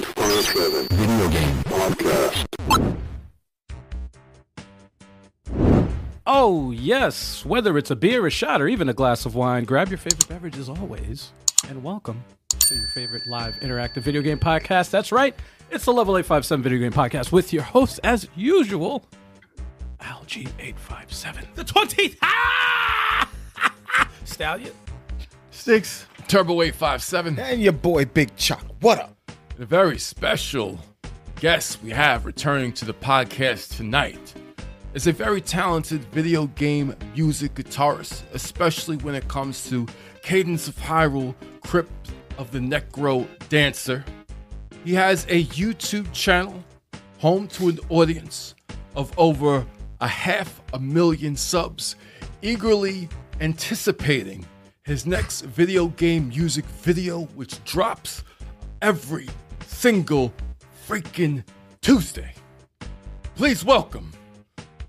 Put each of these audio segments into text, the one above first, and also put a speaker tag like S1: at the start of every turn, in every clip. S1: Data-driven video game podcast.
S2: Oh, yes. Whether it's a beer, a shot, or even a glass of wine, grab your favorite beverage as always. And welcome to your favorite live interactive video game podcast. That's right. It's the Level 857 Video Game Podcast with your host, as usual, LG857. The 20th ah! Stallion.
S3: Six.
S4: Turbo 857.
S3: And your boy Big Chuck. What up?
S4: And a very special guest we have returning to the podcast tonight is a very talented video game music guitarist, especially when it comes to Cadence of Hyrule, Crypt of the Necro Dancer. He has a YouTube channel home to an audience of over a half a million subs, eagerly anticipating his next video game music video, which drops every single freaking Tuesday. Please welcome,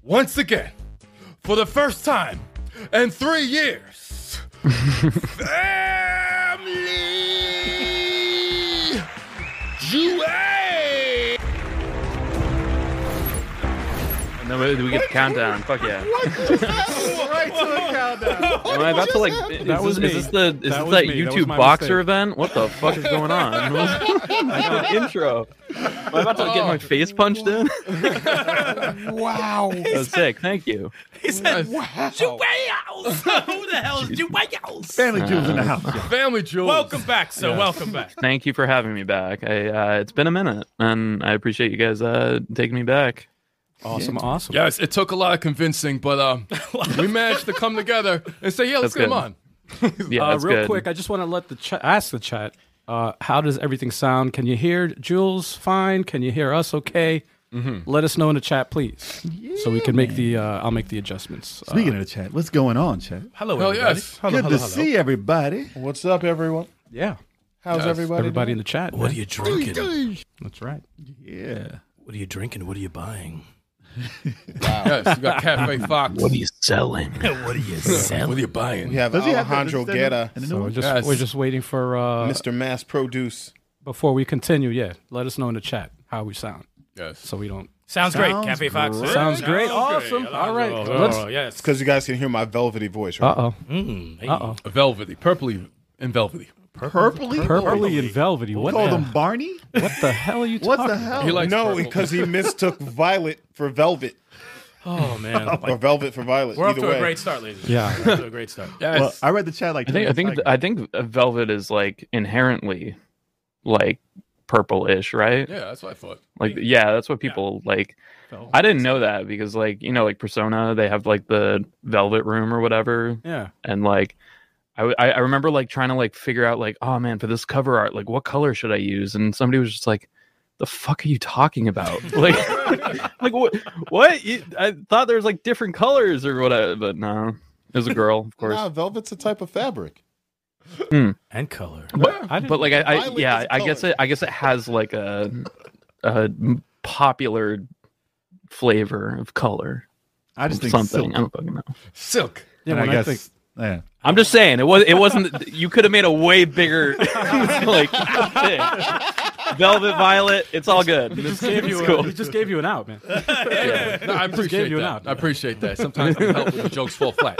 S4: once again, for the first time in three years, Family Jewel!
S5: And then we, we get the countdown. Fuck yeah.
S3: right to the countdown.
S5: Am I about to like? Is,
S2: That was
S5: this,
S2: me.
S5: is this the is
S2: That
S5: this
S2: was
S5: that
S2: me. That was
S5: YouTube
S2: my
S5: boxer
S2: mistake.
S5: event? What the fuck is going on? That's the intro. Am I about to
S3: Oh.
S5: get my face punched in? That
S3: Wow.
S5: was sick. Thank you.
S2: He said,
S3: Wow.
S2: Wales! Who the hell is Wales?
S3: Family jewels in the house.
S4: Family Jewels.
S2: Welcome back, sir. Welcome back.
S5: Thank you for having me back. I, uh, it's been a minute, and I appreciate you guys uh, taking me back.
S2: Awesome, awesome.
S4: Yes, it took a lot of convincing, but um, we managed to come together and say, yeah, let's
S5: That's
S4: get him
S5: good.
S4: on.
S5: Yeah,
S2: uh,
S5: it's
S2: real
S5: good.
S2: quick, I just want to let the ch- ask the chat. Uh, how does everything sound? Can you hear Jules fine? Can you hear us okay? Let us know in the chat, please, so we can make the. Uh, I'll make the adjustments. Uh,
S6: Speaking of the chat, what's going on, chat?
S2: hello,
S4: Hell
S2: everybody.
S4: yes.
S2: Hello,
S6: Good
S2: hello,
S6: to
S2: hello.
S6: see everybody.
S3: What's up, everyone?
S2: Yeah,
S3: How's everybody?
S2: everybody in the chat. What are you? That's right.
S3: Oh,
S6: Yeah.
S7: What are you drinking? What are you buying?
S4: Yes, we got Cafe Fox. What are you,
S5: selling.
S7: What are you selling?
S4: buying?
S3: We have
S6: Does he have that-
S3: Alejandro
S6: is that
S3: Guerra,
S6: in the
S2: So
S6: new
S2: we're
S6: one?
S2: just
S4: Yes.
S2: we're just waiting for uh,
S3: Mr. Mass Produce.
S2: before we continue. Yeah, let us know in the chat how we sound,
S4: Yes.
S2: so we don't.
S7: Sounds great.
S6: Sounds
S7: Cafe Fox.
S6: great.
S2: Sounds great. Awesome. All right.
S7: Oh,
S2: Let's.
S7: oh, yes.
S3: Because you guys can hear my velvety voice, right?
S2: Uh oh.
S7: Mm, hey.
S2: Uh oh.
S4: Velvety, purpley, and velvety.
S6: Purpley?
S2: Purpley and velvety. What
S6: Call
S2: the,
S6: them Barney?
S2: what the hell are you talking?
S6: What the
S2: about?
S6: hell?
S4: He likes
S3: no,
S4: purple.
S3: because he mistook Violet for Velvet,
S7: Oh, man.
S3: or Velvet for Violet.
S7: We're up
S3: Either
S7: to
S3: way,
S7: a great start, ladies.
S2: Yeah.
S7: We're up to a great start.
S6: Well,
S4: Yes.
S6: I read the chat like
S5: I think I think I think Velvet is like inherently like purple-ish, right?
S4: yeah, that's what I thought.
S5: Like yeah, that's what people like. I didn't know that because like you know like Persona they have like the Velvet Room or whatever,
S2: Yeah.
S5: and like I w- I I remember like trying to like figure out like oh man for this cover art like what color should I use and somebody was just like the fuck are you talking about like like what what You- I thought there was like different colors or whatever but no it was a girl of course
S3: Nah, velvet's a type of fabric.
S7: And color.
S5: but,
S2: I didn't-
S5: but like I, I
S3: Violet
S5: yeah
S3: is
S5: I guess
S3: colored.
S5: it I guess it has like a a popular flavor of color
S6: I just think
S5: something
S6: silk.
S5: I don't fucking know.
S4: Silk.
S2: Yeah.
S6: And
S2: When
S6: I
S2: I,
S6: guess,
S2: think
S6: yeah.
S5: I'm just saying it was it wasn't you could have made a way bigger like thing. Velvet Violet, it's all good. It's,
S2: gave you
S5: it's
S2: a-
S5: cool.
S2: he just gave you an out, man.
S4: No, I appreciate
S2: you an
S4: that.
S2: out.
S4: I appreciate that. Sometimes I help when the jokes fall flat.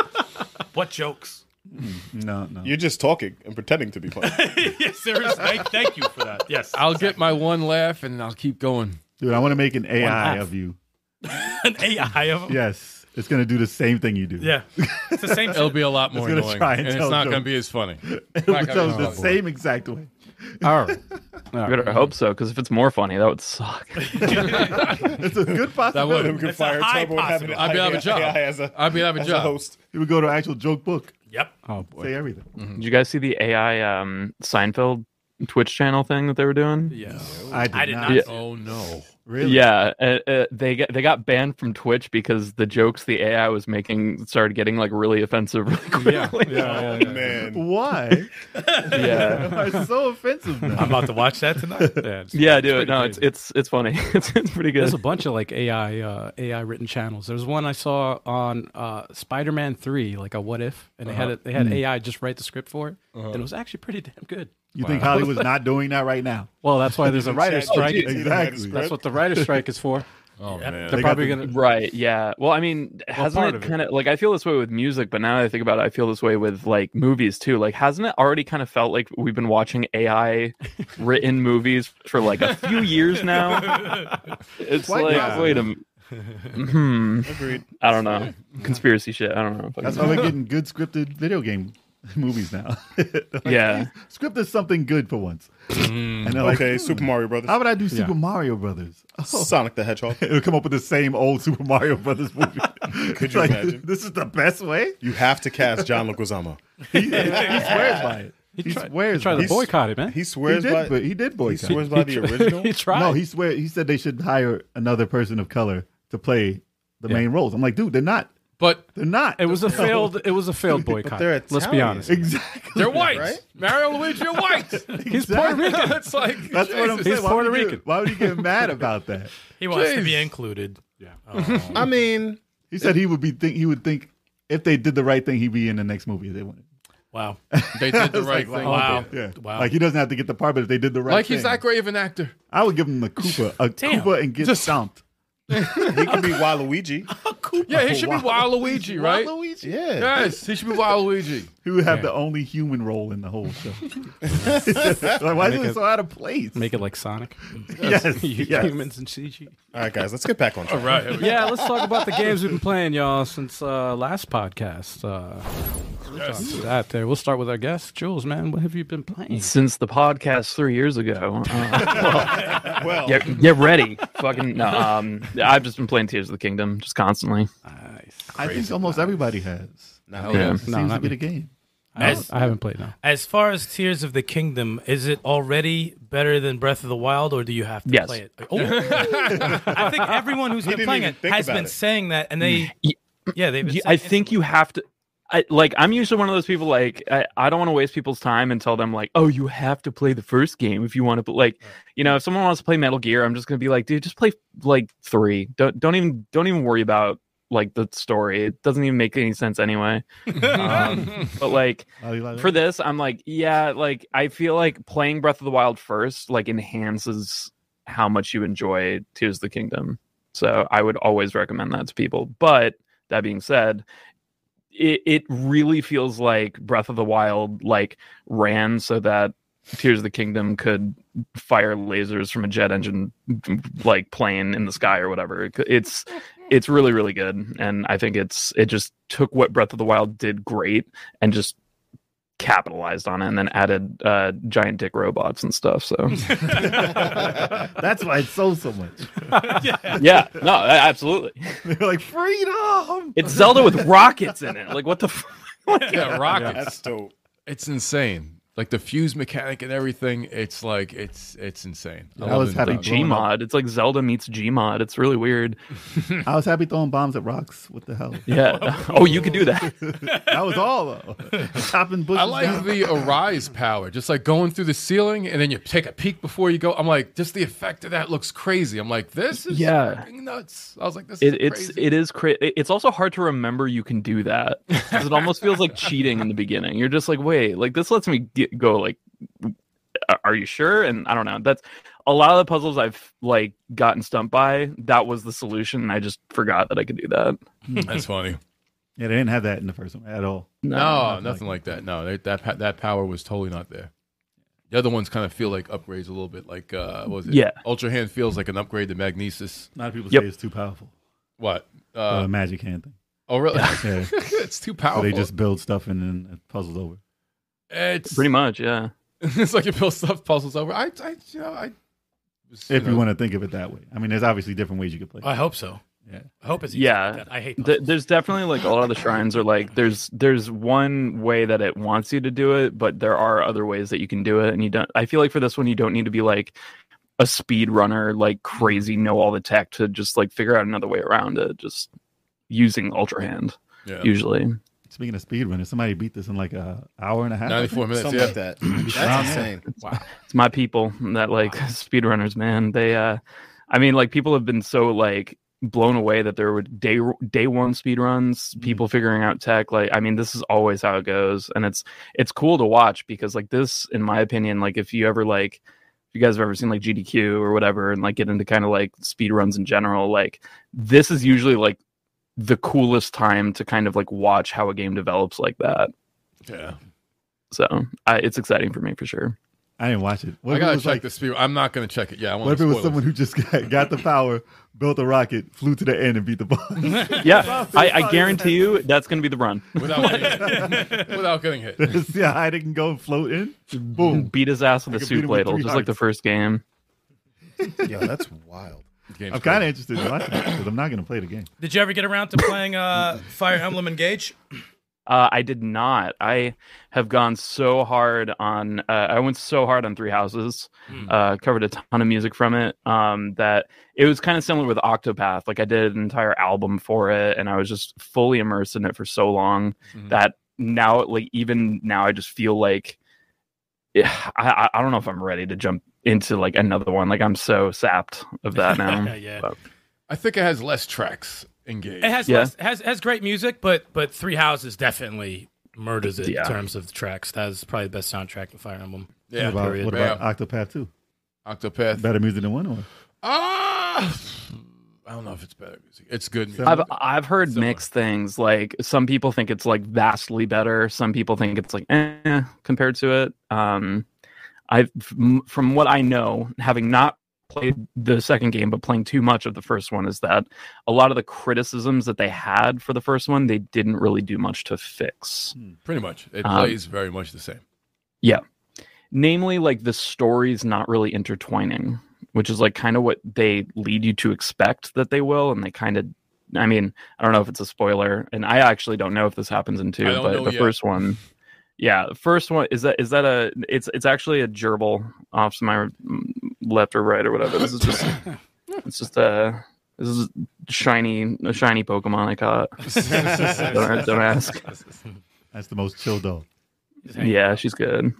S7: What jokes?
S6: No, no.
S3: You're just talking and pretending to be funny.
S7: yes, seriously. Thank, thank you for that. Yes.
S4: I'll get my one laugh and I'll keep going.
S6: Dude, I want to make an AI
S2: half.
S6: of you.
S7: An AI of them.
S6: Yes. It's going to do the same thing you do.
S7: Yeah. It's the same
S4: It'll be a lot more
S6: gonna
S4: annoying,
S6: try and
S4: and, it's
S6: tell
S4: not going to
S6: jokes.
S4: be as funny. Not
S6: It was
S4: gonna be
S6: the
S4: as funny.
S6: same exact way.
S2: All right.
S5: I better hope so, because if it's more funny, that would suck.
S6: It's a good
S4: That
S6: possibility.
S3: we
S6: That
S3: can
S7: It's a
S3: fire
S7: high
S3: Turbo and have an
S7: possibility.
S4: I'd be out of a
S3: AI
S4: job.
S3: as a,
S4: I'd be out of a
S3: as a
S4: job.
S3: host.
S6: it would go to actual joke book.
S7: Yep.
S2: Oh
S6: Say
S2: boy.
S6: everything.
S5: Did you guys see the AI um, Seinfeld Twitch channel thing that they were doing?
S7: Yes.
S6: I did,
S7: I did
S6: not.
S7: not.
S4: Oh, no.
S6: Really?
S5: Yeah, uh, uh, they got they got banned from Twitch because the jokes the AI was making started getting like really offensive really quickly.
S2: Yeah.
S3: Oh, man.
S6: Why?
S5: Yeah, yeah,
S6: It's so offensive now.
S7: I'm about to watch that tonight.
S2: yeah.
S5: dude. No, it's it's it's funny. it's, it's pretty good.
S2: There's a bunch of like AI uh, AI written channels. There's one I saw on uh, Spider-Man Three, like a What If, and they had it, they had AI just write the script for it, and it was actually pretty damn good.
S6: You think Hollywood's not doing that right now?
S2: Well, that's why there's a writer's
S3: Oh,
S2: strike.
S3: geez, you didn't write a
S6: Exactly.
S2: That's
S3: script?
S2: what the writer's strike is for.
S4: Oh man.
S2: They're
S6: got
S2: probably
S6: the-
S2: going to.
S5: Right. Yeah. Well, I mean,
S2: part
S5: hasn't it
S2: of it.
S5: kind of like I feel this way with music, but now that I think about it, I feel this way with like movies too. Like, hasn't it already kind of felt like we've been watching AI written movies for like a few years now? It's
S6: Quite
S5: like,
S6: possibly.
S5: wait a m- hmm.
S3: Agreed.
S5: I don't know. Conspiracy shit. I don't know.
S6: That's
S5: Fucking-
S6: why we're getting good scripted video game movies now.
S5: yeah.
S6: Script is something good for once. And they're like,
S3: Okay, Super Mario Brothers.
S6: how would I do Super Mario Brothers? Oh.
S3: Sonic the Hedgehog.
S6: It'll come up with the same old Super Mario Brothers movie. Could
S3: you imagine?
S6: This is the best way.
S3: You have to cast John Leguizamo.
S6: He swears by it. He,
S2: tried-
S6: swears.
S2: Try
S6: by
S2: to
S6: it.
S2: boycott it, man.
S3: He
S6: He
S3: swears
S6: did,
S3: by
S6: but he did
S3: he
S6: boycott.
S3: swears by the original.
S2: he tried.
S6: No, he swear. He said they should hire another person of color to play the main roles. I'm like, dude, they're not.
S4: But
S6: They're not.
S2: it was a failed. It was a failed boycott.
S3: they're
S2: Let's be
S3: Italian.
S2: honest.
S6: exactly.
S4: they're whites.
S3: Right?
S4: Mario and Luigi are whites.
S2: He's Puerto Rican.
S4: it's like
S6: That's what I'm
S4: Jesus.
S6: saying.
S2: He's
S6: Why would
S2: Puerto
S6: you get-
S2: Rican.
S6: Why would he get mad about that?
S7: He wants to be
S4: Jeez.
S7: included. Yeah.
S3: I mean,
S6: He said he would be think he would think if they did the right thing, he'd be in the next movie they wanted.
S7: wow.
S4: They did the
S6: It's
S4: right
S6: like,
S4: thing.
S7: Wow.
S6: Yeah,
S7: Wow.
S6: like he doesn't have to get the part, but if they did the right
S4: Like
S6: thing,
S4: he's that great of an actor.
S6: I would give him the Koopa, a
S7: Damn.
S6: Koopa, and get stomped.
S3: he could be Waluigi.
S4: Yeah, he should be Waluigi, right?
S6: Waluigi.
S3: Yeah.
S4: Yes, he should be Waluigi.
S6: He would have the only human role in the whole show. like, why is it so out of place?
S2: Make it like Sonic.
S6: yes, yes.
S2: Humans and CG.
S3: All right, guys, let's get back on track.
S4: All right.
S2: Yeah, let's talk about the games we've been playing, y'all, since uh, last podcast. Uh,
S4: Yes.
S2: that there. We'll start with our guest, Jules. Man, what have you been playing?
S5: Since the podcast three years ago, uh,
S3: Well,
S5: get, get ready. Fucking no. Um, I've just been playing Tears of the Kingdom just constantly.
S2: Nice.
S6: I think almost everybody has.
S3: now,
S5: Yeah.
S6: It
S2: No,
S6: seems to
S2: not
S6: be
S2: me.
S6: the game.
S2: I,
S7: As,
S2: I haven't played now.
S7: as far as Tears of the Kingdom, is it already better than Breath of the Wild, or do you have to
S5: Yes.
S7: play it? Oh. I think everyone who's been
S3: didn't
S7: playing
S3: even
S7: it
S3: think
S7: has
S3: about
S7: been
S3: it.
S7: saying that, and they,
S5: Ye-
S7: yeah, they've. Been
S5: You-
S7: saying
S5: I think you have to. I, like I'm usually one of those people like I, I don't want to waste people's time and tell them like oh you have to play the first game if you want to but like you know if someone wants to play Metal Gear I'm just gonna be like dude just play like three don't don't even don't even worry about like the story it doesn't even make any sense anyway um, but like
S6: Oh, you like
S5: for
S6: that?
S5: this I'm like yeah like I feel like playing Breath of the Wild first like enhances how much you enjoy Tears of the Kingdom so I would always recommend that to people but that being said it, it really feels like breath of the wild like ran so that tears of the kingdom could fire lasers from a jet engine like plane in the sky or whatever It- it's it's really really good and i think it's it just took what breath of the wild did great and just capitalized on it and then added uh giant dick robots and stuff so
S6: That's why it sold so much.
S5: yeah no a- absolutely
S6: They're like freedom.
S5: it's zelda with rockets in it like what the f-
S4: Yeah, rockets.
S3: that's dope.
S4: It's insane. Like the fuse mechanic and everything. It's like it's it's insane.
S6: I
S4: love
S6: was
S4: it.
S6: happy
S4: Love it.
S6: blowing up.
S5: gmod it's like zelda meets gmod it's really weird
S6: I was happy throwing bombs at rocks. What the hell?
S5: Yeah. Oh, you could do that.
S6: That was all though. Chopping bushes.
S4: I like
S6: down.
S4: the arise power, just like going through the ceiling and then you take a peek before you go. I'm like, just the effect of that looks crazy. I'm like, this is
S5: Yeah.
S4: fucking nuts. I was like, this is
S5: It, it's
S4: crazy.
S5: it is cra- it- It's also hard to remember you can do that 'cause it almost feels like cheating in the beginning. You're just like, wait, like this lets me get, go. Like, a- are you sure? And I don't know. That's a lot of the puzzles I've like gotten stumped by. That was the solution, and I just forgot that I could do that.
S4: That's funny.
S6: Yeah, they didn't have that in the first one at all.
S4: No,
S6: nothing
S4: nothing like that. No, they, that pa- that power was totally not there. The other ones kind of feel like upgrades a little bit. Like uh, what was it?
S5: Yeah.
S4: Ultra Hand feels like an upgrade to Magnesis.
S6: A lot of people
S5: Yep.
S6: say it's too powerful.
S4: What? Uh,
S6: The magic hand thing.
S4: oh, really?
S6: Yeah. So
S4: it's too powerful.
S6: they just build stuff and then it puzzles over.
S4: it's
S5: Pretty much, yeah.
S4: it's like you build stuff puzzles over. I, I you know, I. was,
S6: If you
S4: know,
S6: want to think of it that way. I mean, there's obviously different ways you could play.
S4: Uh,
S7: I hope so.
S6: Yeah.
S7: I hope it's.
S5: Yeah.
S7: easy. I hate.
S5: Th-
S7: puzzles.
S5: there's definitely like a lot of the shrines are like there's there's one way that it wants you to do it, but there are other ways that you can do it, and you don't. I feel like for this one, you don't need to be like a speed runner, like crazy, know all the tech to just like figure out another way around it. Just using ultra hand
S4: yeah.
S5: usually.
S6: Speaking of speedrunners, somebody beat this in like a hour and a half.
S4: 94 minutes.
S3: Something
S4: yeah.
S3: like that. That's insane.
S5: It's my people that like speedrunners, man. They, uh I mean, like people have been so like blown away that there were day day one speedruns, people figuring out tech. Like, I mean, this is always how it goes, and it's it's cool to watch because like this, in my opinion, like if you ever like you guys have ever seen like GDQ or whatever, and like get into kind of like speed runs in general, like this is usually like the coolest time to kind of like watch how a game develops like that.
S4: Yeah,
S5: So I, it's exciting for me for sure.
S6: I didn't watch it. What
S4: I
S6: if it
S4: gotta
S6: was
S4: check
S6: like,
S4: the speed. I'm not gonna check it. Yeah, I want.
S6: What if it was
S4: spoilers.
S6: someone who just got, got the power, built a rocket, flew to the end, and beat the boss?
S5: Yeah, I, I guarantee you that's going to be the run.
S4: without getting hit. without getting hit?
S6: See how high they can go and float in?
S4: Mm-hmm.
S6: Boom.
S5: Beat his ass
S6: I
S5: with a
S6: could beat
S5: soup
S6: him with
S5: ladle,
S6: three
S5: just like the
S6: hearts.
S5: first game.
S3: Yo, that's wild.
S6: I'm kind of interested in watching it because I'm not going to play the game.
S7: Did you ever get around to playing uh, Fire Emblem Engage?
S5: Uh, I did not. I have gone so hard on. Uh, I went so hard on Three Houses.
S6: Hmm.
S5: Uh, covered a ton of music from it. Um, that it was kind of similar with Octopath. Like I did an entire album for it, and I was just fully immersed in it for so long
S6: Hmm.
S4: Mhm.
S5: that now, like even now, I just feel like yeah, I, I I don't know if I'm ready to jump into like another one. Like I'm so sapped of that now.
S7: yeah.
S4: I think it has less tracks engaged.
S7: It has,
S5: Yeah.
S7: less- it has has great music, but but Three Houses definitely murders it
S5: Yeah.
S7: in terms of tracks. That is probably the best soundtrack in Fire Emblem.
S4: yeah,
S6: what about,
S7: period.
S6: what about Octopath 2?
S4: Octopath.
S6: Better music than one or?
S4: Ah, I don't know if it's better music. It's good. Music.
S5: I've I've heard
S4: Similar.
S5: mixed things. Like some people think it's like vastly better. Some people think it's like eh, compared to it. Um, I from what I know, having not played the second game but playing too much of the first one, is that a lot of the criticisms that they had for the first one they didn't really do much to fix.
S4: Pretty much, it
S5: Um,
S4: plays very much the same.
S5: Namely, like the stories not really intertwining, which is like kind of what they lead you to expect that they will, and they kind of. I mean, I don't know if it's a spoiler, and I actually don't know if this happens in two,
S4: I don't
S5: but
S4: know
S5: the
S4: yet.
S5: first one, yeah, the first one is that is that a it's it's actually a gerbil off to my mm, left or right or whatever. This is just it's just a this is shiny a shiny Pokemon I caught. don't, don't ask.
S6: That's the most chill dog.
S5: Yeah, she's good.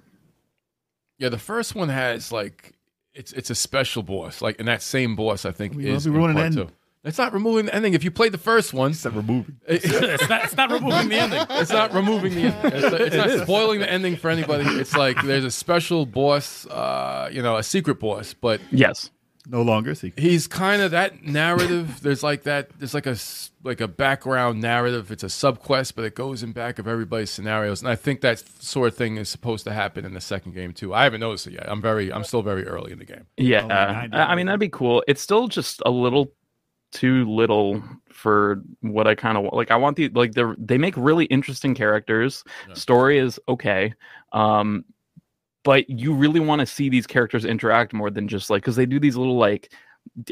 S4: Yeah, the first one has like it's it's a special boss. Like, and that same boss I think
S6: We
S4: is
S6: won't be
S4: in
S6: ruining
S4: part
S6: the ending.
S4: two. It's not removing the ending. If you played the first one,
S6: Except removing.
S4: it-
S7: it's, not, it's not removing the ending.
S4: it's not removing the ending. It's, it's not spoiling the ending for anybody. It's like there's a special boss, uh, you know, a secret boss, but
S5: Yes.
S6: No longer a secret.
S4: he's kind of that narrative there's like that there's like a s- like a background narrative it's a subquest but it goes in back of everybody's scenarios and i think that sort of thing is supposed to happen in the second game too i haven't noticed it yet i'm very i'm still very early in the game
S5: Yeah,
S6: I
S5: I, I mean that'd be cool. It's still just a little too little for what I kind of want. Like I want the like they they make really interesting characters.
S4: Yeah.
S5: Story is okay, um, but you really want to see these characters interact more than just like because they do these little like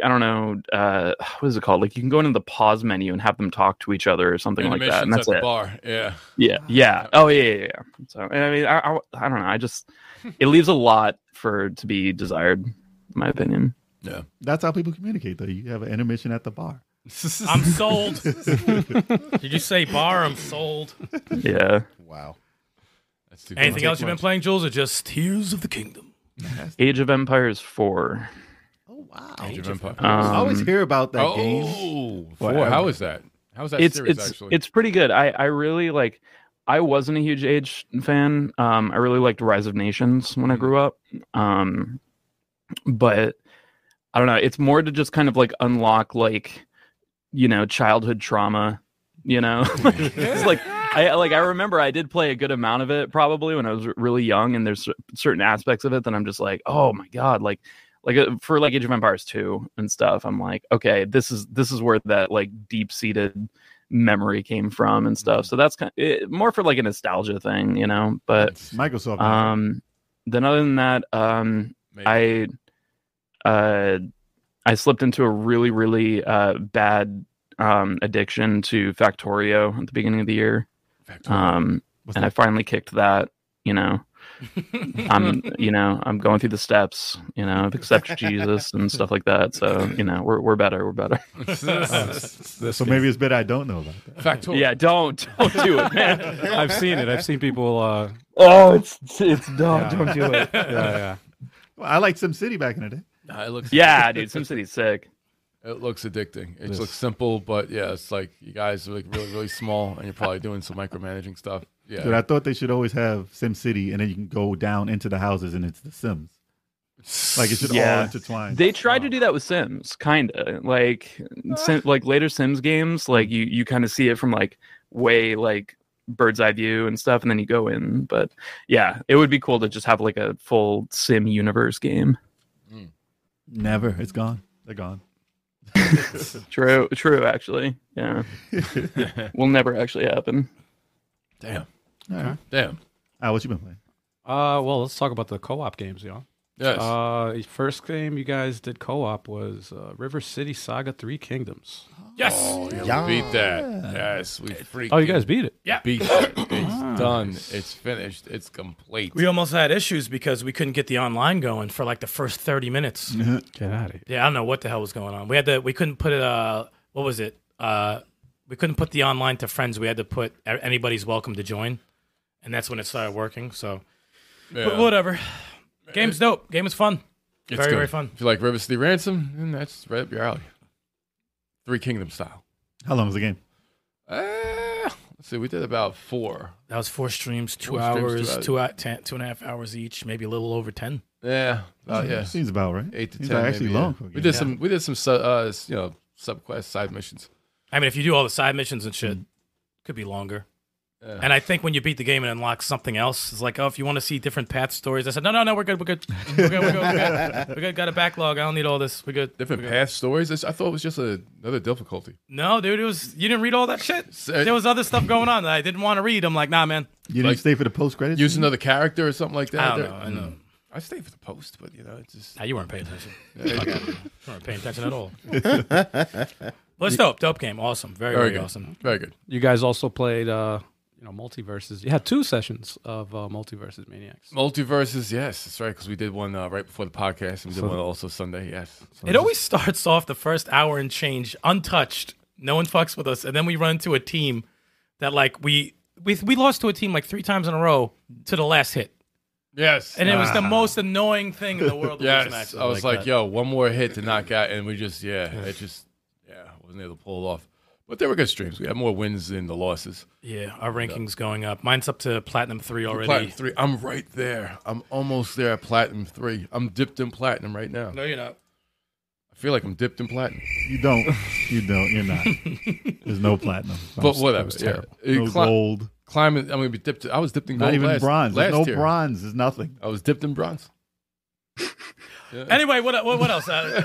S5: I don't know uh, what is it called? Like you can go into the pause menu and have them talk to each other or something like that, and
S4: Intermissions
S5: that's
S4: at the
S5: it.
S4: bar yeah
S5: Yeah, yeah. Oh yeah, yeah. yeah. So I mean, I, I I don't know. I just it leaves a lot for to be desired, in my opinion.
S6: That's how people communicate, though. You have an intermission at the bar.
S7: I'm sold. Did you say bar? I'm sold.
S5: Yeah.
S3: Wow.
S4: That's too
S7: Anything
S4: far.
S7: else you've been playing, Jules, or just Tears of the Kingdom?
S5: Age of Empires 4.
S6: Oh, wow.
S4: Age of Empires.
S6: I always
S5: Um,
S6: hear about that
S4: oh
S6: game.
S4: four.
S6: Wow.
S4: how is that how is that
S5: it's
S4: series
S5: it's
S4: actually
S5: it's pretty good. I I really like I wasn't a huge Age fan. Um I really liked Rise of Nations when I
S4: Mm-hmm.
S5: grew up. Um but I don't know, it's more to just kind of like unlock like you know, childhood trauma, you know. it's like I like I remember I did play a good amount of it probably when I was really young and there's cer- certain aspects of it that I'm just like, "Oh my god, like like uh, for like Age of Empires 2 and stuff, I'm like, okay, this is this is where that like deep-seated memory came from and stuff. So that's kind it, more for like a nostalgia thing, you know, but
S6: Microsoft.
S5: um then other than that, um
S4: Maybe.
S5: I uh I slipped into a really really uh bad um addiction to Factorio at the beginning of the year. Um
S6: What's
S5: and I
S6: that?
S5: finally kicked that, you know. I'm you know, I'm going through the steps, you know, of accept Jesus and stuff like that. So, you know, we're we're better, we're better.
S6: so maybe it's better I don't know about that.
S4: Factor.
S5: uh, Yeah, don't don't do it, man.
S2: I've seen it. I've seen people. Uh,
S5: Oh, it's it's dumb. Don't do it.
S2: yeah, yeah.
S6: Well, I liked SimCity back in the day.
S4: Nah, it looks
S5: Yeah, dude, SimCity's sick.
S4: It looks addicting. It looks simple, but yeah, it's like you guys are like really, really small, and you're probably doing some micromanaging stuff. Yeah,
S6: Dude, I thought they should always have SimCity, and then you can go down into the houses, and it's the Sims. Like it should all
S5: Yeah.
S6: intertwine.
S5: They tried to do that with Sims, kind of like sim, like later Sims games. Like you, you kind of see it from like way like bird's eye view and stuff, and then you go in. But yeah, it would be cool to just have like a full Sim universe game.
S6: Never. It's gone. They're gone.
S5: True, true. Actually, yeah, will never actually happen.
S4: Damn.
S6: All right.
S4: Damn.
S6: Al, what you been playing?
S2: Uh, well, let's talk about the co-op games, y'all.
S4: Yes.
S2: Uh, the first game you guys did co-op was uh, River City Saga: Three Kingdoms.
S4: yes. Oh, yeah,
S3: Yeah.
S4: We beat that. Yes. We freaking
S2: Oh, you guys beat it.
S4: yeah. beat that. It's done. It's finished. It's complete.
S7: We almost had issues because we couldn't get the online going for like the first 30 minutes.
S2: Get out of here.
S7: Yeah, I don't know what the hell was going on. We had to we couldn't put it uh what was it? Uh we couldn't put the online to friends. We had to put a- anybody's welcome to join. And that's when it started working. So but
S4: Yeah. Eh.
S7: whatever. Game's dope. Game is fun.
S4: It's
S7: very,
S4: good.
S7: very fun.
S4: If you like River City Ransom, then that's right up your alley. Three Kingdom style.
S6: How long was the game?
S4: Uh, let's see. We did about four.
S7: That was four streams, two
S4: Four streams,
S7: hours,
S4: two hours.
S7: two hou- ten- two and a half hours each, maybe a little over ten.
S4: Yeah. About, Oh, yeah.
S6: Seems about right.
S4: Eight to
S6: Seems
S4: ten.
S6: like actually
S4: maybe,
S6: long.
S4: yeah.
S6: for a
S4: We
S6: game.
S4: did some. We did some. su- Uh, s- you know, subquest side missions.
S7: I mean, if you do all the side missions and shit, could be longer.
S4: Mm-hmm. Yeah.
S7: And I think when you beat the game and unlock something else, it's like, oh, if you want to see different path stories, I said, no, no, no, we're good, we're good, we're good, we're good, we're good. We're good. Got a backlog. I don't need all this. We're good.
S4: Different path stories. It's- I thought it was just a, another difficulty.
S7: No, dude, it was you didn't read all that shit.
S4: So-
S7: There was other stuff going on that I didn't want to read. I'm like, nah, man.
S6: You didn't
S4: like-
S6: stay for the post credits?
S4: Use another character or something like that.
S7: Mm-hmm. I don't
S4: There-
S7: know. I know.
S4: I stayed for the post, but you know, it's just
S7: Nah, you weren't paying attention.
S4: very
S7: You weren't paying attention at all. well, it's dope. Dope game. Awesome. Very, very,
S4: good.
S7: awesome.
S4: Very good.
S2: You guys also played, uh, you know, multiverses. You had two sessions of uh, multiverses maniacs.
S4: Multiverses, yes, that's right. Because we did one uh, right before the podcast, and we did one also Sunday. Yes,
S7: It always starts off the first hour and change untouched. No one fucks with us, and then we run into a team that like we we we lost to a team like three times in a row to the last hit,
S4: yes,
S7: and it was the most annoying thing in the world. to lose
S4: yes.
S7: matches
S4: I was like,
S7: that.
S4: yo, one more hit to knock out, and we just yeah, it just yeah, wasn't able to pull it off. But they were good streams. We had more wins than the losses.
S7: yeah, our rankings going up. Mine's up to platinum three already.
S4: Platinum three. I'm right there. I'm almost there at platinum three. I'm dipped in platinum right now.
S7: No, you're not.
S4: I feel like I'm dipped in platinum.
S6: You don't. You don't. You're not. There's no platinum.
S4: But whatever. Yeah.
S6: terrible.
S4: It
S6: No
S4: cli-
S6: gold.
S4: Climbing. I'm gonna be dipped. I was dipped in gold.
S6: Not even
S4: last,
S6: bronze.
S4: Last
S6: There's no
S4: year.
S6: bronze. There's nothing.
S4: I was dipped in bronze.
S7: Anyway, what what, what else? Uh,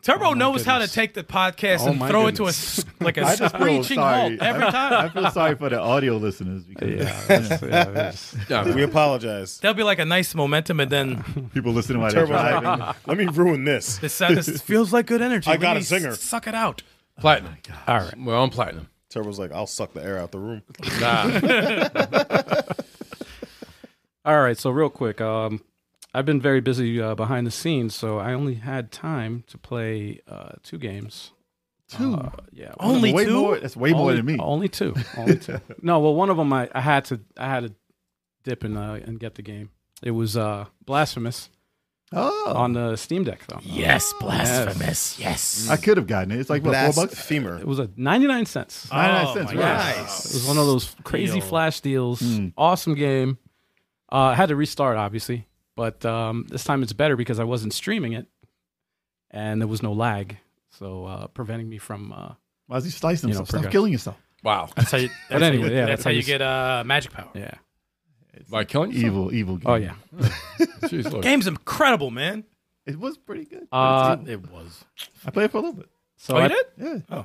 S7: Turbo knows how to take the podcast
S2: Oh
S7: and
S2: my
S7: throw it
S2: goodness.
S7: to a like
S6: I
S7: a
S6: just feel
S7: screeching halt
S6: sorry.
S7: every
S6: I
S7: time.
S6: feel sorry for the audio listeners because
S4: Yeah,
S3: We apologize.
S7: That'll be like a nice momentum, and then
S6: people listening while they're
S3: Turbo's
S6: driving.
S3: driving. Let me ruin this.
S7: this, this feels like good energy.
S3: I
S7: We
S3: got a
S7: need to
S3: singer.
S7: Suck it out.
S6: Oh
S4: platinum.
S2: All right.
S4: We're on platinum.
S3: Turbo's like, I'll suck the air out the room.
S4: Nah.
S2: All right. So real quick, um, I've been very busy uh, behind the scenes, so I only had time to play uh, two games.
S6: Two.
S2: Uh, yeah.
S7: Only
S6: way
S7: two?
S6: More, that's way more
S2: only,
S6: than me.
S2: Only two. Only two. no, well, one of them I, I had to I had to dip and uh, and get the game. It was uh, blasphemous
S6: Oh,
S2: on the Steam Deck though.
S7: Yes,
S2: blasphemous.
S7: Yes.
S6: Oh. I could have gotten it. It's like what, four bucks.
S3: Blasphemer.
S2: It was a ninety nine cents.
S7: Oh
S6: Ninety-nine cents, right.
S2: It was one of those crazy
S7: Deal.
S2: flash deals. Awesome game. Uh, I had to restart, obviously, but um, this time it's better because I wasn't streaming it, and there was no lag, so uh, preventing me from. Uh,
S6: Why is he slicing
S2: You know,
S6: himself? Stop
S2: progress.
S6: killing yourself.
S4: wow.
S7: That's how you. That's
S2: anyway,
S7: how you,
S2: yeah,
S7: that's how you get uh, magic power.
S2: yeah.
S4: By killing yourself?
S6: Evil, evil. Game.
S2: Oh yeah.
S4: Jeez, Lord.
S7: Game's incredible, man.
S6: it was pretty good.
S2: Uh,
S7: It was.
S6: I played it for a little bit.
S2: So
S7: oh,
S2: I,
S7: you did?
S6: Yeah,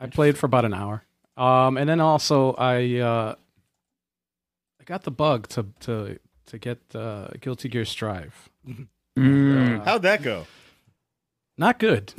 S2: I played for about an hour, um, and then also I uh, I got the bug to to to get uh, Guilty Gear Strive.
S7: Hmm.
S5: Mm.
S2: Uh,
S3: How'd that go?
S2: Not good.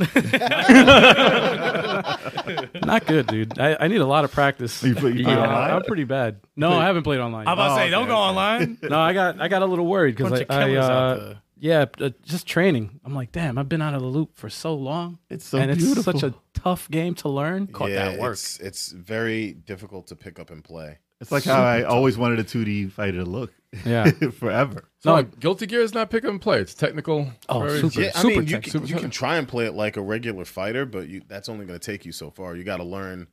S2: Not good, dude. I, I need a lot of practice.
S6: you play, you play
S2: Uh,
S6: online?
S2: I'm pretty bad. No, I haven't played online.
S7: I was about to
S6: Oh,
S7: say,
S6: okay,
S7: don't go
S6: okay.
S7: online.
S2: no, I got I got a little worried because
S7: Bunch
S2: I,
S7: of
S2: I
S7: killers out
S2: uh,
S7: there.
S2: yeah, uh, just training. I'm like, damn, I've been out of the loop for so long,
S6: It's so
S2: and it's
S6: beautiful.
S2: such a tough game to learn.
S7: Caught that work.
S3: It's, it's very difficult to pick up and play.
S6: It's like how I always wanted a 2D fighter to look
S2: Yeah.
S6: forever.
S4: So,
S2: No.
S4: like, Guilty Gear is not pick up and play. It's technical.
S2: Oh,
S4: very-
S2: super.
S3: Yeah, I
S2: Super
S3: mean, you
S2: tech,
S3: can,
S4: super
S3: you
S4: tech.
S3: can try and play it like a regular fighter, but you, that's only going to take you so far. You got to learn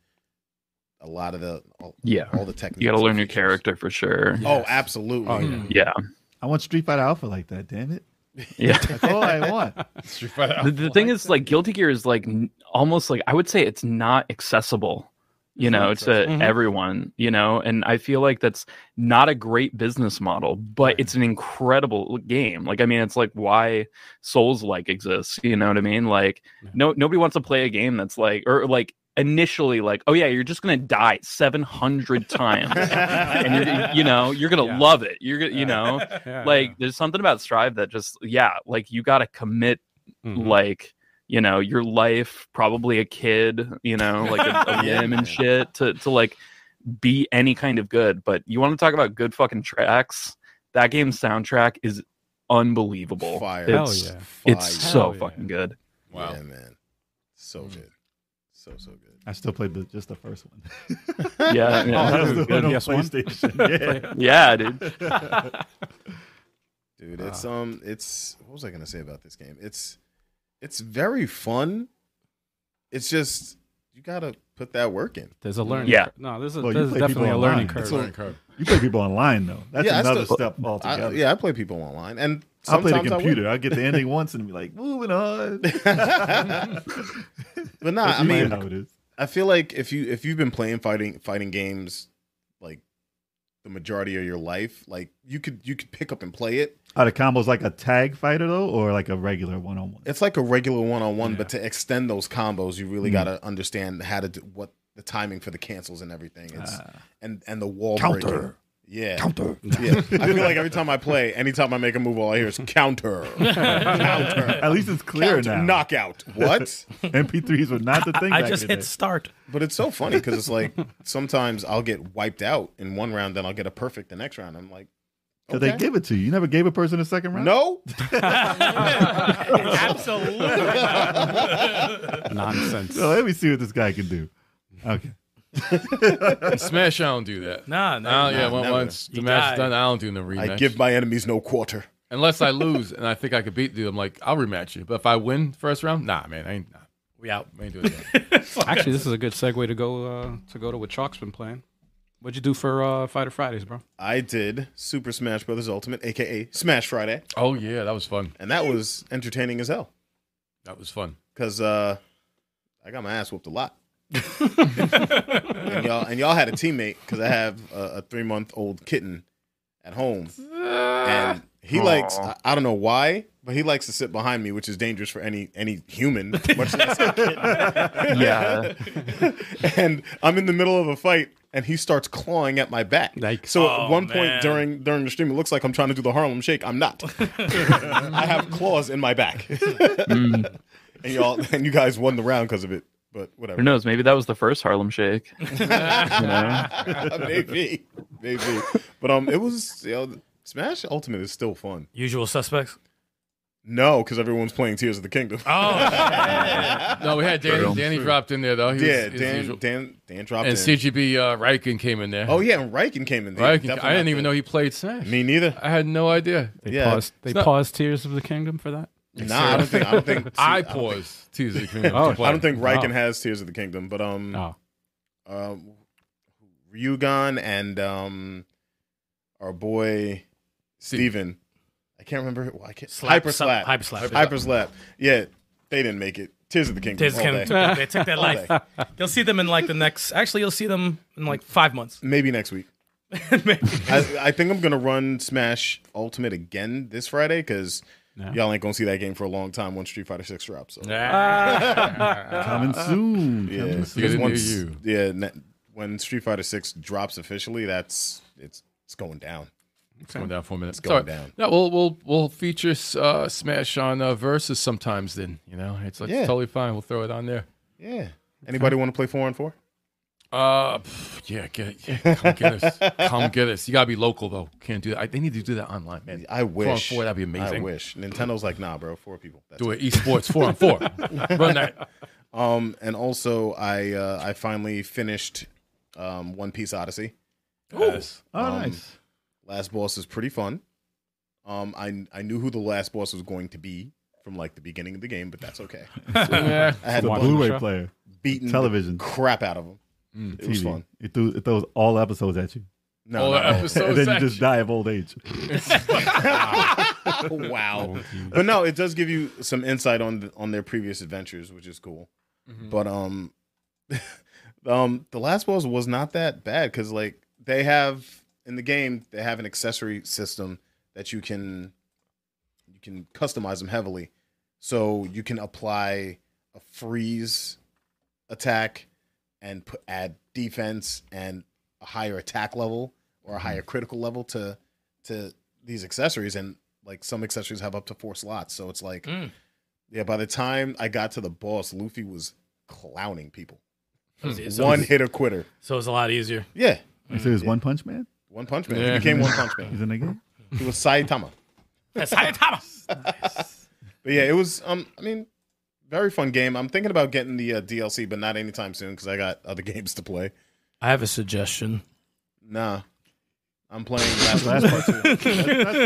S3: a lot of the all,
S5: Yeah.
S3: all the techniques.
S5: You got to
S3: and
S5: learn your
S3: features.
S5: character for sure.
S3: Oh, absolutely.
S5: Yeah.
S6: I want Street Fighter Alpha like that. Damn it!
S5: Yeah.
S6: That's all I want.
S4: Street Fighter.
S5: the, the thing is like guilty gear is like n- almost like i would say it's not accessible you know to
S2: accessible. Mhm.
S5: everyone you know and i feel like that's not a great business model but it's an incredible game like i mean it's like why souls like exists you know what i mean like
S2: Yeah.
S5: no nobody wants to play a game that's like or like initially like oh yeah you're just gonna die 700 times and you're, you know you're gonna
S2: Yeah.
S5: love it you're gonna you know
S2: Yeah,
S5: like there's something about strive that just yeah like you gotta commit
S2: yeah.
S3: Mm-hmm.
S2: Mhm.
S5: like you know your life probably a kid you know like a, a
S3: Yeah.
S5: whim and shit to, to like be any kind of good but you want to talk about good fucking tracks that game's soundtrack is unbelievable
S3: Fire.
S2: Hell
S5: it's
S2: yeah.
S5: it's
S3: Fire.
S5: so
S2: Hell yeah.
S5: fucking good
S4: Wow.
S3: Yeah, man. So
S6: Mm.
S3: good. So so good.
S6: I still played the, just the first one.
S5: yeah
S6: Oh,
S5: yeah,
S6: that was the
S2: good.
S6: one on
S2: Yes, one.
S6: PlayStation. Yeah.
S5: yeah dude
S3: Dude, it's
S6: Ah.
S3: um it's what was I gonna say about this game? It's it's very fun. It's just you gotta put that work in.
S2: There's a learning.
S5: Yeah.
S2: Cur- no, there's, a,
S6: Well, you
S2: there's
S6: play
S2: definitely a
S6: people
S2: learning
S6: online.
S2: curve.
S6: It's
S4: Learn curve.
S6: You play people online though. That's
S3: Yeah, I
S6: another
S3: still-
S6: step altogether.
S3: I, yeah, I play people online and
S6: I'll play
S3: sometimes
S6: the
S3: I win.
S6: computer. I'll get the ending once and be like, moving on.
S3: But nah,
S6: That's
S3: I
S6: usually
S3: mean
S6: how it is.
S3: I feel like if you if you've been playing fighting fighting games like the majority of your life, like you could you could pick up and play it.
S6: Are the combos like a tag fighter though, or like a regular one on one?
S3: It's like a regular one on one,
S2: Yeah.
S3: but to extend those combos, you really
S6: Mm.
S3: got to understand how to do what the timing for the cancels and everything. It's and and the wall breaking.
S1: Counter.
S3: Yeah.
S1: Counter.
S3: Yeah. I feel like every time I play, anytime I make a move, all I hear is counter. counter.
S6: At least it's clear
S3: counter
S6: now.
S3: knockout. What?
S6: MP3s were not the thing.
S7: I
S6: back
S7: just
S6: in
S7: hit
S6: the
S7: start.
S3: But it's so funny because it's like sometimes I'll get wiped out in one round, then I'll get a perfect the next round. I'm like,
S6: day. 'Cause
S3: okay.
S6: They give it to you. You never gave a person a second round.
S3: no,
S7: Absolutely.
S2: Nonsense.
S6: So let me see what this guy can do. Okay.
S4: In Smash, I don't do that.
S3: Oh,
S7: Nah,
S4: Nah,
S7: nah.
S4: yeah,
S3: nah,
S4: one-
S3: never.
S4: once the
S7: You
S4: match's
S7: die.
S4: done, I don't do no rematch.
S3: I give my enemies no quarter.
S4: Unless I lose and I think I could beat you, I'm like, I'll rematch you. But if I win first round, nah, man, I ain't, nah,
S7: We out.
S4: I ain't doing that.
S2: Actually, this is a good segue to go uh, to go to what Chalk's been playing. What'd you do for uh, Fighter Fridays, bro?
S3: I did Super Smash Brothers Ultimate, aka Smash Friday,
S4: Oh yeah, that was fun.
S3: and that was entertaining as hell
S4: That was fun.
S3: because uh, I got my ass whooped a lot. and y'all and y'all had a teammate because I have a, a three month old kitten at home, and he likes I, I don't know why, but he likes to sit behind me, which is dangerous for any any human, much less a kitten.
S5: Yeah.
S3: and I'm in the middle of a fight. And he starts clawing at my back.
S2: Yikes.
S3: So at
S7: Oh,
S3: one
S7: man.
S3: point during during the stream, it looks like I'm trying to do the Harlem Shake. I'm not. I have claws in my back.
S4: Mm.
S3: And y'all and you guys won the round because of it. But whatever.
S5: who knows maybe that was the first harlem shake you know?
S3: maybe, maybe. But um, it was you know, Smash Ultimate is still fun.
S7: Usual suspects.
S3: No, because everyone's playing Tears of the Kingdom.
S7: Oh,
S4: No, we had Danny. Danny dropped in there though. He
S3: yeah,
S4: was, his
S3: Dan,
S4: usual-
S3: Dan, Dan dropped
S4: and
S3: in.
S4: CGB uh, Riken came in there.
S3: oh yeah, and Riken came in. there.
S4: Riken,
S3: Definitely
S4: I didn't
S3: not
S4: even
S3: the-
S4: know he played Smash.
S3: Me neither.
S4: I had no idea.
S2: They
S3: Yeah.
S2: paused. They
S4: not-
S2: paused Tears of the Kingdom for that.
S3: Nah, I don't think. I don't think.
S4: I
S3: don't think-
S4: paused. Teaser the Kingdom.
S2: Oh,
S4: to play.
S3: I don't think Riken
S2: Oh.
S3: has Tears of the Kingdom, but um,
S2: No.
S3: um, Ryugan and um, our boy Steven. I can't remember. who- I can't.
S7: Slap,
S3: Hyper
S7: slap,
S3: slap.
S7: hyper slap.
S3: Hyper slap. Yeah, they didn't make it. Tears of the Kingdom.
S7: Tears
S3: all
S7: Kingdom
S3: day.
S7: took that, they took that
S3: All
S7: life.
S3: day.
S7: You'll see them in like the next. Actually, you'll see them in like five months.
S3: Maybe next week. I, I think I'm gonna run Smash Ultimate again this Friday because y'all ain't gonna see that game for a long time once Street Fighter Six drops. So.
S4: Ah.
S6: Coming soon.
S3: Yeah,
S6: Coming
S3: because
S6: soon.
S4: Good to
S3: once-
S4: hear you.
S3: yeah, ne- when Street Fighter Six drops officially, that's it's it's going down.
S4: It's going down for a minute. It's
S3: going down.
S4: No, we'll we'll we'll feature uh, Smash on uh, versus sometimes. Then you know, it's like
S3: Yeah.
S4: totally fine. We'll throw it on there.
S3: Yeah. Anybody want to play four on four?
S4: Uh, pff, yeah, get it. Yeah, come get us. Come get us. You gotta be local though. Can't do that. I, they need to do that online, man.
S3: I wish.
S4: four, that'd be amazing.
S3: I wish. Nintendo's like, nah, bro, four people. That's
S4: Do it esports four on four. Run that.
S3: Um, and also, I uh, I finally finished um, One Piece Odyssey.
S4: Yes.
S6: Oh,
S3: Um,
S6: nice.
S3: Last boss is pretty fun. Um, I I knew who the last boss was going to be from like the beginning of the game, but that's okay.
S4: Yeah.
S3: I had
S6: The
S2: Watch
S6: Blu-ray
S2: the show.
S6: player,
S3: beaten
S6: television,
S4: Mm,
S3: the crap out of him. It was
S6: TV.
S3: fun.
S6: It, threw, it throws all episodes at you.
S3: No,
S4: All
S3: no,
S4: the
S3: no.
S6: and
S4: episodes.
S6: then you
S4: actually-
S6: just die of old age.
S3: wow. But no, it does give you some insight on th- on their previous adventures, which is cool. But um, um, the last boss was not that bad because like they have in the game they have an accessory system that you can you can customize them heavily, so you can apply a freeze attack and put add defense and a higher attack level or a higher critical level to to these accessories and like some accessories have up to four slots so it's like
S7: Mm.
S3: yeah by the time i got to the boss luffy was clowning people
S7: So
S3: one
S7: it's-
S3: hit or quitter
S7: so it's a lot easier.
S3: yeah
S6: So there's One Punch Man.
S3: one punch man
S4: Yeah.
S3: he became one punch man
S6: He's in the game.
S3: he was saitama
S7: That's Thomas.
S3: but yeah it was um i mean very fun game i'm thinking about getting the uh, dlc but not anytime soon because i got other games to play
S7: I have a suggestion.
S3: nah i'm playing last of Us part two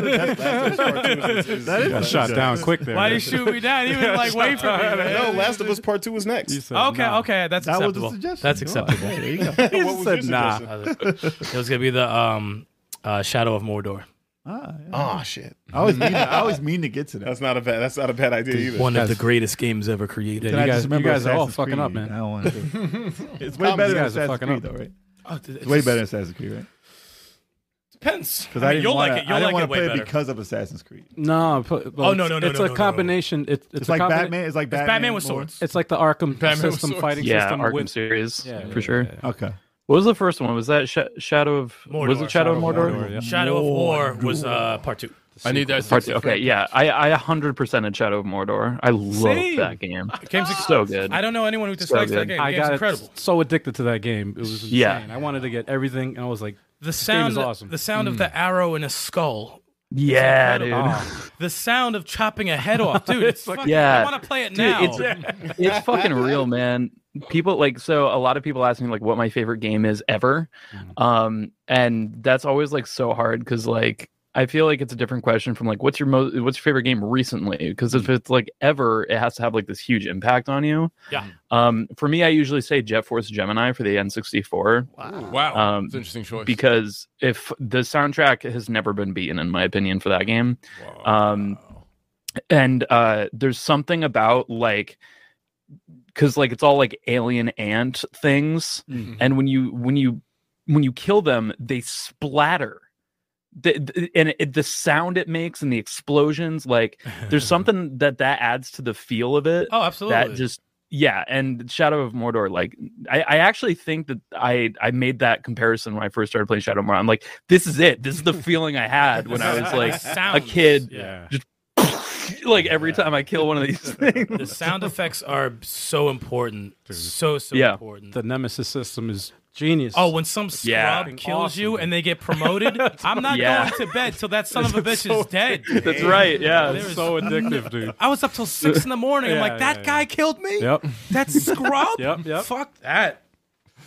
S3: Last of Us Part Two is- is- uh,
S6: That is-
S2: Got shot down quick there.
S7: Why you shoot me down? Even like wait for me.
S3: no
S7: man.
S3: last of us part two is
S2: You
S3: next
S2: said
S7: Okay,
S2: nah.
S7: okay, that's
S6: That was
S7: acceptable.
S6: a suggestion.
S7: That's
S6: Go on.
S7: acceptable.
S6: There you go.
S2: He
S3: What was
S2: said
S3: your
S2: nah.
S3: suggestion?
S7: it was gonna be the um, uh, Shadow of Mordor.
S6: Ah, yeah.
S3: Oh shit!
S6: I always mean to, I always mean to get to that.
S3: That's not a bad. That's not a bad idea either.
S7: One
S2: Yes.
S7: of the greatest games ever created.
S2: Yeah,
S6: I
S2: you guys-
S6: just remember
S2: you guys are all
S6: Assassin's
S2: fucking up,
S6: Creed.
S2: man.
S6: I don't want to. it's way
S2: Tom,
S6: better
S2: you
S6: than
S2: guys are
S6: Assassin's
S2: fucking
S6: Creed,
S2: up.
S6: though, right?
S7: Oh, d-
S6: It's way better than Assassin's Creed, right?
S7: Depends.
S6: Because
S7: I
S6: I,
S7: mean,
S6: didn't
S7: you'll
S6: wanna,
S7: like
S6: I
S7: it. You'll
S6: didn't
S7: like
S6: wanna
S7: it way
S6: play
S7: better.
S6: it because of Assassin's Creed.
S2: No, but- well,
S7: Oh, no, no,
S2: it's-
S7: no,
S2: It's
S7: no,
S2: a
S7: no, no.
S2: combination. It, it's,
S6: It's,
S2: a
S6: like
S2: combina-
S6: Batman. It's like Batman,
S7: Batman with swords.
S2: It's like the Arkham
S4: Batman with
S2: system
S4: swords.
S2: fighting
S5: yeah,
S2: system.
S5: Arkham
S2: with,
S5: series
S2: Yeah, yeah,
S5: for sure.
S2: yeah, yeah.
S6: Okay.
S5: What was the first one? Was that Sh- Shadow of was
S7: Mordor.
S5: it Shadow, of Mordor?
S2: yeah.
S7: Shadow of War was uh, part two.
S4: I need that.
S5: Part two.
S4: sequel.
S5: Okay, yeah, I I 100% in Shadow of Mordor. I love
S2: Same.
S5: that game.
S7: game's
S5: so good.
S7: Ah! I don't know anyone who dislikes
S5: good.
S7: that game.
S2: I
S7: The game's
S2: got
S7: incredible.
S2: so addicted to that game. It was insane.
S5: Yeah.
S2: I wanted to get everything, and I was like,
S7: The
S2: game
S7: sound,
S2: is awesome.
S7: the sound of the arrow in a skull.
S5: yeah, dude.
S2: oh,
S7: The sound of chopping a head off, dude. It's fucking,
S5: Yeah.
S7: I want to play it
S5: Dude,
S7: now.
S5: it's- it's fucking real, man. People like so a lot of people ask me like what my favorite game is ever.
S7: Mm.
S5: Um and that's always like so hard cuz like I feel like it's a different question from like what's your most what's your favorite game recently because if
S7: Mm.
S5: it's like ever it has to have like this huge impact on you.
S7: Yeah.
S5: Um for me I usually say Jet Force Gemini for the N64
S4: Wow,
S5: Um,
S4: it's an interesting choice.
S5: because if the soundtrack has never been beaten in my opinion for that game um, and uh there's something about like because like it's all like alien ant things
S4: Mhm.
S5: and when you when you when you kill them they splatter the, the- and it, the sound it makes and the explosions like there's something that that adds to the feel of it
S7: oh, absolutely.
S5: that just yeah and shadow of mordor like I, I actually think that i i made that comparison when i first started playing shadow of mordor i'm like this is it this is the feeling i had when i was like
S7: Sounds.
S5: a kid.
S7: Yeah.
S5: like every time I kill one of these things.
S7: The sound effects are so important. So, so
S5: Yeah.
S7: important.
S2: the Nemesis system is genius.
S7: Oh, when some scrub
S5: Yeah.
S7: kills
S2: Awesome,
S7: you
S2: dude.
S7: and they get promoted, I'm not
S5: Yeah.
S7: going to bed till that son of a bitch is dead.
S5: That's right. Yeah.
S7: There
S5: it's
S7: is-
S2: so addictive, dude.
S7: I was up till six in the morning. I'm
S2: Yeah,
S7: like, that
S2: yeah,
S7: guy killed me.
S2: Yep.
S7: That scrub.
S2: Yep, yep.
S7: Fuck that.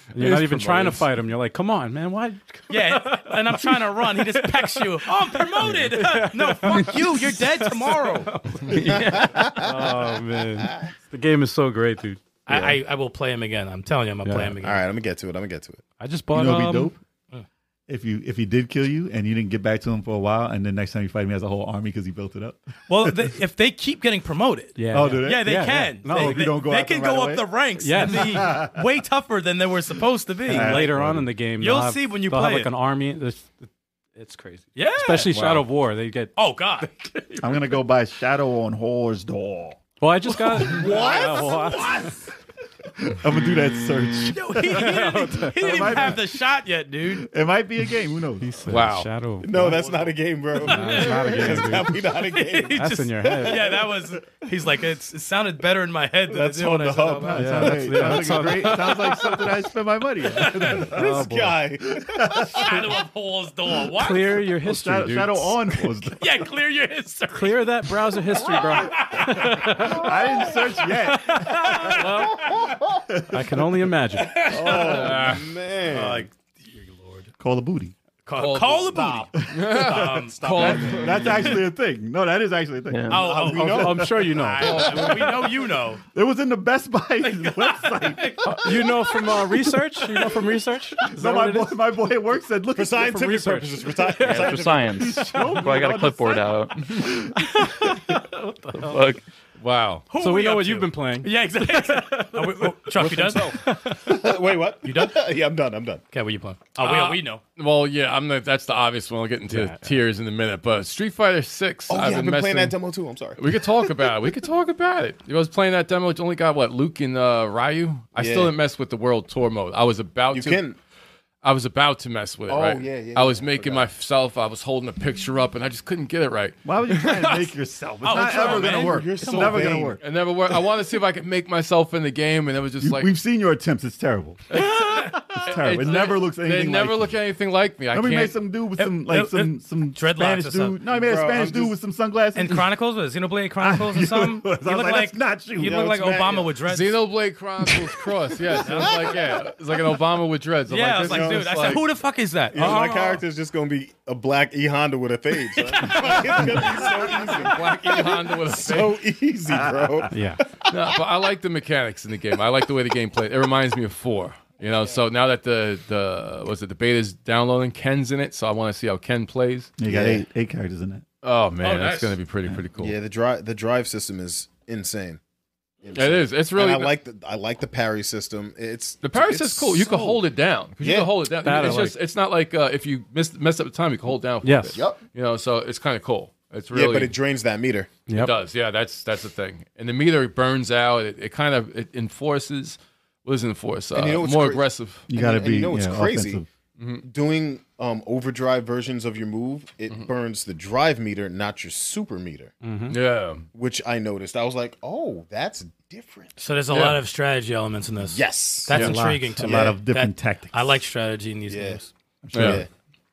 S2: And you're not even
S4: promoted.
S2: trying to fight him. You're like, come on, man. Why?
S7: Yeah, and I'm trying to run. He just pecks you. Oh, I'm promoted. no, fuck you. You're dead tomorrow.
S2: Oh man, the game is so great, dude.
S7: I, I, I will play him again. I'm telling you, I'm gonna play him again.
S3: All right, I'm gonna get to it. I'm gonna get to it.
S2: I just
S6: You
S2: bought.
S6: know, what'd
S2: um,
S6: be dope. If you if he did kill you and you didn't get back to him for a while, and then next time you fight him, he has a whole army because he built it up.
S7: Well, they, if they keep getting promoted,
S2: Yeah.
S6: Oh, do they?
S7: yeah, they
S2: Yeah, yeah.
S7: can.
S2: No,
S7: they,
S2: if
S6: you don't go
S7: they
S6: after
S7: can
S6: them
S7: go
S6: right
S7: up the
S6: away.
S7: ranks
S2: Yes.
S7: and be way tougher than they were supposed to be.
S2: Later on in the game,
S7: You'll
S2: they'll have-
S7: see when you
S2: they'll
S7: play
S2: have like
S7: it.
S2: an army. It's, it's crazy,
S7: yeah,
S2: especially Shadow of War. They get.
S7: Oh God.
S6: I'm gonna go buy Shadow on Whore's Door.
S2: Well, I just got. what?
S6: I'm gonna do that search.
S7: Yo, he, he didn't, he didn't even have the shot yet, dude.
S6: It might be a game. Who knows?
S4: Wow.
S2: Shadow. of
S3: No,
S2: War.
S3: that's not a game, bro.
S2: That's not a game, dude.
S3: Definitely not a game.
S7: He
S2: That's
S7: just-
S2: in your head.
S7: Yeah, that was. He's like, it's, it sounded better in my head than
S3: That's
S7: it did when
S3: on
S7: I
S3: the
S7: said it
S3: hub.
S7: out loud.
S2: Yeah, that's,
S6: Sounds,
S2: yeah,
S6: like, sounds like great. Sounds like something I spend my money. on. Oh,
S3: This guy.
S7: Shadow of Hall's door. What?
S2: Clear your history,
S6: Shadow,
S2: dude.
S6: Shadow on Whore's Door.
S7: Yeah, clear your history.
S2: Clear that browser history, bro.
S6: I didn't search yet.
S2: I can only imagine.
S3: Man.
S6: Call a booty.
S7: Call,
S4: Call
S7: call the
S4: the-
S7: booty. um,
S4: Call,
S6: That's actually a thing. No, that is actually a thing.
S5: Yeah.
S7: Oh, oh,
S2: I'm, I'm sure you know.
S7: I- we know you know.
S6: It was in the Best Buy website.
S2: you know from uh, research. You know from research. Is
S6: So
S2: that
S6: my
S2: what it
S6: boy,
S2: is?
S6: my boy at work said, "Look
S3: For
S6: at this.
S2: from
S3: scientific
S2: research.
S3: purposes, for sci-
S5: Yeah, for science. Boy, I got a clipboard out. Fuck.
S4: wow.
S7: Who
S2: So
S7: are
S2: we know
S7: up
S2: what
S7: to?
S2: you've been playing.
S7: Yeah, exactly. Are we- oh, Chuck, you done? Okay,
S3: Wait, what? You
S7: done?
S3: yeah, I'm done. I'm done.
S7: what you playing? Oh,
S4: Uh,
S7: we, we know.
S4: Well, yeah, I'm not, that's the obvious one. I'll get into tears in a minute. But Street Fighter Six,
S3: Oh, yeah, I've been playing that
S4: messing-
S3: demo too. I'm sorry.
S4: We could talk about it. We could talk about it. I was playing that demo. It only got what Luke and uh, Ryu. I
S3: Yeah.
S4: still didn't mess with the World Tour mode. I was about
S3: You
S4: to.
S3: can.
S4: I was about to mess with it.
S3: Oh,
S4: right?
S3: yeah, yeah,
S4: I was
S3: yeah, I
S4: making myself. I was holding a picture up, and I just couldn't get it right.
S6: Why would you try and make yourself? It's
S7: Oh,
S6: not
S7: come on,
S6: ever
S7: man.
S6: gonna work.
S3: You're
S6: it's
S3: so
S6: never
S3: vain.
S6: gonna work.
S4: It never worked. I wanted to see if I could make myself in the game, and it was just
S6: You-
S4: like
S6: We've seen your attempts. It's terrible. It's terrible. It, never looks anything.
S4: They never look
S6: like
S4: anything like me. I
S6: You. Remember, he made
S4: can't.
S6: some dude with
S7: It-
S6: some like
S7: it-
S6: some
S7: it-
S6: some
S7: dreadlocks
S6: Spanish
S7: or
S6: dude.
S7: something.
S6: No, he made a
S3: Bro, I'm
S6: Spanish dude
S3: just-
S6: with some sunglasses.
S7: And Chronicles, was it Xenoblade Chronicles or
S6: Yeah,
S7: something?
S6: it was. I was like, that's not you.
S7: You
S6: Yeah,
S7: look like
S3: it's Matt,
S7: Obama
S3: yeah.
S7: with dreads.
S4: Xenoblade Chronicles Cross, yes. It was like yeah, it's like an Obama with dreads. I'm
S7: yeah,
S4: this
S7: I was like,
S4: is
S7: dude.
S4: just
S7: I said, who the fuck is that?
S3: Yeah, my
S7: Oh.
S3: character's just gonna be a black E Honda with a fade. son. Like, it's
S4: Black Kid Honda with a
S3: gonna be so easy, so easy, bro.
S2: Yeah.
S4: No, but I like the mechanics in the game. I like the way the game plays. It reminds me of four. You know, so now that the the was it the beta's downloading, Ken's in it, so I want to see how Ken plays.
S6: you got
S3: Yeah.
S6: eight, eight characters in it.
S4: Oh man,
S7: Oh, nice.
S4: that's gonna be pretty pretty cool.
S3: Yeah, the drive the drive system is insane.
S4: it is. It's really
S3: and I like the I like the parry system. It's
S4: the Paris
S3: it's
S4: is cool. You
S3: so-
S4: can hold it down. 'cause You
S3: Yeah.
S4: can hold it down.
S2: That I
S4: it's just it's not like uh, if you miss mess up the time, you can hold down. For a
S2: Yes.
S4: bit.
S3: Yep.
S4: You know, so it's kind of cool. It's really
S3: Yeah, but it drains that meter.
S2: Yep.
S4: It does. Yeah, that's that's the thing. And the meter burns out. It, it kind of it enforces. What does it enforce? Uh,
S3: you know what's
S4: more
S3: cra-
S4: aggressive.
S6: You
S3: And
S6: got to
S3: and
S6: be.
S3: You know, it's
S6: yeah,
S3: crazy.
S6: offensive.
S3: Doing um, overdrive versions of your move, it
S4: Mm-hmm.
S3: burns the drive meter, not your super meter,
S4: Mm. Yeah.
S3: which I noticed. I was like, oh, that's different.
S7: So there's a
S4: Yeah.
S7: lot of strategy elements in this.
S3: Yes.
S7: That's
S6: A lot-
S7: intriguing to
S6: a
S7: me.
S6: lot of different
S7: That-
S6: tactics.
S7: I like strategy in these
S3: Yeah.
S7: games.
S4: Yeah.
S3: Yeah.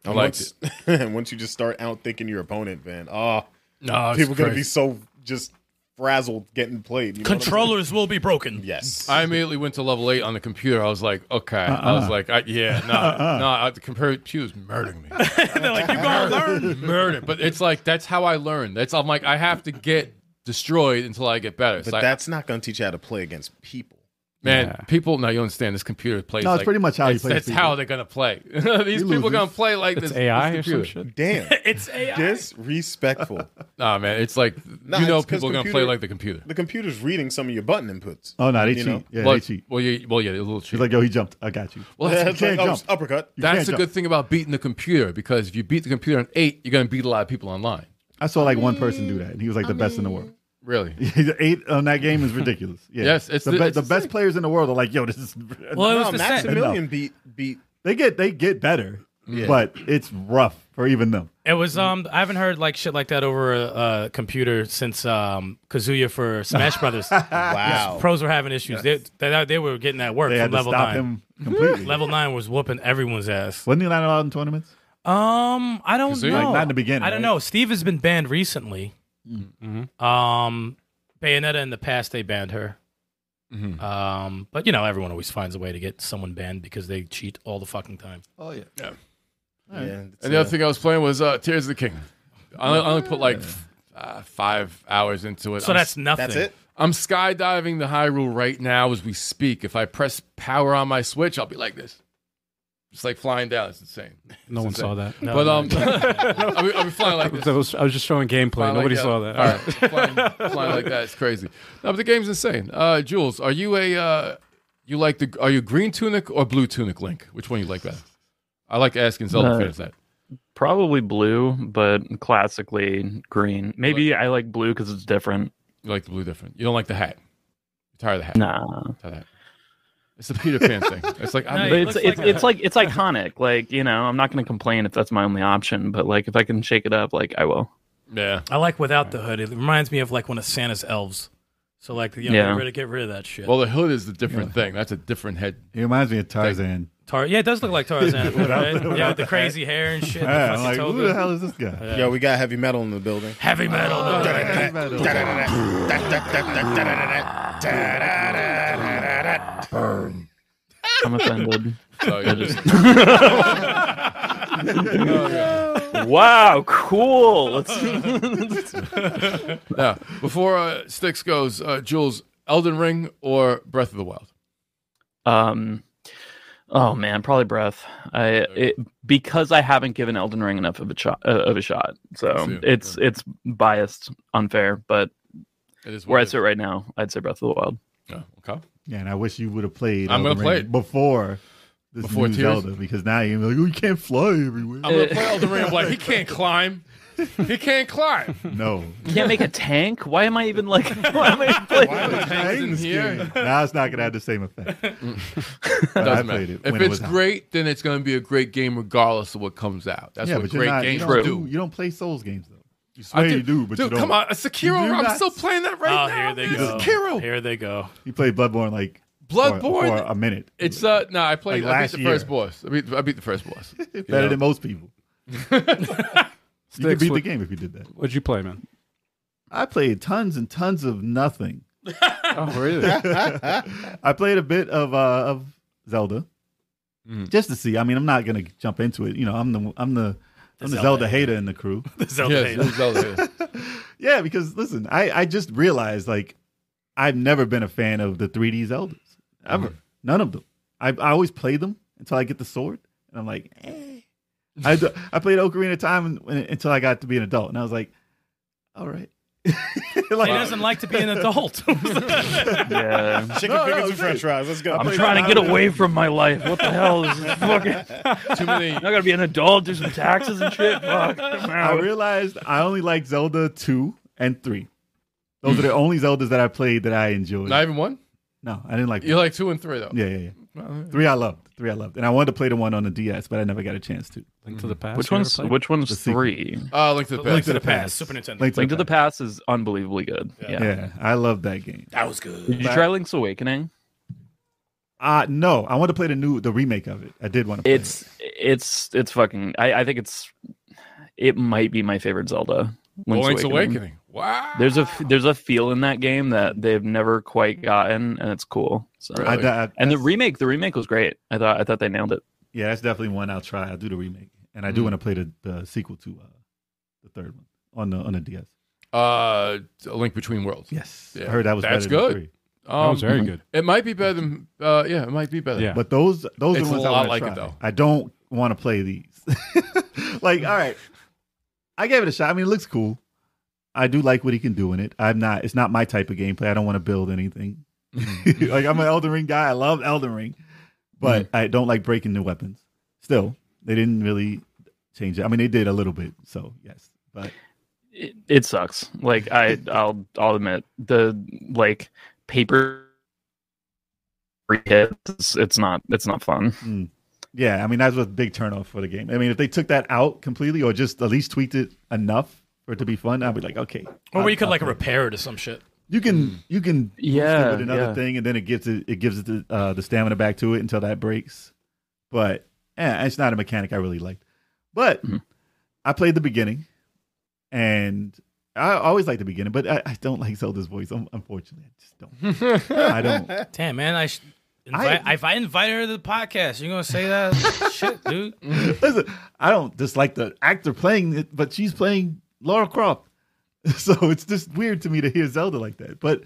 S4: I liked
S3: once, it. once you just start outthinking your opponent, man, oh,
S4: No, it's
S3: people going to
S4: crazy.
S3: be so just frazzled getting played. You know what I'm
S7: Controllers will be broken.
S3: saying? Yes.
S4: I immediately went to level eight on the computer. I was like, okay. I was like, I, yeah, no, no. I, the computer's murdering me.
S7: They're like, you gonna learn.
S4: Murder. But it's like that's how I learn. That's I'm like I have to get destroyed until I get better.
S3: but
S4: It's like,
S3: that's not going to teach you how to play against people.
S4: man, people. Now you understand this computer plays.
S6: No, it's
S4: like-
S6: pretty much how you
S4: it's-
S6: play with
S4: That's how
S6: people.
S4: they're gonna play. These people
S6: losers.
S4: gonna play like
S2: It's
S4: this.
S2: AI or
S4: this
S2: some
S4: computer.
S2: shit.
S3: Damn.
S7: It's AI.
S3: Disrespectful.
S4: Nah, man, it's like
S3: Nah,
S4: you know
S3: it's 'cause
S4: people are gonna play
S3: computer-
S4: like the computer.
S3: the computer's reading some of your button inputs.
S6: Oh no, they
S3: You
S6: cheat.
S3: know?
S6: Yeah, they
S4: Well,
S6: cheat.
S4: well, yeah, well, yeah, a little cheat.
S6: He's like, yo, he jumped. I got you.
S4: well,
S3: Yeah,
S4: that's,
S3: it's like,
S6: can't
S3: oh,
S6: jump.
S3: uppercut.
S6: You
S4: that's
S6: can't
S4: the
S6: jump.
S4: good thing about beating the computer because if you beat the computer on eight, you're gonna beat a lot of people online.
S6: I saw like one person do that, and he was like the best in the world.
S4: Really?
S6: Eight on that game is ridiculous. Yeah.
S4: Yes, it's
S6: the,
S4: the-
S6: be-
S4: it's
S6: the
S4: the
S6: best
S4: same.
S6: players in the world are like, yo, this is.
S7: Well, it was
S3: No,
S7: the same.
S3: Oh, Maximilian beat beat
S6: they get they get better, but it's rough for even them.
S7: It was um I haven't heard like shit like that over a, a computer since um Kazuya for Smash Brothers.
S3: Wow.
S7: Pros were having issues. They, they they were getting that work
S6: They
S7: from
S6: had to
S7: level
S6: stop
S7: nine.
S6: him completely.
S7: Level nine was whooping everyone's ass.
S6: Wasn't he not allowed in tournaments?
S7: Um, I don't
S4: Kazuya?
S7: know.
S4: Like,
S6: not in the beginning,
S7: I don't
S6: right?
S7: know. Steve has been banned recently. Um, Bayonetta in the past they banned her.
S6: Mm-hmm.
S7: Um, but you know everyone always finds a way to get someone banned because they cheat all the fucking time.
S3: Yeah, it's,
S4: And the
S3: uh,
S4: other thing I was playing was uh, Tears of the Kingdom. I only, I only put like f- uh, five hours into it.
S7: So
S4: I'm,
S7: that's nothing.
S3: that's it.
S4: I'm skydiving the Hyrule right now as we speak. If I press power on my Switch, I'll be like this. It's like flying down. It's insane.
S2: No one saw that.
S7: No,
S4: but
S7: no,
S4: um, I'll, be, I'll be flying like this.
S2: I was, I was just showing gameplay.
S4: Flying
S2: Nobody
S4: like
S2: saw that.
S4: All right, flying, flying like that. It's crazy. No, but the game's insane. Uh, Jules, are you a uh, you like the are you green tunic or blue tunic Link? Which one you like better? I like asking Zelda
S5: Uh,
S4: fans that.
S5: Probably blue, but classically green. Maybe I like blue because it's different.
S4: You like the blue different. You don't like the hat. You're tired of the hat.
S5: Nah,
S4: Tired of that. It's the Peter Pan thing. It's like
S7: No,
S4: I'm,
S5: but
S7: It
S5: it's
S7: looks
S5: it's,
S7: like a-
S5: it's like it's iconic. Like you know, I'm not gonna complain if that's my only option. But like if I can shake it up, like I will.
S4: yeah.
S7: I like without the hood. It reminds me of like one of Santa's elves. So like you know,
S5: Yeah.
S7: get rid of get rid of that shit.
S4: Well, the hood is the different thing. That's a different head.
S6: He reminds me of Tarzan.
S7: Tar- yeah, it does look like Tarzan. right? Yeah, with
S6: without
S7: the crazy hair and shit.
S6: Yeah,
S7: the
S6: I'm
S7: fucking
S6: like, who
S7: toga.
S6: the hell is this guy?
S3: Yo, we got heavy metal in the building.
S7: Heavy metal.
S5: I'm offended.
S4: So you just
S5: wow, cool. Let's-
S4: Now, before uh, Sticks goes, uh, Jules, Elden Ring or Breath of the Wild?
S5: um, oh man, probably breath. I it, because I haven't given Elden Ring enough of a shot uh, of a shot, so
S4: see.
S5: it's it's biased, unfair. But
S4: It is what
S5: where I
S4: it
S5: sit right now, I'd say Breath of the Wild.
S4: is. Yeah, okay.
S6: Yeah, and I wish you would have played.
S4: I'm gonna
S6: Elden
S4: play
S6: Ring
S4: it.
S6: before this
S4: Before
S6: new
S4: Tears?
S6: Zelda because now you're gonna be like, oh, you can't fly everywhere.
S4: I'm gonna play Elden Ring. I'm like, he can't climb. He can't climb.
S6: no,
S5: Can't make a tank. Why am I even like? Why am I even playing?
S4: Why are the tanks in
S6: Thanks,
S4: here?
S6: dude. now it's not gonna have the same effect. But I
S4: Doesn't
S6: played
S4: matter.
S6: it
S4: If
S6: when it
S4: it's
S6: was out.
S4: great, then it's going to be a great game regardless of what comes out. That's
S6: yeah,
S4: what
S6: but you're
S4: great
S6: not,
S4: games
S6: you don't,
S4: do.
S6: do- You don't play Souls games though. You
S4: I
S6: swear
S4: do-
S6: you do, but
S4: dude,
S6: you don't.
S4: come on, Sekiro.
S6: You do
S4: I'm
S6: not-
S4: still playing that
S7: Oh,
S4: right now.
S7: here they
S4: man.
S7: go.
S4: Sekiro.
S7: Here they go.
S6: You played Bloodborne like for-
S4: Bloodborne.
S6: for a minute.
S4: It's uh no, I played. I
S6: Like
S4: beat
S6: last
S4: the first
S6: year.
S4: boss. I beat, I beat the first boss.
S6: better
S4: know.
S6: than most people. you could
S2: Sticks
S6: beat the
S2: with-
S6: game if you did that.
S2: What'd you play, man?
S6: I played tons and tons of nothing.
S2: Oh, really?
S6: I played a bit of uh, of Zelda,
S4: Mm.
S6: just to see. I mean, I'm not gonna jump into it. You know, I'm the I'm the I'm the
S7: Zelda
S6: Zelda, hater in the crew.
S7: The Zelda
S4: yes,
S7: hater.
S4: this is Zelda.
S6: yeah, because listen, I I just realized like I've never been a fan of the 3D Zeldas ever. None of them. I I always play them until I get the sword, and I'm like, eh. I d- I played Ocarina of Time and, and- until I got to be an adult, and I was like, all right. like,
S7: He doesn't like to be an adult.
S5: Yeah.
S3: Chicken
S6: No, no,
S3: fingers and
S6: dude.
S3: french fries. Let's go.
S5: I'm trying to get away from my life. What the hell is this fucking?
S4: Too many.
S5: I gotta be an adult, do some taxes and shit. Fuck. I'm
S6: I
S5: out.
S6: realized I only like Zelda two and three. Those are the only Zeldas that I played that I enjoyed.
S4: Not even one.
S6: no, I didn't like.
S4: You're like two and three though.
S6: yeah, yeah, yeah. Three I loved. Three I loved, and I wanted to play the one on the DS, but I never got a chance to.
S2: Link to the past.
S5: Which
S2: you ever
S5: one's
S2: played?
S5: which one's
S6: The sequel.
S5: three?
S4: Uh, Link to the Past.
S7: Link to the E past. Super Nintendo.
S6: Link to,
S5: Link to
S6: the,
S5: the Past is unbelievably good. Yeah.
S6: Yeah, I love that game.
S7: that was good.
S5: Did you try Link's Awakening?
S6: Uh no, I want to play the new the remake of it. I did want to. Play it.
S5: It's it's it's fucking. I, I think it's it might be my favorite Zelda.
S4: Link's, Awakening. Wow.
S5: There's a f- there's a feel in that game that they've never quite gotten, and it's cool. So.
S4: Really?
S6: I, I,
S5: And the remake, the remake was great. I thought I thought they nailed it.
S6: yeah, that's definitely one I'll try. I'll do the remake, and I do
S4: Mm.
S6: want to play the, the sequel to uh, the third one on the on the DS.
S4: uh, a Link Between Worlds.
S6: Yes,
S4: Yeah,
S6: I heard that was
S4: that's
S6: better than
S4: good.
S6: three.
S4: Um,
S2: That was very good.
S4: It might be better than. Uh, yeah, it might be better.
S2: Yeah.
S6: But those those
S4: It's a
S6: are the ones I
S4: lot
S6: want
S4: like
S6: to
S4: it,
S6: try.
S4: though.
S6: I don't want to play these. like, all right, I gave it a shot. I mean, it looks cool. I do like what he can do in it. I'm not. It's not my type of gameplay. I don't want to build anything. like I'm an Elden Ring guy. I love Elden Ring, but
S4: Mm.
S6: I don't like breaking new weapons. Still, they didn't really change it. I mean, they did a little bit. So yes, but
S5: it, it sucks. Like I, I'll, I'll admit the like paper hits. It's not, it's not fun.
S6: Mm. yeah, I mean that was a big turnoff for the game. I mean, if they took that out completely or just at least tweaked it enough for it to be fun, I'd be like, okay.
S7: Or where you
S6: I'll-
S7: could
S6: I'll
S7: like
S6: play it.
S7: repair it or some shit.
S6: You can you can boost
S5: Mm. Yeah,
S6: it with another
S5: yeah.
S6: thing, and then it gives it it gives it the, uh, the stamina back to it until that breaks. But eh, it's not a mechanic I really liked. But
S5: Mm-hmm.
S6: I played the beginning, and I always like the beginning, but I, I don't like Zelda's voice. un- Unfortunately, I just don't. I don't.
S7: Damn, man. I, sh- invite, if I invite her to the podcast, you're going to say that shit, dude?
S6: Listen, I don't dislike the actor playing it, but she's playing Laura Croft. So it's just weird to me to hear Zelda like that. But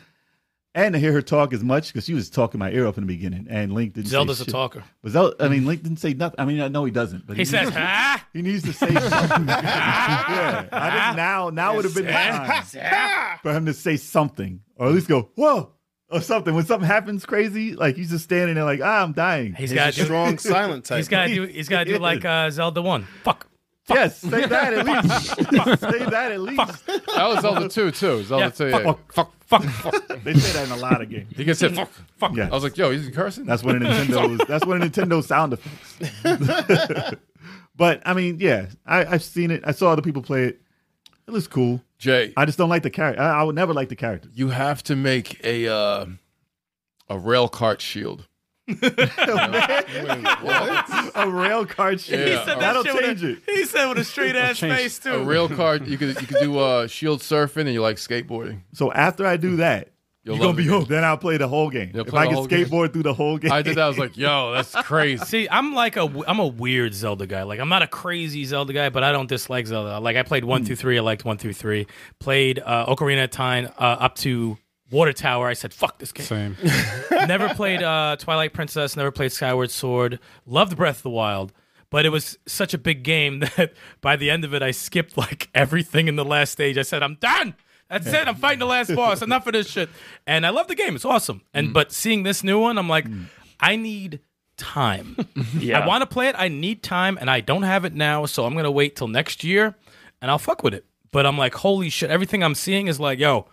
S6: and to hear her talk as much because she was talking my ear off in the beginning, and Link didn't. say
S7: Zelda's a
S6: shit.
S7: talker.
S6: But Zelda, I mean, Link didn't say nothing. I mean, I know he doesn't, but
S7: He says,
S6: needs,
S7: ah,
S6: he needs to say something. yeah, I think now now would have been the time for him to say something, or at least go whoa or something. When something happens crazy, like he's just standing there, like ah, I'm dying.
S7: he's
S3: He's a
S7: got to do,
S3: strong silent type.
S7: he's got to do, he's got to do like uh, Zelda 1. Fuck.
S6: Yes, say that at least. say that at least.
S4: That was Zelda two too. Zelda
S7: Yeah,
S4: two.
S7: fuck,
S4: yeah. fuck.
S7: Fuck, fuck,
S6: They say that in a lot of games.
S4: He can say fuck. Fuck.
S6: Yeah.
S4: I was like, yo, he's cursing.
S6: That's one of Nintendo's. that's one of Nintendo's sound effects. but I mean, yeah, I, I've seen it. I saw other people play it. It looks cool.
S4: Jay.
S6: I just don't like the character. I, I would never like the character.
S4: you have to make a uh, a rail cart shield.
S6: A rail card shit.
S4: He said that
S6: That'll
S7: shit with
S6: change it.
S7: He said with a straight ass
S2: changed.
S7: face, too.
S4: A rail cart. You could you could do uh, shield surfing and you like skateboarding.
S6: So after I do that,
S4: You'll
S6: You're gonna
S4: love
S6: be
S4: the
S6: home.
S4: game.
S6: Then I'll play the whole game.
S4: You'll
S6: if
S4: play
S6: I
S4: the
S6: can
S4: whole game.
S6: skateboard through the whole game,
S4: I did that. I was like, yo, that's crazy.
S7: See, I'm like a I'm a weird Zelda guy. Like I'm not a crazy Zelda guy, but I don't dislike Zelda. Like I played one through three. I liked one through three. Played uh, Ocarina of Time uh, up to Water Tower. I said, "Fuck this game."
S2: Same.
S7: never played uh, Twilight Princess, never played Skyward Sword, loved Breath of the Wild, but it was such a big game that by the end of it, I skipped like everything in the last stage. I said, I'm done. That's it. I'm fighting the last boss. Enough of this shit. And I love the game. It's awesome. And but seeing this new one, I'm like, I need time.
S5: Yeah.
S7: I want to play it. I need time, and I don't have it now, so I'm gonna wait till next year, and I'll fuck with it. But I'm like, holy shit! Everything I'm seeing is like, yo,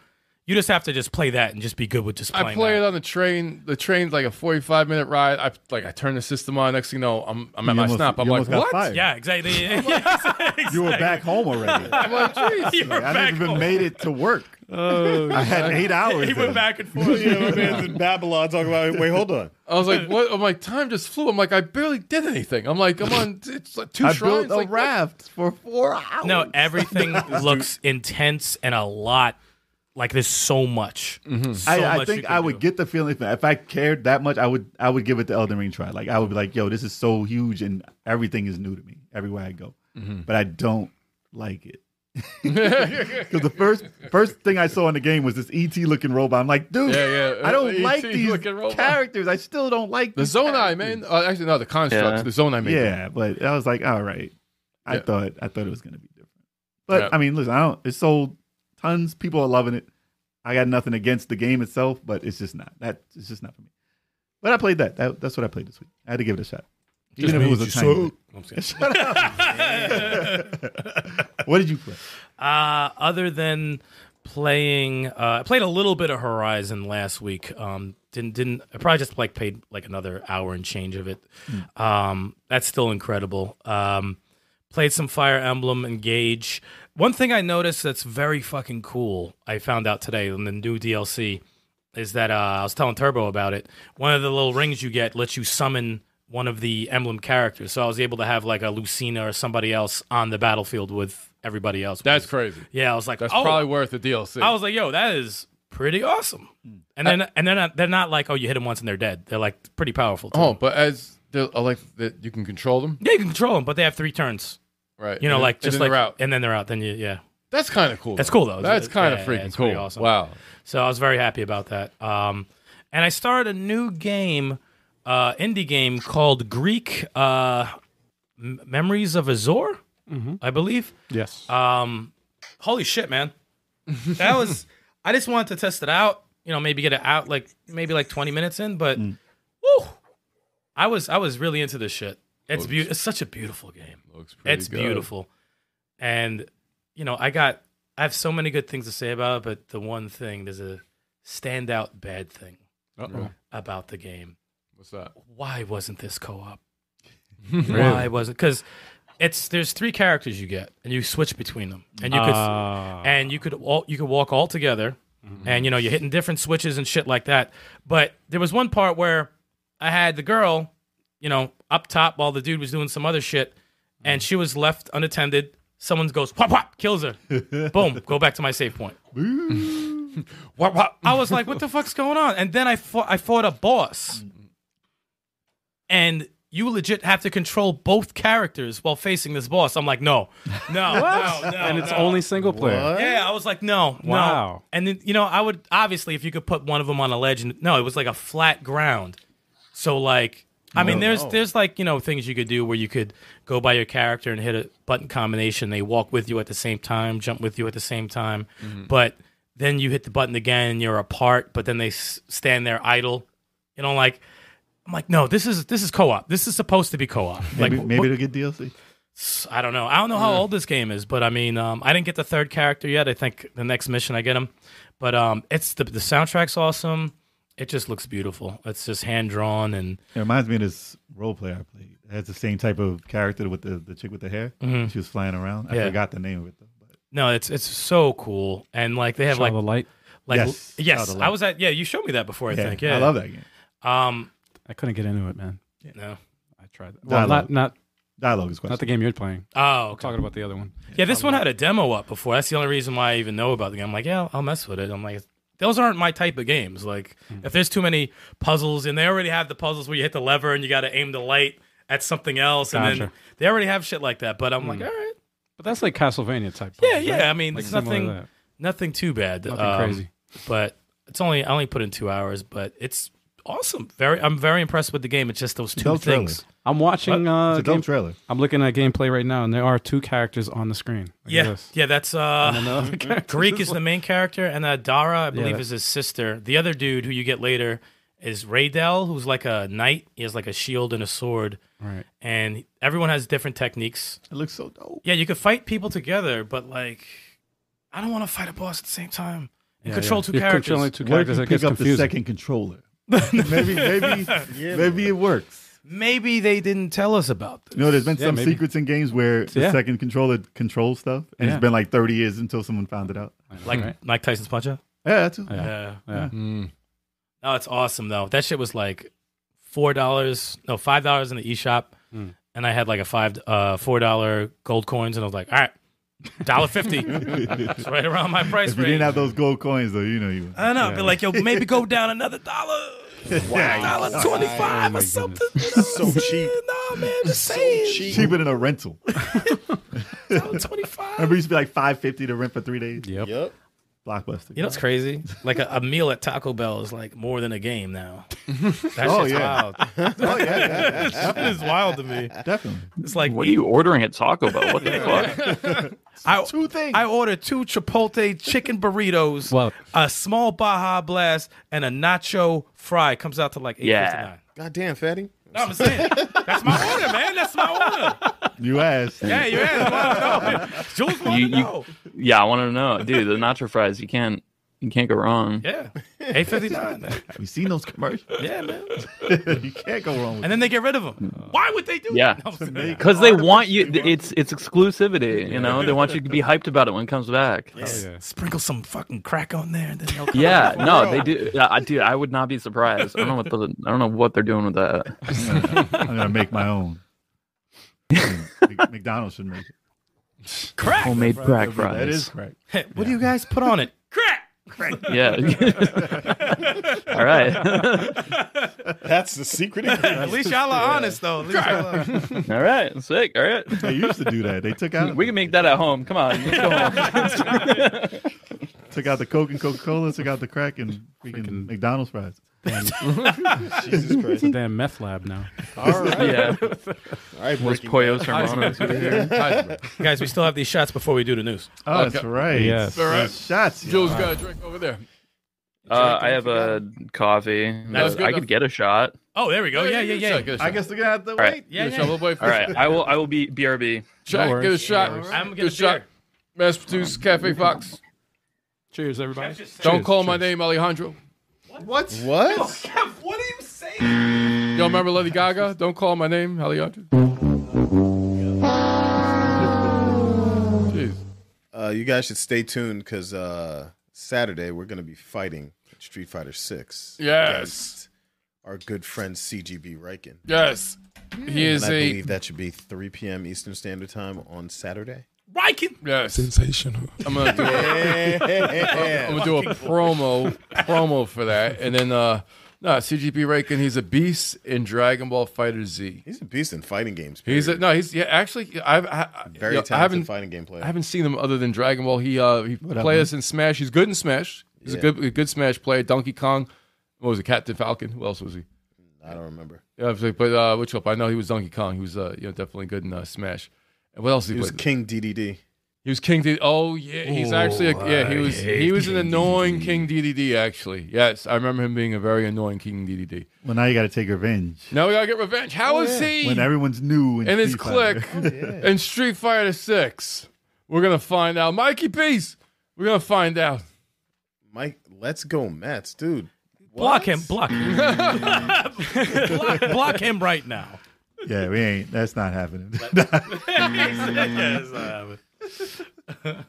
S7: you just have to just play that and just be good with just playing.
S4: I play
S7: that.
S4: it on the train. The train's like a forty-five minute ride. I like I turn the system on. Next thing you know, I'm I'm at
S6: You
S4: my
S6: almost-
S4: snap. I'm
S6: you
S4: like,
S6: almost got
S4: what?
S6: fired.
S7: Yeah, exactly. Yeah, exactly.
S6: you were back home already.
S4: I'm like, jeez.
S7: You were
S6: I
S7: back
S6: didn't even
S7: home. Oh,
S6: made it to work. I had eight hours.
S7: He
S6: there.
S7: went back and forth.
S3: yeah, my man's in Babylon talking about. Wait, hold on.
S4: I was like, what? I'm like, time just flew. I'm like, I barely did anything. I'm like, I'm on it's like two
S6: I
S4: shrines.
S6: built a
S4: like, what?
S6: raft for four hours.
S7: No, everything looks intense and a lot. Like there's so much. So
S6: Mm-hmm. I, I
S7: much you
S6: think
S7: can
S6: I would
S7: do.
S6: get the feeling if, if I cared that much, I would I would give it the Elden Ring try. Like I would be like, yo, this is so huge and everything is new to me everywhere I go.
S3: Mm-hmm.
S6: But I don't like it. Because the first first thing I saw in the game was this ET looking robot. I'm like, dude,
S4: Yeah, yeah,
S6: I
S3: E
S6: don't
S4: ET
S6: like these
S4: looking robot.
S6: characters. I still don't like
S4: The
S6: these
S4: zone I
S6: characters.
S4: man. Uh, actually, no, the construct.
S5: Yeah.
S4: The zone I made.
S6: Yeah, but I was like, all right. I
S4: Yeah.
S6: thought I thought it was gonna be different. But
S4: Yeah.
S6: I mean, listen, I don't it sold tons, people are loving it. I got nothing against the game itself, but it's just not that it's just not for me. But I played that. that that's what I played this week. I had to give it a shot. Even if it was a tiny bit. Shut up. what did you play?
S7: Uh, other than playing, uh, I played a little bit of Horizon last week. Um, didn't didn't I probably just like played like another hour and change of it. Um, that's still incredible. Um, played some Fire Emblem Engage. One thing I noticed that's very fucking cool. I found out today in the new DLC is that uh, I was telling Turbo about it. One of the little rings you get lets you summon one of the emblem characters. So I was able to have like a Lucina or somebody else on the battlefield with everybody else.
S4: That's crazy.
S7: Yeah, I was like,
S4: That's
S7: oh,
S4: probably worth the DLC.
S7: I was like, yo, that is pretty awesome. And then and they're not they're not like, oh, you hit them once and they're dead. They're like pretty powerful. Too.
S4: oh, but as the I like that you can control them,
S7: yeah, you can control them, but they have three turns.
S4: right?
S7: You know,
S4: And-
S7: like
S4: and
S7: just
S4: then
S7: like
S4: they're out.
S7: and then they're out. Then you yeah.
S4: That's kind of cool.
S7: That's cool, though.
S4: That's kind of
S7: Yeah,
S4: freaking
S7: it's pretty
S4: cool.
S7: awesome.
S4: Wow.
S7: So I was very happy about that. Um, and I started a new game, uh, indie game called Greek uh, M- Memories of Azor,
S4: Mm-hmm.
S7: I believe.
S2: yes.
S7: Um, holy shit, man! That was. I just wanted to test it out. You know, maybe get it out like maybe like twenty minutes in, but woo, I was I was really into this shit. It's beau- It's such a beautiful game.
S4: Looks pretty
S7: It's
S4: good.
S7: beautiful, and you know, I got I have so many good things to say about it, but the one thing there's a standout bad thing
S2: Uh-oh.
S7: about the game.
S4: What's that?
S7: Why wasn't this co-op? Why wasn't? Because it's there's three characters you get, and you switch between them, and you could
S2: Ah.
S7: and you could all you could walk all together and you know you're hitting different switches and shit like that but there was one part where i had the girl you know up top while the dude was doing some other shit and she was left unattended someone goes whop whop kills her boom go back to my save point
S4: Wah, wah.
S7: I was like, "What the fuck's going on?" And then I fought, I fought a boss, and you legit have to control both characters while facing this boss. I'm like, "No, no, no, no."
S2: and it's
S7: no.
S2: only single player.
S7: yeah. I was like, "No,
S2: Wow.
S7: no." And then you know, I would obviously if you could put one of them on a ledge. And, no, it was like a flat ground, so like. I mean, there's there's like you know things you could do where you could go by your character and hit a button combination. They walk with you at the same time, jump with you at the same time,
S6: Mm-hmm.
S7: but then you hit the button again and you're apart. But then they s- stand there idle. You know, like I'm like, no, this is this is co-op. This is supposed to be co-op. Like
S6: Maybe, maybe it'll get DLC.
S7: I don't know. I don't know how old this game is, but I mean, um, I didn't get the third character yet. I think the next mission I get him. But um, it's the the soundtrack's awesome. It just looks beautiful. It's just hand drawn and
S6: It reminds me of this role player I played. It has the same type of character with the, the chick with the hair. She was flying around. I
S7: Yeah.
S6: forgot the name of it though. But
S7: no, it's it's so cool. And like they have
S2: Child
S7: like
S2: of Light.
S7: like
S6: Yes. Child
S7: yes.
S6: of Light.
S7: I was at yeah. You showed me that before. I think yeah.
S6: I love that game.
S7: Um,
S2: I couldn't get into it, man.
S7: no.
S2: I tried that. Well, not
S6: Dialogue.
S2: not
S6: Dialogue is
S2: not the
S6: question.
S2: game you're playing.
S7: Oh,
S2: I'm talking about the other one.
S7: yeah. This one had a demo up before. That's the only reason why I even know about the game. I'm like, yeah, I'll mess with it. I'm like, those aren't my type of games. Like
S2: Mm-hmm.
S7: if there's too many puzzles and they already have the puzzles where you hit the lever and you got to aim the light at something else, and then
S2: Gotcha.
S7: they already have shit like that. But I'm like, all right,
S2: But that's like Castlevania type.
S7: yeah,
S2: puzzles,
S7: yeah.
S2: right?
S7: I mean,
S2: Like
S7: it's
S2: similar to
S7: nothing,
S2: that.
S7: nothing too bad.
S2: Nothing
S7: Um,
S2: crazy.
S7: But it's only I only put in two hours, but it's awesome. Very, I'm very impressed with the game. It's just those two
S6: Adult trailer.
S7: things.
S2: I'm watching.
S6: it's
S2: Uh,
S6: a dope
S2: game-
S6: trailer.
S2: I'm looking at gameplay right now, and there are two characters on the screen. Look at
S7: Yeah,
S2: this.
S7: yeah. That's uh,
S2: Another character.
S7: Greek is the main character, and uh, Dara, I believe,
S2: that-
S7: is his sister. The other dude who you get later is Raydell, who's like a knight. He has like a shield and a sword,
S2: Right.
S7: and everyone has different techniques.
S6: It looks so dope.
S7: Yeah, you could fight people together, but like, I don't want to fight a boss at the same time
S2: Yeah,
S7: and control
S2: yeah.
S7: two
S2: You're
S7: characters.
S2: Controlling two
S6: Where
S2: characters.
S6: can
S2: It
S6: pick
S2: gets
S6: up the
S2: confusing.
S6: second controller? maybe, maybe, maybe it works.
S7: Maybe they didn't tell us about this.
S6: You know, there's been
S2: Yeah,
S6: some
S2: maybe.
S6: secrets in games where the
S2: Yeah.
S6: second controller controls stuff, and
S2: Yeah.
S6: it's been like 30 years until someone found it out.
S7: like
S2: Right.
S7: Mike Tyson's punch out.
S6: Yeah, that's it.
S2: Yeah.
S7: Yeah.
S6: Mm.
S2: Yeah.
S7: No, it's awesome though. That shit was like four dollars, no five dollars in the eShop,
S2: Mm.
S7: and I had like a five, uh, four dollar gold coins, and I was like, all right, dollar fifty, it's right around my price
S6: If you
S7: range.
S6: didn't have those gold coins, though, you know you.
S7: I know, be like, yo, maybe go down another dollar, dollar
S6: Oh,
S7: twenty five or something.
S3: So cheap.
S7: Nah, man, just saying,
S6: Cheaper than a rental.
S7: twenty five.
S6: Remember, it used to be like 550 to rent for three days.
S2: Yep.
S3: Yep.
S6: Blockbuster.
S7: You know what's crazy? Like a, a meal at Taco Bell is like more than a game now. That
S6: Oh,
S7: shit's
S6: yeah.
S7: wild.
S6: oh, yeah, yeah, yeah,
S7: that is wild to me.
S6: definitely.
S7: It's like
S5: What are you ordering at Taco Bell? What the fuck?
S7: I,
S6: Two things.
S7: I ordered two Chipotle chicken burritos,
S2: Wow.
S7: a small Baja Blast, and a nacho fry. Comes out to like eight fifty
S5: Yeah.
S7: nine.
S3: Goddamn, fatty.
S7: No, I'm saying that's my order, man. That's my order.
S6: you asked.
S7: Yeah, you asked. wanna know. Jules wanted
S5: You-
S7: to
S5: you-
S7: know.
S5: yeah, I want to know, dude. The nacho fries, you can't, you can't go wrong.
S7: Yeah, eight fifty nine. man.
S6: Have you seen those commercials?
S7: Yeah, man.
S6: you can't go wrong with
S7: And then they get rid of them. Why would they do?
S5: Yeah.
S7: that? No, I'm
S6: They-
S7: saying-
S5: Because they want you. It's it's exclusivity. You know, they want you to be hyped about it when it comes back.
S2: yeah.
S7: Oh, Sprinkle some fucking crack on there, and then they'll come
S5: Yeah, no, they do. Yeah, I do. I would not be surprised. I don't know what the. I don't know what they're doing with that.
S6: I'm gonna make my own. Mc- McDonald's should make it.
S7: crack.
S5: Homemade crack fries.
S6: That is correct.
S7: what do you guys put on it? crack.
S5: Yeah. All right.
S3: That's the secret.
S7: At
S3: ingredient.
S7: least y'all are honest though. At least y'all are-
S5: All right. Sick. All right.
S6: They used to do that. They took out
S5: We can make that at home. Come on. Let's go home.
S6: took out the Coke and Coca Cola, took out the crack and freaking McDonald's fries.
S3: Jesus Christ.
S2: Damn meth lab now.
S3: All right.
S5: Yeah.
S3: All right.
S5: Los
S3: Breaking
S5: pollos hermanos. over here.
S7: Guys, we still have these shots before we do the news.
S6: Oh,
S4: Okay.
S6: that's right.
S2: Yes.
S4: All right.
S6: Shots. yeah.
S4: Joe's got a drink over there.
S5: Uh, I have a coffee.
S4: That's good
S5: I
S4: enough.
S5: could get a shot.
S7: Oh, there we go. Yeah, yeah,
S4: Get a
S7: yeah.
S4: shot, get a
S6: I
S4: shot.
S6: guess they're gonna have to
S5: right.
S6: wait.
S7: Yeah,
S4: Get a shot.
S7: yeah.
S4: We'll wait for
S5: All right. I will. I will be brb.
S4: Shot,
S2: No worries.
S4: get a shot.
S7: I'm
S4: Get
S7: gonna
S4: a shot. Mass produced Cafe Fox.
S2: Cheers, everybody.
S4: Don't call my name, Alejandro.
S3: What? What?
S7: What are you saying?
S4: Y'all remember Lady Gaga? Don't call my name, Alejandro. Jeez.
S3: Uh, you guys should stay tuned because uh, Saturday we're going to be fighting Street Fighter Six.
S4: Yes.
S3: against Our good friend CGB Riken.
S4: Yes. He
S3: Mm. And
S4: is
S3: I
S4: a
S3: believe that should be 3 p.m. Eastern Standard Time on Saturday.
S7: Riken.
S4: yes. sensational. I'm gonna do a, I'm gonna do a promo promo for that, and then uh, no CGP Raken. He's a beast in Dragon Ball Fighter Z.
S3: He's a beast in fighting games.
S4: He's a,
S3: period.
S4: no, he's yeah. Actually, I've I, I-
S3: very
S4: you know,
S3: talented
S4: I haven't
S3: fighting game player.
S4: I haven't seen him other than Dragon Ball. He uh he
S6: up,
S4: play
S6: man?
S4: us in Smash. He's good in Smash. He's
S3: Yeah.
S4: a good a good Smash player. Donkey Kong. What was it? Captain Falcon. Who else was he?
S3: I don't remember.
S4: Yeah, I was like, but uh, which up? I know he was Donkey Kong. He was uh, you know definitely good in uh, Smash. And what else did
S3: He
S4: he,
S3: was
S4: play?
S3: King DDD.
S4: He was King D. Oh yeah, he's actually a, yeah. He was he was an annoying King DDD actually. Yes, I remember him being a very annoying King DDD.
S6: Well, now you got to take revenge.
S4: Now we gotta get revenge.
S3: Oh,
S4: How is he?
S6: When everyone's new and
S4: and his
S6: Street Fighter.
S4: click and Street Fighter Six. We're gonna find out, Mikey Peace. We're gonna find out.
S3: Mike, let's go Mets, dude.
S7: Block him. Block him. block, block him right now.
S6: Yeah, we ain't. That's not happening. but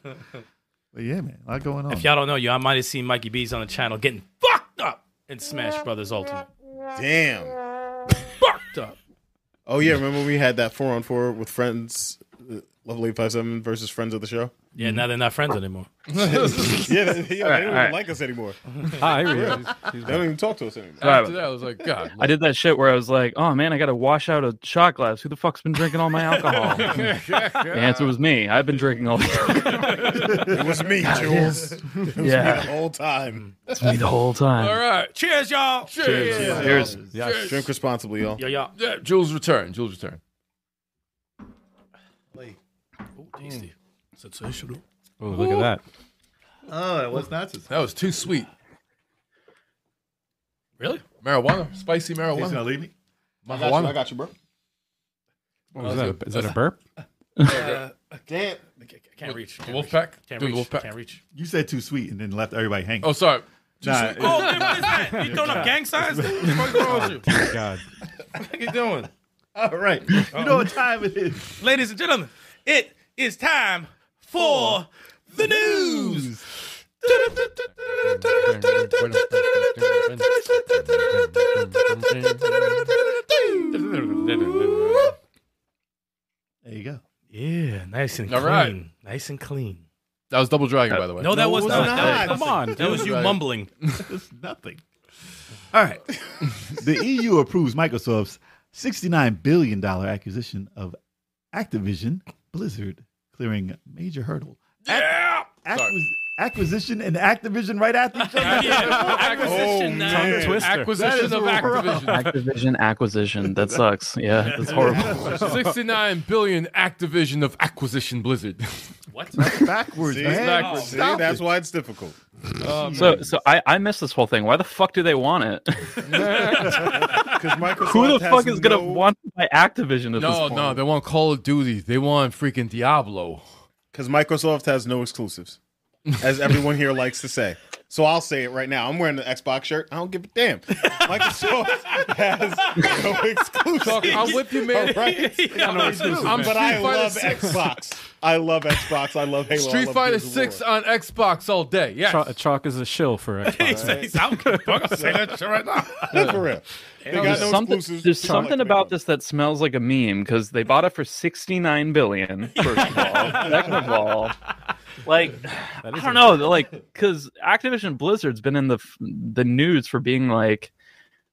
S6: yeah, man, a lot going on.
S7: If y'all don't know, y'all might have seen Mikey B's on the channel getting fucked up in Smash Brothers Ultimate.
S3: Damn.
S7: Fucked up.
S3: Oh yeah, remember we had that four on four with friends, uh, Level Eight Five Seven versus friends of the show.
S7: Yeah, now they're not friends anymore.
S3: yeah, they, yeah, they don't
S5: right,
S3: even
S5: all right.
S3: like us anymore.
S2: Hi, here he is. He's- he's
S3: They don't even talk to us anymore.
S5: Uh,
S4: After that, I was like, God.
S5: I did that shit where I was like, "Oh man, I got to wash out a shot glass. Who the fuck's been drinking all my alcohol?" the answer was me. I've been drinking all
S3: It was me, Jules. It was me
S5: Yeah.
S3: the whole time.
S5: It's me the whole
S4: All
S5: time.
S4: right.
S7: Cheers, y'all.
S4: Cheers.
S3: y'all.
S5: Here's
S3: Yeah, drink responsibly, y'all.
S7: Yo, y'all.
S4: Yeah, Jules' return. Jules' return.
S7: Ooh, tasty. Sensational.
S2: Oh, look at that.
S8: Oh, it was not just
S4: That was too sweet.
S7: Really?
S4: Marijuana, spicy
S6: He's gonna
S4: marijuana.
S6: leave me.
S3: I got, you, I got you, bro.
S2: What was that? Is that a burp?
S3: Damn.
S7: I ca- I can't reach. Can't reach.
S4: Wolfpack.
S7: Can't
S4: Doing
S7: reach.
S4: Wolfpack.
S7: Can't reach.
S6: You said too sweet and then left everybody hanging.
S4: Oh, sorry.
S6: Nah, it-
S7: Oh, dude, what is that? You throwing up gang signs? What the fuck is wrong with you?
S2: Oh, God.
S7: What you doing?
S6: all right. You know what time it is.
S7: Ladies and gentlemen, it is time for the news.
S6: There you go.
S7: Yeah, nice and
S4: All
S7: clean.
S4: right.
S7: Nice and clean.
S4: That was Double Dragon, by the way.
S7: Uh, No, that was
S3: was
S7: not.
S3: not.
S7: That was
S2: Come on.
S7: That was you
S4: Right.
S7: mumbling.
S6: It's nothing. All right. the EU approves Microsoft's $69 billion acquisition of Activision Blizzard, clearing a major hurdle.
S4: Yeah.
S6: Acquis- acquisition and Activision right after each other.
S7: yeah,
S3: Oh,
S7: acquisition. uh,
S2: Tongue twister.
S4: Acquisition of Activision.
S5: Activision acquisition. That sucks. Yeah, that's horrible.
S4: 69 billion Activision of Acquisition Blizzard.
S7: what?
S6: backwards,
S3: See,
S6: man.
S4: backwards.
S3: See,
S6: Stop
S3: that's
S6: it.
S3: why it's difficult.
S5: So, so I, I missed this whole thing. Why the fuck do they want it?
S3: Because Microsoft
S5: Who the
S3: has
S5: fuck is gonna
S3: no-
S5: want to buy Activision
S4: No,
S5: at this point?
S4: no, they want Call of Duty. They want freaking Diablo.
S3: Because Microsoft has no exclusives, as everyone here likes to say. So I'll say it right now. I'm wearing the Xbox shirt. I don't give a damn. Microsoft has no
S4: Fuck,
S3: exclusives.
S4: I'm with you, man.
S3: Right?
S4: I'm
S3: But I
S4: Street Fighter
S3: love
S4: 6.
S3: Xbox. I love Xbox. I love Halo. I
S4: Street
S3: love
S4: Fighter
S3: Gears of War.
S4: Six on Xbox all day. Yes.
S2: Chalk, chalk is a shill for Xbox.
S3: That's for real. They got
S5: There's
S3: no
S5: something,
S3: exclusives.
S5: there's
S3: They
S5: something
S3: like-
S5: about this that smells like a meme because they bought it for 69 billion first of all second of all like i don't know they're like because activision blizzard's been in the f- the news for being like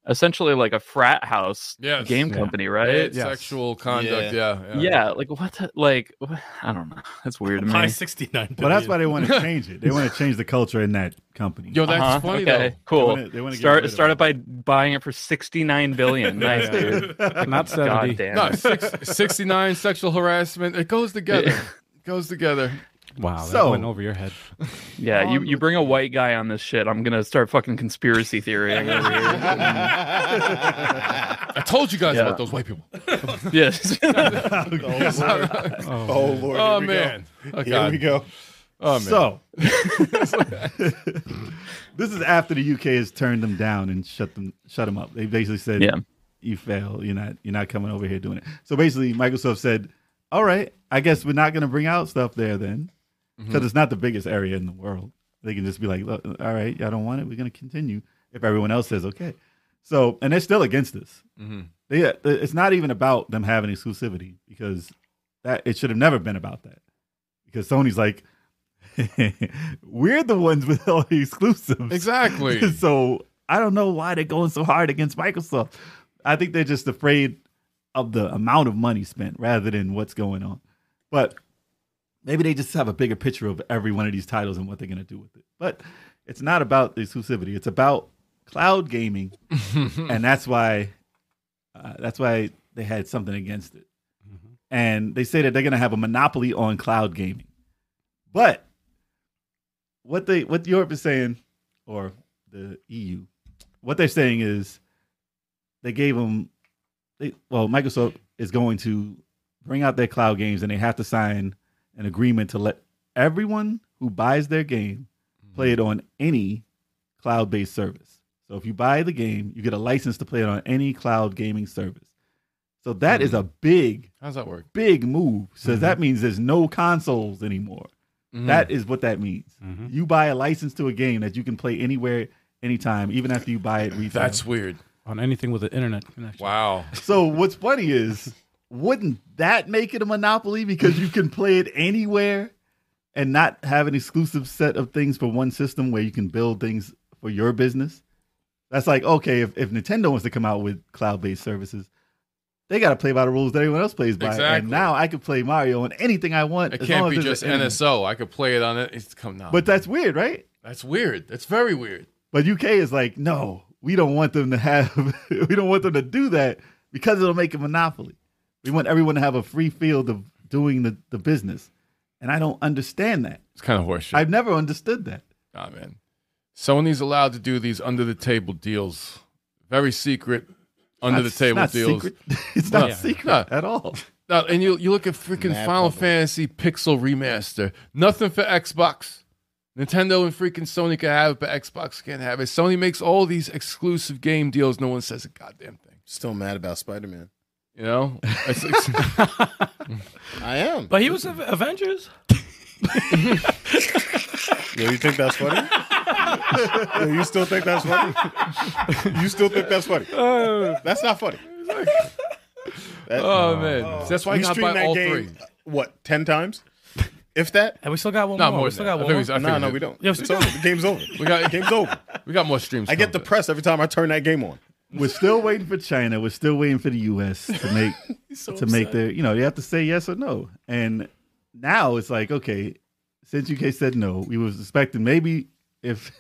S5: essentially like a frat house
S4: Yes.
S5: game
S2: Yeah.
S5: company
S4: Yeah,
S5: right
S4: it's Sexual conduct. Yeah. Yeah.
S5: yeah. like what the, like wh- i don't know that's weird to
S7: High
S5: me
S7: 69 billion.
S6: Well, that's why they want to change it. They want to change the culture in that company.
S4: Yo, that's
S5: Uh-huh,
S4: funny
S5: okay, cool.
S6: They wanna- they wanna get rid
S5: start
S6: of
S5: start
S6: it.
S5: it by buying it for sixty nine billion. Nice, dude.
S2: Not 70.
S5: God damn.
S4: though. No, six, 69 sexual harassment. It goes together. It goes together.
S2: Wow, that
S6: So-
S2: went over your head.
S5: Yeah, you, you bring a white guy on this shit, I'm gonna start fucking conspiracy theorying over here.
S4: I told you guys
S5: Yeah.
S4: about those white people.
S5: Yes.
S3: Oh, Lord.
S4: Oh
S3: here we
S4: man. Oh,
S3: Go. Here
S4: God.
S3: we go.
S4: Oh man.
S6: So, this is after the UK has turned them down and shut them shut them up. They basically said,
S5: Yeah.
S6: you fail. You're not you're not coming over here doing it." So basically, Microsoft said, "All right, I guess we're not going to bring out stuff there then, because it's not the biggest area in the world. They can just be like, Look, all right, y'all don't want it. We're going to continue if everyone else says okay.' So, and they're still against this. They, it's not even about them having exclusivity because that it should have never been about that because Sony's like." We're the ones with all the exclusives.
S4: Exactly.
S6: so I don't know why they're going so hard against Microsoft. I think they're just afraid of the amount of money spent rather than what's going on. But maybe they just have a bigger picture of every one of these titles and what they're going to do with it. But it's not about the exclusivity. It's about cloud gaming, and that's why uh, that's why they had something against it. And they say that they're going to have a monopoly on cloud gaming. But what they what Europe is saying, or the EU, what they're saying is they gave them. They, well, Microsoft is going to bring out their cloud games, and they have to sign an agreement to let everyone who buys their game play it on any cloud-based service. So if you buy the game, you get a license to play it on any cloud gaming service. So that is a big,
S4: How's that work?
S6: big move. So that means there's no consoles anymore. That is what that means.
S2: Mm-hmm.
S6: Mm-hmm. You buy a license to a game that you can play anywhere, anytime, even after you buy it retail.
S4: That's weird.
S2: On anything with an internet connection.
S4: Wow.
S6: so. What's funny is, wouldn't that make it a monopoly because you can play it anywhere? and not have an exclusive set of things for one system where you can build things for your business. That's like, okay, if, if Nintendo wants to come out with cloud based services, they got to play by the rules that everyone else plays by. And
S4: Exactly.
S6: now I can play Mario on anything I want.
S4: It
S6: as
S4: can't
S6: long
S4: be
S6: as it's
S4: just
S6: an internet.
S4: NSO. I could play it on it. It's come now.
S6: But that's weird, right?
S4: that's weird. That's very weird.
S6: But UK is like, no, we don't want them to have, we don't want them to do that because it'll make a monopoly. We want everyone to have a free field of doing the, the business. And I don't understand that.
S4: It's kind of horseshit.
S6: I've never understood that.
S4: Nah, man. Sony's allowed to do these under the table deals, very secret, under
S6: That's-
S4: the table
S6: it's not
S4: deals.
S6: Secret. It's not
S4: Yeah.
S6: secret
S4: No.
S6: at all.
S4: Now, and you you look at freaking
S3: Mad
S4: Final
S3: public.
S4: Fantasy Pixel Remaster. Nothing for Xbox. Nintendo and freaking Sony can have it, but Xbox can't have it. Sony makes all these exclusive game deals. No one says a goddamn thing.
S3: Still mad about Spider Man.
S4: You know, It's- it's-
S3: I am.
S7: But he was Ave- Avengers.
S3: Yo, you think that's funny? Yo, you still think that's funny? You still think that's funny?
S4: Uh,
S3: That's not funny. That-
S4: oh man, So that's why
S3: we
S4: you not
S3: streamed
S4: buy
S3: that
S4: all
S3: game
S4: three.
S3: uh, what ten times, if that.
S7: And we still got one
S4: Not
S7: more.
S4: more
S7: We
S4: than
S7: still
S4: that.
S7: got
S4: I
S7: one
S4: think
S7: more.
S4: it was- I
S3: No,
S4: think
S3: no,
S4: it-
S3: we don't.
S7: Yes, we
S3: it's over. The game's over.
S4: We got
S3: Game's over.
S4: we got more streams.
S3: I get
S4: coming.
S3: depressed every time I turn that game on.
S6: We're still waiting for China. We're still waiting for the US to make to make their you know, they have to say yes or no. And now it's like, okay, since UK said no, we was expecting maybe if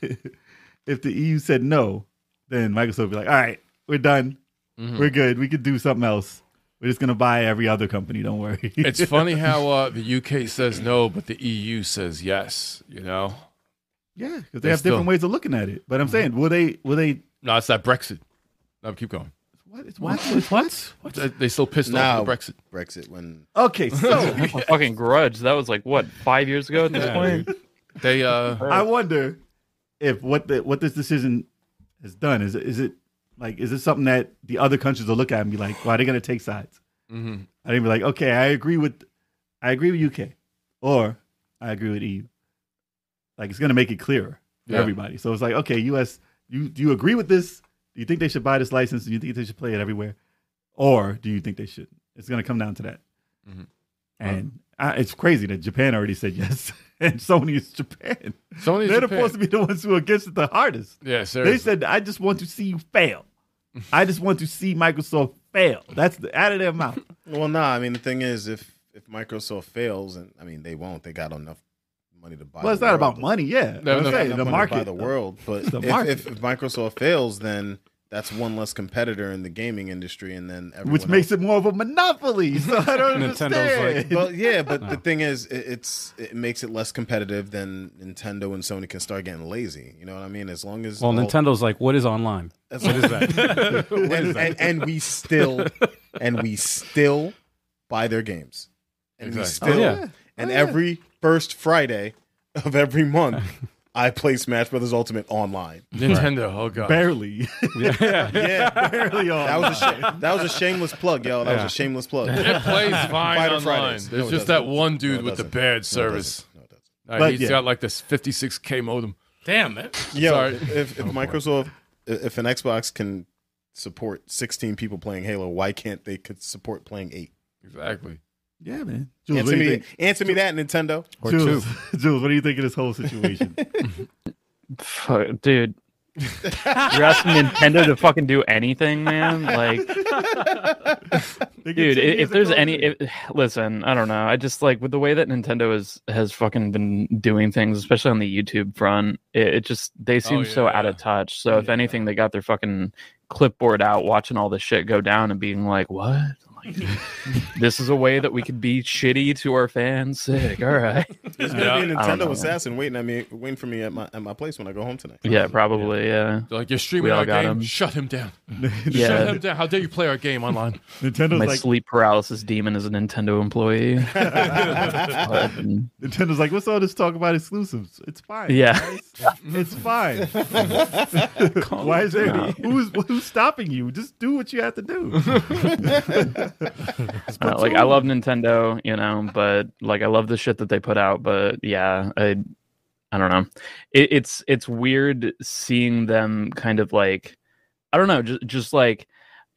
S6: if the EU said no, then Microsoft would be like, All right, we're done. We're good. We could do something else. We're just gonna buy every other company, don't worry.
S4: It's funny how uh, the UK says no, but the EU says yes. You know,
S6: yeah, because they
S4: They
S6: have different
S4: still-
S6: ways of looking at it. But I'm saying, will they will they
S4: no, it's that Brexit. No, keep going.
S6: what it's what? It's what?
S4: They- They still pissed
S3: Nah.
S4: off with Brexit.
S3: Brexit when
S6: Okay, so
S5: A fucking grudge. That was like what five years ago at this point.
S4: They uh,
S6: I wonder if what the what this decision has done is is it like is it something that the other countries will look at and be like, "Wow, they're gonna take sides."
S4: mhm.
S6: I think be like, "Okay, I agree with, I agree with UK, or I agree with EU." Like it's gonna make it clearer for
S4: Yeah.
S6: everybody. So it's like, okay, US, you do you agree with this? Do you think they should buy this license? Do you think they should play it everywhere, or do you think they should? It's gonna come down to that.
S4: Mhm.
S6: And I, it's crazy that Japan already said yes, and Sony is Japan.
S4: Sony's
S6: They're
S4: Japan.
S6: supposed to be the ones who are against it the hardest.
S4: yeah, seriously.
S6: They said, "I just want to see you fail. I just want to see Microsoft fail." That's the, out of their mouth.
S3: well, nah. I mean, the thing is, if if Microsoft fails, and I mean, they won't. They got enough money to buy.
S6: well, it's
S3: the
S6: not
S3: world.
S6: about money, yeah.
S4: No,
S6: I'm
S4: no,
S6: saying
S3: Enough
S6: the
S3: money to
S6: market,
S3: buy the world. But
S6: the
S3: if,
S6: market.
S3: If, if Microsoft fails, then that's one less competitor in the gaming industry, and then everyone
S6: which
S3: else-
S6: makes it more of a monopoly. So I don't
S2: Nintendo's
S6: understand.
S3: well, yeah, but the thing is, it, it's it makes it less competitive. Then Nintendo and Sony can start getting lazy. You know what I mean? As long as
S2: Well,
S3: all-
S2: Nintendo's like, what is online?
S3: as long as and, and, and we still and we still buy their games, and we
S4: Exactly.
S3: still
S2: Oh, yeah.
S3: and
S6: Oh, yeah.
S3: every first Friday of every month, I play Smash Brothers Ultimate online.
S4: Nintendo. Oh god.
S6: barely,
S3: Yeah,
S6: barely on.
S3: that was a sh- that was a shameless plug, yo. That was a shameless plug.
S4: It plays fine
S3: Fighter
S4: online.
S3: Fridays.
S4: There's
S3: No, it
S4: just that
S3: doesn't.
S4: one dude
S3: it
S4: with the
S3: doesn't.
S4: bad
S3: No, it
S4: service.
S3: doesn't. No, it doesn't.
S4: He's
S6: But yeah.
S4: got like this 56k modem.
S7: Damn it.
S3: Yeah,
S4: Sorry.
S3: if, if Microsoft, if an Xbox can support 16 people playing Halo, why can't they could support playing eight?
S4: Exactly.
S6: yeah, man. Jules, what do
S3: Answer
S6: you
S3: me,
S6: think?
S3: answer me that, Nintendo.
S6: Jules, Jules, what do you think of this whole situation?
S5: Fuck, dude. You're asking Nintendo to fucking do anything, man. Like,
S6: They get
S5: dude,
S6: two
S5: i-
S6: years
S5: if
S6: of
S5: there's
S6: Call of
S5: any,
S6: Duty.
S5: if, listen, I don't know. I just like with the way that Nintendo is has fucking been doing things, especially on the YouTube front. It, it just they seem so
S4: Oh, yeah,
S5: out of
S4: yeah.
S5: touch. So if anything, they got their fucking clipboard out, watching all this shit go down and being like, "What? Like, this is a way that we could be shitty to our fans." Sick. All right.
S3: There's gonna be a
S5: I don't
S3: Nintendo
S5: know.
S3: assassin waiting at me, waiting for me at my at my place when I go home tonight.
S5: Yeah, probably. Yeah.
S4: They're like you're streaming
S5: We all
S4: our
S5: got
S4: game.
S5: him.
S4: Shut him down. Shut
S5: Yeah.
S4: him down. How dare you play our game online?
S6: Nintendo's
S5: My
S6: like
S5: sleep paralysis demon is a Nintendo employee. Fucking-
S6: Nintendo's like, what's all this talk about exclusives? It's fine.
S5: Yeah.
S6: guys. It's fine. Why is there
S5: No.
S6: who's who's stopping you? Just do what you have to do.
S5: Uh, like I love Nintendo, you know, but like I love the shit that they put out, but yeah, I I don't know. It, it's it's weird seeing them kind of like I don't know, just just like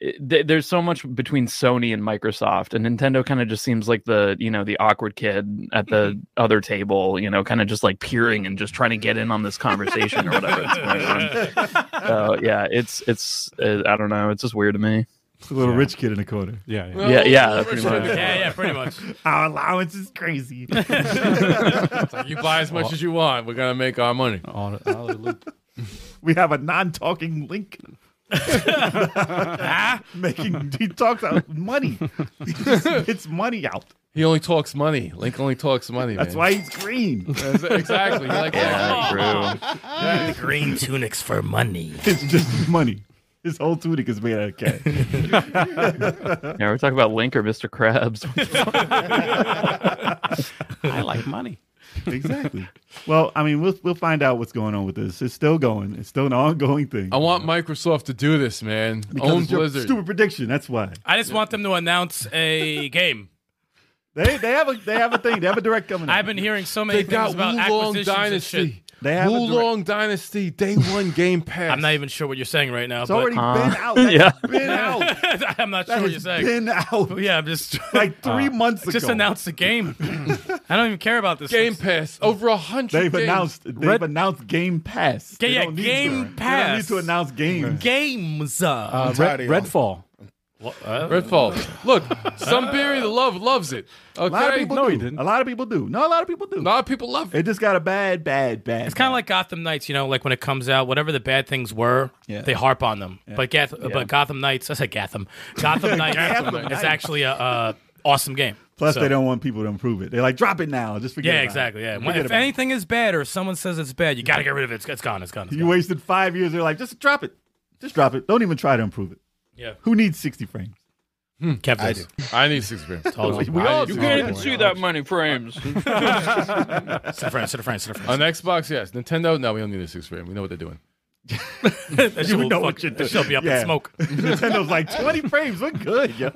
S5: it- th- there's so much between Sony and Microsoft, and Nintendo kind of just seems like the you know the awkward kid at the other table, you know, kind of just like peering and just trying to get in on this conversation or whatever. It's going on. So yeah, it's it's uh, I don't know, it's just weird to me.
S6: It's a little rich kid in the corner.
S2: Yeah, yeah.
S5: Yeah, yeah,
S4: Richard
S5: pretty
S4: in the
S5: much.
S4: corner.
S7: yeah, yeah, pretty much.
S6: Our allowance is crazy.
S4: It's like, you buy as much as you want. We're gonna make our money.
S5: Oh.
S2: All- all the loop.
S6: we have a non-talking link. Making he talks out money. He just gets money out.
S4: He only talks money. Link only talks money.
S6: That's
S4: man.
S6: why he's green.
S4: That's- exactly. He likes that.
S5: Yeah, true.
S7: Green tunics for money.
S6: It's just money. His whole tunic is made out of cash.
S5: Yeah, we're talking about Link or Mr. Krabs.
S2: I like money.
S6: exactly. Well, I mean, we'll we'll find out what's going on with this. It's still going. It's still an ongoing thing.
S4: I want Microsoft to do this, man.
S6: Because
S4: Own
S6: it's your
S4: Blizzard.
S6: Stupid prediction. That's why
S7: I just want them to announce a game.
S6: they they have a they have a thing. They have a direct coming. up.
S7: I've been hearing so many
S4: They got
S7: things about
S4: Wulong
S7: acquisitions and
S4: Dynasty.
S7: shit.
S6: They have a direct-
S4: Wulong Dynasty Day One Game Pass.
S7: I'm not even sure what you're saying right now.
S6: It's
S7: but
S6: already
S2: Uh-huh.
S6: been out.
S5: yeah.
S6: yeah, been out.
S7: I'm not
S6: That
S7: sure what you're
S6: has
S7: saying.
S6: been out.
S7: yeah, I'm just
S6: like three
S2: Uh-huh.
S6: months ago.
S7: just announce the game. I don't even care about this.
S4: Game Pass over a hundred.
S6: They've
S4: games.
S6: announced. They've
S2: Red-
S6: announced Game Pass.
S7: Ga-
S6: They
S7: yeah,
S6: don't need
S7: Game
S6: to. They don't
S7: Pass.
S6: need to announce games.
S7: games. Uh,
S2: Uh,
S3: tired
S2: Red,
S3: of y'all.
S2: Redfall.
S4: Redfall. Look, some bury the love loves it. Okay,
S6: A lot of people
S2: No,
S6: do.
S2: he didn't.
S6: A lot of people do. No, a lot of people do.
S4: a lot of people love it.
S6: It just got a bad, bad, bad.
S7: it's kind of like Gotham Knights, you know, like when it comes out, whatever the bad things were,
S6: Yeah.
S7: they harp on them. But Gath- but Gotham Knights, I said Gotham. Gotham Knights is actually a uh, awesome game.
S6: Plus,
S7: So-
S6: they don't want people to improve it. They're like, drop it now. Just forget.
S7: Yeah,
S6: about
S7: exactly.
S6: It.
S7: Yeah.
S6: Forget
S7: if
S6: about it.
S7: anything is bad or someone says it's bad, you got to get rid of it. It's, it's gone. It's gone. It's
S6: You
S7: gone.
S6: wasted five years. They're like, just drop it. Just drop it. Don't even try to improve it.
S7: Yeah.
S6: Who needs sixty frames?
S7: Kept this.
S4: I need six grand.
S6: We all
S4: do.
S5: see that many frames.
S7: Sit in front, sit in front, sit in front.
S4: On Xbox, yes. Nintendo, no, we don't need a six grand. We know what they're doing.
S7: That shit will
S6: know
S7: fuck-
S6: what you're
S7: that shit'll be up
S6: Yeah.
S7: in smoke.
S6: Nintendo's like twenty frames. We're good. Yo.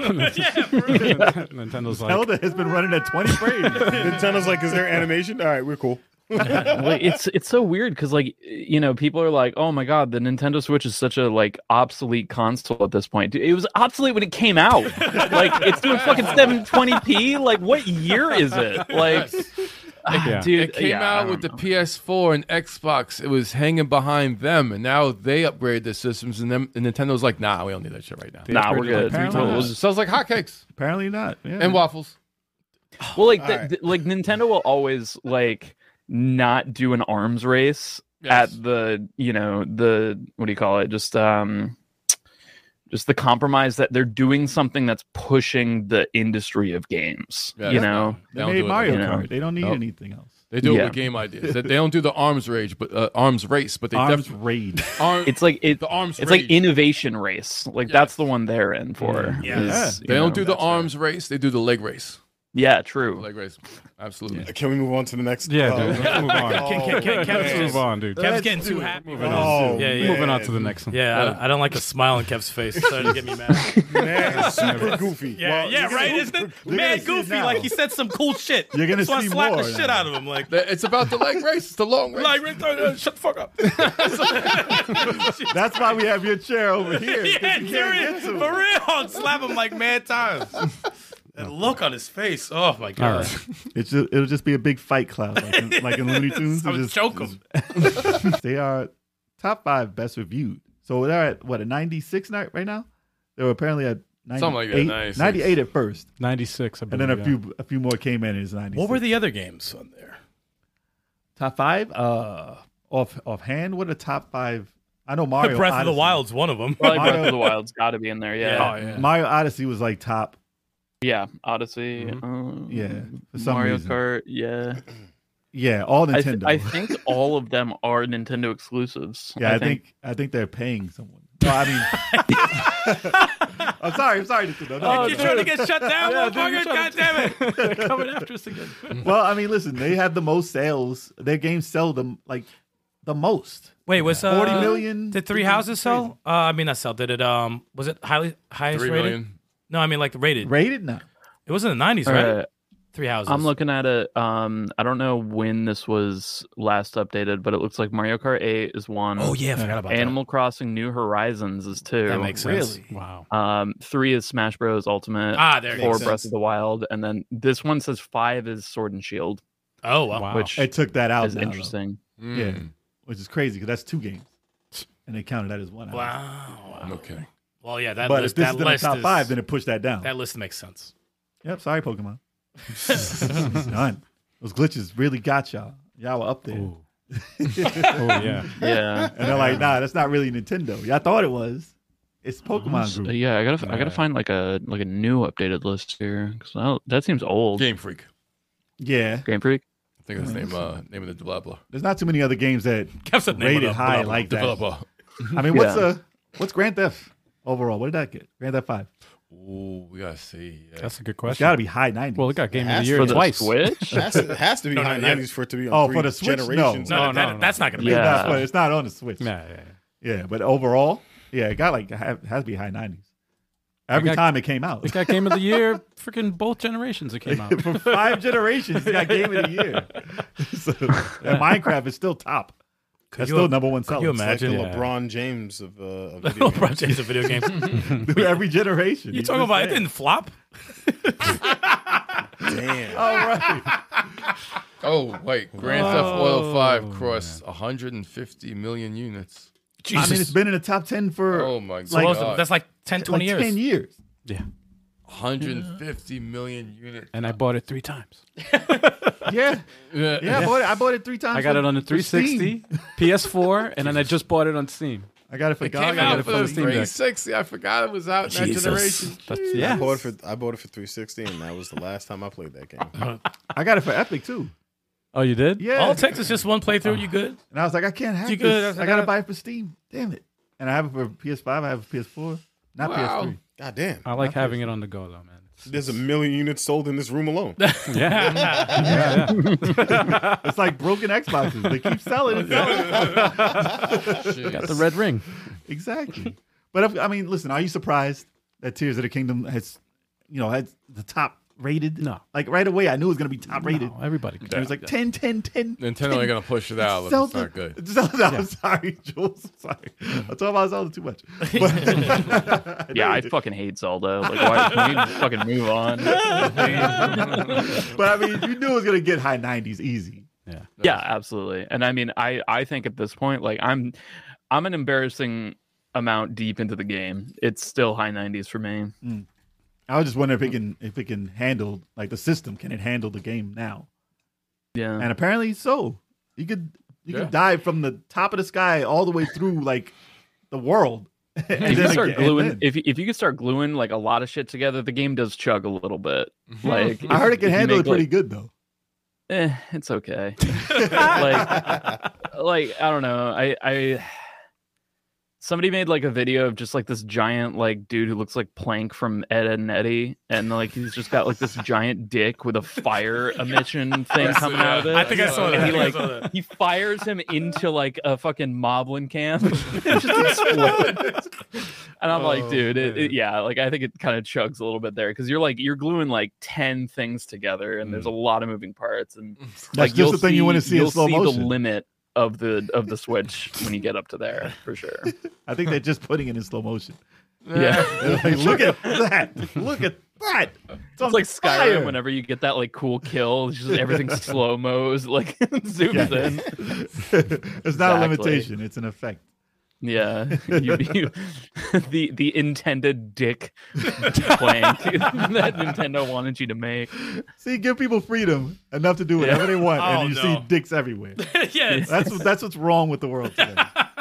S2: Nintendo's like,
S6: Zelda has been running at twenty frames.
S3: Nintendo's like, is there animation? All right, we're cool.
S5: Like, it's it's so weird because like you know people are like, oh my god, the Nintendo Switch is such a like obsolete console at this point. Dude, It was obsolete when it came out. like it's doing fucking 720p. Like what year is it? Like, ah,
S2: Yeah.
S5: dude,
S4: It came
S5: yeah, I
S4: out
S5: don't
S4: with the
S5: know.
S4: PS4 and Xbox. It was hanging behind them, and now they upgraded their systems, and, them, and Nintendo's like, nah, we don't need that shit right now.
S2: They
S5: Nah, we're
S2: upgraded like
S5: good.
S2: three
S6: We're
S5: We'll
S6: good.
S2: times.
S5: just-
S4: Sounds like hotcakes
S6: Apparently not. Yeah.
S4: and waffles.
S5: Well, like, the,
S3: Alright.
S5: the- like Nintendo will always like not do an arms race
S4: Yes.
S5: at the you know the what do you call it? Just um, just the compromise that they're doing something that's pushing the industry of games.
S4: Yeah,
S5: you
S4: that's
S5: know,
S4: not-
S6: They
S4: don't
S6: made
S4: do it.
S6: Mario
S5: you know.
S6: Kart. They don't need
S4: Nope.
S6: anything else.
S4: They do it
S5: Yeah.
S4: with game ideas. They, they don't do the arms rage, but uh, arms race, but they
S6: Arms
S4: definitely
S6: raid.
S4: arm,
S5: it's like it,
S4: the arms.
S5: it's
S4: rage.
S5: like innovation race. Like that's the one they're in for.
S7: Yeah.
S5: is,
S4: They
S5: you
S4: don't
S5: know,
S4: do the
S5: that's it.
S4: arms race. They do the leg race.
S5: Yeah, true.
S4: Leg race, absolutely.
S3: Can we move on to the next?
S2: Yeah,
S3: Oh,
S2: dude. Let's move on.
S3: Oh,
S7: Can- can- can-
S2: Let's move on, dude.
S7: Kev's getting too happy.
S2: Moving
S3: Oh,
S2: on.
S7: Yeah, yeah.
S2: Moving on to the next one.
S7: Yeah, I don't- I, don't like the smile on Kev's face. It's starting to get me mad.
S3: man, it's super goofy.
S7: Yeah,
S3: Well,
S7: yeah,
S3: you
S7: right?
S3: know,
S7: Isn't it
S6: You're gonna
S7: mad
S6: see
S7: goofy?
S6: now.
S7: Like he said some cool shit.
S6: You're gonna
S7: Just wanna
S6: see
S7: slap
S6: more
S7: the
S6: now.
S7: shit out of him. Like,
S4: It's about the leg race. It's the long race.
S7: like right there, uh, shut the fuck up.
S6: That's why we have your chair over here. 'cause you
S7: yeah,
S6: can't get
S7: serious.
S6: to it.
S7: For real. Slap him like mad times. That look on his face. Oh my
S2: All
S7: god.
S2: right.
S6: It's ju- it'll just be a big fight cloud, like in, like in Looney Tunes.
S7: I would
S6: Just-
S7: choke him.
S6: They are top five best reviewed. So they're at what a ninety six night right now. They were apparently at 98,
S4: Something like that, 96.
S6: 98 at first,
S2: 96, I
S6: and
S2: believe.
S6: then a
S2: yeah.
S6: few a few more came in. and It's ninety.
S7: What were the other games on there?
S6: top five? Uh, off offhand, what are the top five? I know Mario
S7: Breath of the
S6: Odyssey.
S7: Wild's one of them.
S5: Probably Breath
S6: Mario-
S5: of the Wild's got to be in there. Yeah,
S7: Yeah.
S5: yeah.
S4: Oh, yeah.
S6: Mario Odyssey was like top.
S5: Odyssey.
S4: Mm-hmm.
S5: um,
S6: Yeah, for some
S5: Mario
S6: reason.
S5: Kart. Yeah,
S6: Yeah, all
S5: I, th-
S6: Nintendo.
S5: I think all of them are Nintendo exclusives.
S6: yeah, I, think, I think they're paying someone. No, I mean, I'm sorry, I'm sorry, Nintendo.
S4: Oh,
S6: No,
S7: You're trying to get shut down, motherfucker? God damn it.
S2: They're coming after us again.
S6: Well, I mean, listen, they have the most sales. Their games sell them like the most.
S7: Wait, was uh,
S6: 40 million?
S7: Did Three Houses sell? Uh, I mean, not sell. Did it? Um, was it highly highest
S4: Three
S7: rated?
S4: million.
S7: No, I mean like rated.
S6: Rated now.
S7: It was in the nineties,
S5: All
S7: right?
S5: right.
S7: Three houses.
S5: I'm looking at it. Um, I don't know when this was last updated, but it looks like Mario Kart 8 is one.
S7: Oh yeah, I forgot about
S5: Animal Crossing New Horizons is two.
S7: That. That makes sense.
S2: Wow.
S5: Um, three is Smash Bros. Ultimate.
S7: Ah, there you
S5: four
S7: go.
S3: makes
S5: Breath
S3: sense.
S5: of the Wild, and then this one says five is Sword and Shield,
S7: Oh wow.
S2: Wow.
S5: which
S6: I took that
S7: Oh,
S6: out.
S5: is
S6: now, though,
S5: interesting.
S4: Mm,
S6: which is crazy because that's two games, and they counted that as one. hour.
S7: Wow.
S4: Mm, Okay.
S7: Well, yeah, that
S6: but if
S7: list.
S6: this
S7: that
S6: is in the
S7: list
S6: top
S7: is,
S6: five, then it pushed that down.
S7: that list makes sense.
S6: Yep. Sorry, Pokemon. Done. Those glitches really got y'all. Y'all were up there.
S2: Ooh.
S6: and
S2: Oh yeah.
S5: Yeah.
S6: they're like, nah, that's not really Nintendo. Y'all thought it was. It's Pokemon
S5: Uh,
S6: Group.
S5: yeah, I gotta I
S2: Yeah.
S5: gotta find like a like a new updated list here because that seems old.
S4: Game Freak.
S6: Yeah.
S5: Game Freak.
S4: I think that's the name. Uh, name of the developer.
S6: There's not too many other games that
S7: Kev said name
S6: rated
S7: of the
S6: high
S7: developer.
S6: like that.
S4: Developer.
S6: I mean, what's
S5: Yeah.
S6: uh what's Grand Theft overall? What did that get? Grand Theft Five.
S4: Ooh, we gotta see. Yeah.
S2: That's a good
S6: It's
S2: question.
S6: got to be high 90s.
S2: well, it got game of the
S3: Ask
S2: year
S5: for the
S2: twice.
S5: Switch.
S3: Has to, has to be
S7: No, no,
S3: high
S7: yeah.
S3: nineties for it to be on
S6: Oh,
S3: three
S6: for the Switch? No.
S3: generations.
S7: No,
S2: No,
S7: that,
S2: no, no.
S7: that's not gonna be.
S6: It's
S5: Yeah.
S6: not- but it's not on the Switch.
S2: Yeah, yeah, yeah.
S6: Yeah, but overall, yeah, it got like it ha- has to be high 90s. Every
S2: got-
S6: time it came out,
S2: It got game of the year. Freaking both generations it came out.
S6: for five generations, it got game of the year. so, and Minecraft is still top. That's
S7: you
S6: still
S7: im-
S6: number one
S7: could
S6: seller.
S7: you
S3: It's like the
S7: Imagine,
S2: yeah.
S3: LeBron James of, uh, of video games.
S7: LeBron James of video games.
S6: Through every generation.
S7: you talking about it didn't flop?
S3: Damn.
S6: All right.
S4: Oh wait, Grand Theft Auto
S5: Oh,
S4: Five crossed 150 million units.
S6: I mean, it's been in the top 10 for
S4: Oh my
S6: like,
S4: god,
S7: Well, that's like 10, 20
S6: like
S7: years.
S6: 10 years.
S2: Yeah.
S4: 150 million units.
S2: And I bought it three times.
S6: Yeah.
S4: Yeah,
S6: Yeah, I bought it. I bought it three times.
S2: I got
S6: for-
S2: it on the
S6: for Steam.
S2: 360, PS4, and then I just bought it on Steam.
S6: I got it for
S4: It
S6: God. I
S4: came
S6: got
S4: out
S6: it
S4: for
S6: for
S4: the
S6: the Steam Deck.
S4: 360. I forgot it was out in that generation.
S2: That's,
S3: I
S2: yeah.
S3: bought it for I bought it for 360, and that was the last time I played that game.
S5: Uh-huh.
S6: I got it for Epic too.
S2: Oh, you did?
S6: Yeah.
S7: All it takes is just one playthrough. You good?
S6: and I was like, I can't have
S7: You
S6: it.
S7: good?
S6: this. I gotta buy it for Steam. Damn it. And I have it for PS5. I have it for PS4. Not
S4: Wow.
S6: PS3.
S3: God damn.
S2: I like having it on the go, though, man.
S3: There's a million units sold in this room alone.
S2: Yeah.
S6: It's like broken Xboxes. They keep selling and selling.
S2: Got the red ring.
S6: exactly. But if, I mean, listen. Are you surprised that Tears of the Kingdom has, you know, had the top rated?
S2: No.
S6: Like right away, I knew it was gonna be top rated.
S2: No, Oh, everybody
S6: And it was like 10, 10, 10.
S4: Nintendo ain't gonna push it out. Look, it's
S6: Zelda.
S4: not good.
S6: Zelda, I'm sorry, Jules. I'm sorry. I'm talking about Zelda too much.
S5: Yeah, I fucking hate Zelda. Like, why? can we just fucking move on.
S6: But I mean, you knew it was gonna get high 90s easy.
S5: yeah, absolutely. And I mean, I I think at this point, like, I'm I'm an embarrassing amount deep into the game. It's still high 90s for me.
S6: I was just wondering if it can if it can handle like the system. Can it handle the game now?
S5: Yeah.
S6: And apparently, so you could you
S4: Yeah.
S6: could dive from the top of the sky all the way through like the world. and
S5: if you
S6: then
S5: start
S6: again- and
S5: gluing,
S6: then.
S5: if you- if you can start gluing like a lot of shit together, the game does chug a little bit. Like
S6: Mm-hmm. I
S5: if-
S6: heard it
S5: if
S6: can
S5: you
S6: handle it
S5: make,
S6: pretty
S5: like-
S6: good though.
S5: eh, it's okay. like, like I don't know. I, I, somebody made like a video of just like this giant like dude who looks like Plank from Ed, Ed and Eddie, and like he's just got like this giant dick with a fire emission thing
S4: Yes,
S5: coming
S4: yeah.
S5: out of it.
S4: I think I saw that.
S5: And
S4: I
S5: he
S4: think I
S5: like
S7: saw that.
S5: he fires him into like a fucking moblin camp. It just explodes. And I'm
S6: Oh,
S5: like, dude, it, it- yeah, like I think it kind of chugs a little bit there because you're like you're gluing like ten things together, and there's a lot of moving parts, and
S6: Mm. That's just the thing you want to see in
S5: you'll
S6: slow
S5: see
S6: motion.
S5: the limit of the of the switch when you get up to there for sure.
S6: I think they're just putting it in slow motion.
S5: Yeah,
S6: They're like, look at that! Look at that! It's, on
S5: it's like
S6: fire.
S5: Skyrim. Whenever you get that like cool kill, it's just everything slow mo's like zooms
S6: Yeah.
S5: in.
S6: it's not a
S5: Exactly.
S6: limitation; it's an effect.
S5: Yeah, you, you, the the intended dick plank that Nintendo wanted you to make.
S6: See, give people freedom enough to do whatever they want,
S7: Oh,
S6: and you
S7: no.
S6: see dicks everywhere.
S7: yes.
S6: That's what- that's what's wrong with the world today.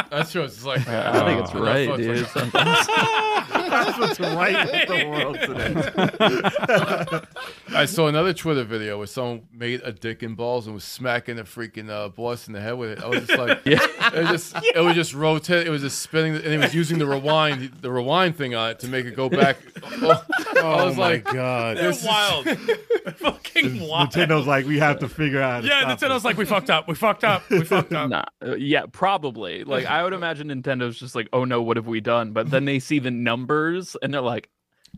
S4: That's true. It's like
S5: I think it's
S4: uh,
S5: right,
S4: that's
S5: dude.
S4: what's like-
S5: Sometimes-
S6: That's what's right with the world today.
S4: I saw another Twitter video where someone made a dick in balls and was smacking the freaking uh, boss in the head with it. I was just like, it was just it was just rotating. It was just spinning, and it was using the rewind the rewind thing on it to make it go back. Oh, I was like,
S3: God.
S7: They're wild. Fucking wild.
S6: Nintendo's like, we have to figure out.
S7: Yeah, Nintendo's like, we fucked up. We fucked up. We fucked up.
S5: Nah, uh, yeah, probably. Like I would imagine Nintendo's just like, oh no, what have we done? But then they see the numbers and they're like,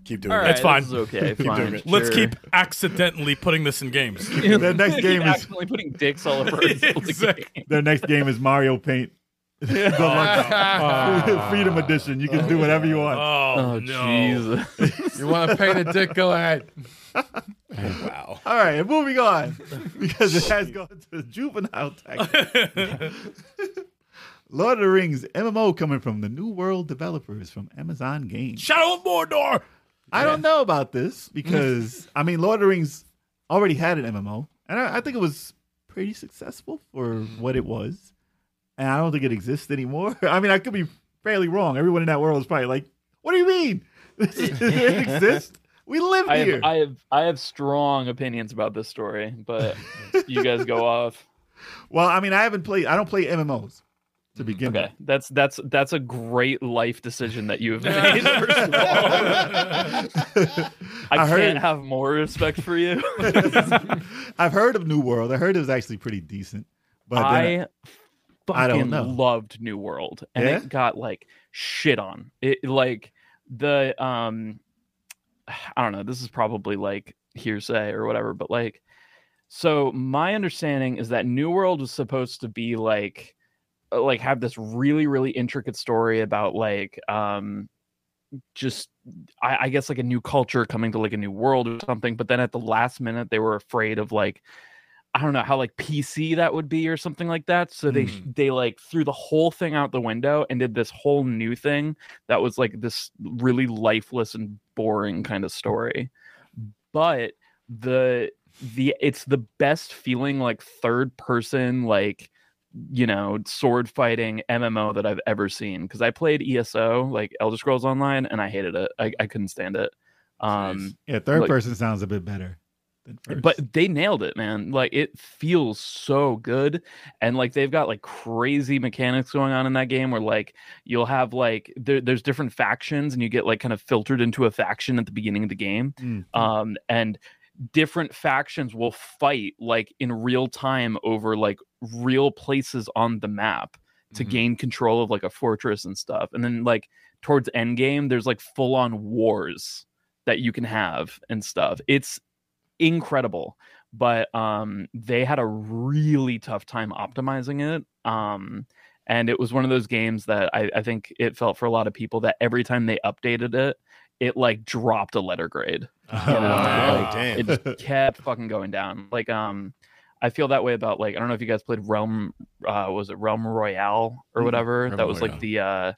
S3: Keep doing
S5: All
S3: it.
S5: right,
S7: It's fine.
S5: This is okay.
S3: Keep
S5: fine.
S3: doing it.
S7: Let's
S5: sure.
S7: keep accidentally putting this in games.
S6: Their next game
S5: Keep
S6: is
S5: accidentally putting dicks all over. his-
S7: Exactly.
S6: their next game is Mario Paint. The Lux- Freedom Edition. You can do whatever you
S7: Oh,
S6: want.
S5: Oh,
S7: no!
S5: Jesus.
S4: You want to paint a dick? Go ahead.
S3: Wow.
S6: All right, and moving on because it has gone to juvenile tax. Lord of the Rings MMO coming from the New World developers from Amazon Games.
S7: Shadow of Mordor.
S6: I don't know about this because I mean Lord of the Rings already had an MMO, and I, I think it was pretty successful for what it was. And I don't think it exists anymore. I mean, I could be fairly wrong. Everyone in that world is probably like, "What do you mean? it exists? We live
S5: I
S6: here."
S5: have, I have I have strong opinions about this story, but you guys go off.
S6: well, I mean, I haven't played. I don't play MMOs to begin with.
S5: Mm, Okay, that's that's that's a great life decision that you have made. First of all, I,
S6: I
S5: can't
S6: heard-
S5: have more respect for you.
S6: I've heard of New World. I heard it was actually pretty decent, but then,
S5: I
S6: I don't
S5: fucking
S6: know.
S5: loved New World, and
S6: Yeah?
S5: it got like shit on. It like the um, I don't know. This is probably like hearsay or whatever, but like, so my understanding is that New World was supposed to be like, uh, like have this really really intricate story about like um, just I, I guess like a new culture coming to like a new world or something. But then at the last minute, they were afraid of like I don't know how like PC that would be or something like that. So they sh they like threw the whole thing out the window and did this whole new thing that was like this really lifeless and boring kind of story. But the the it's the best feeling like third person like you know sword fighting MMO that I've ever seen because I played ESO like Elder Scrolls Online and I hated it. I, I couldn't stand it. Um,
S6: yeah, third
S5: Look-
S6: person sounds a bit better than first.
S5: but they nailed it man like it feels so good and like they've got like crazy mechanics going on in that game where like you'll have like there, there's different factions and you get like kind of filtered into a faction at the beginning of the game
S6: Mm.
S5: um and different factions will fight like in real time over like real places on the map to
S4: Mhm.
S5: gain control of like a fortress and stuff and then like towards end game there's like full on wars that you can have and stuff it's incredible but um they had a really tough time optimizing it um and it was one of those games that I, I think it felt for a lot of people that every time they updated it it like dropped a letter grade
S6: Oh,
S5: you know,
S3: wow.
S5: like,
S3: Damn.
S5: it just kept fucking going down. Like, um, I feel that way about like I don't know if you guys played Realm, uh, was it Realm Royale or
S6: Mhm.
S5: whatever?
S4: Mm-hmm. Realm
S5: that was
S4: Royale.
S5: like the, uh,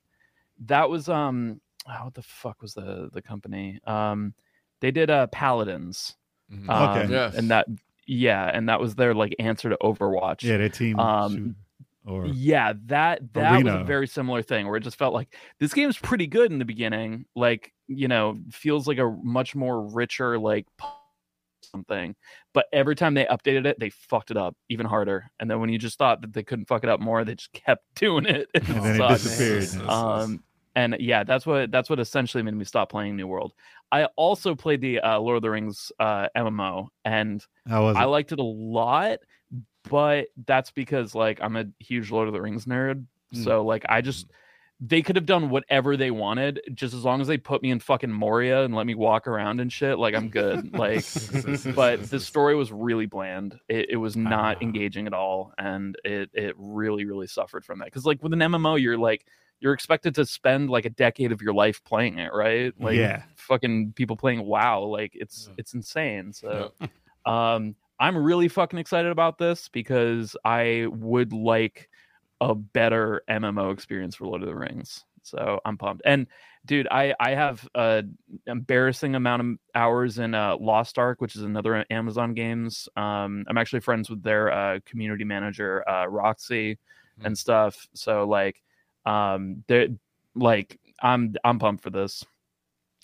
S5: that was um, oh, what the fuck was the the company? Um, they did uh Paladins.
S4: Mhm.
S5: Um,
S6: Okay.
S4: Yes.
S5: And that yeah, and that was their like answer to Overwatch.
S6: yeah, their team
S5: um,
S6: shooter or
S5: Yeah, that that was
S6: Arena.
S5: a very similar thing where it just felt like this game's pretty good in the beginning, like you know, feels like a much more richer like p- something. But every time they updated it, they fucked it up even harder. And then when you just thought that they couldn't fuck it up more, they just kept doing it. It
S6: and then it
S5: sucked.
S6: disappeared.
S5: Um, and yeah, that's what that's what essentially made me stop playing New World. I also played the uh, Lord of the Rings uh, MMO, and
S6: How was it?
S5: I liked it a lot, but that's because like I'm a huge Lord of the Rings nerd. So like I just they could have done whatever they wanted, just as long as they put me in fucking Moria and let me walk around and shit. Like I'm good. Like but the story was really bland. It, it was not engaging at all, and it it really really suffered from that. Because like with an MMO, you're like you're expected to spend like a decade of your life playing it, right? Like
S6: Yeah.
S5: fucking people playing WoW, like it's
S4: Yeah.
S5: it's insane. So um, I'm really fucking excited about this because I would like a better MMO experience for Lord of the Rings. So I'm pumped. And dude, I I have a embarrassing amount of hours in uh, Lost Ark, which is another Amazon games. Um, I'm actually friends with their uh, community manager, uh, Roxy, and stuff. So like, um, they're like, I'm I'm pumped for this.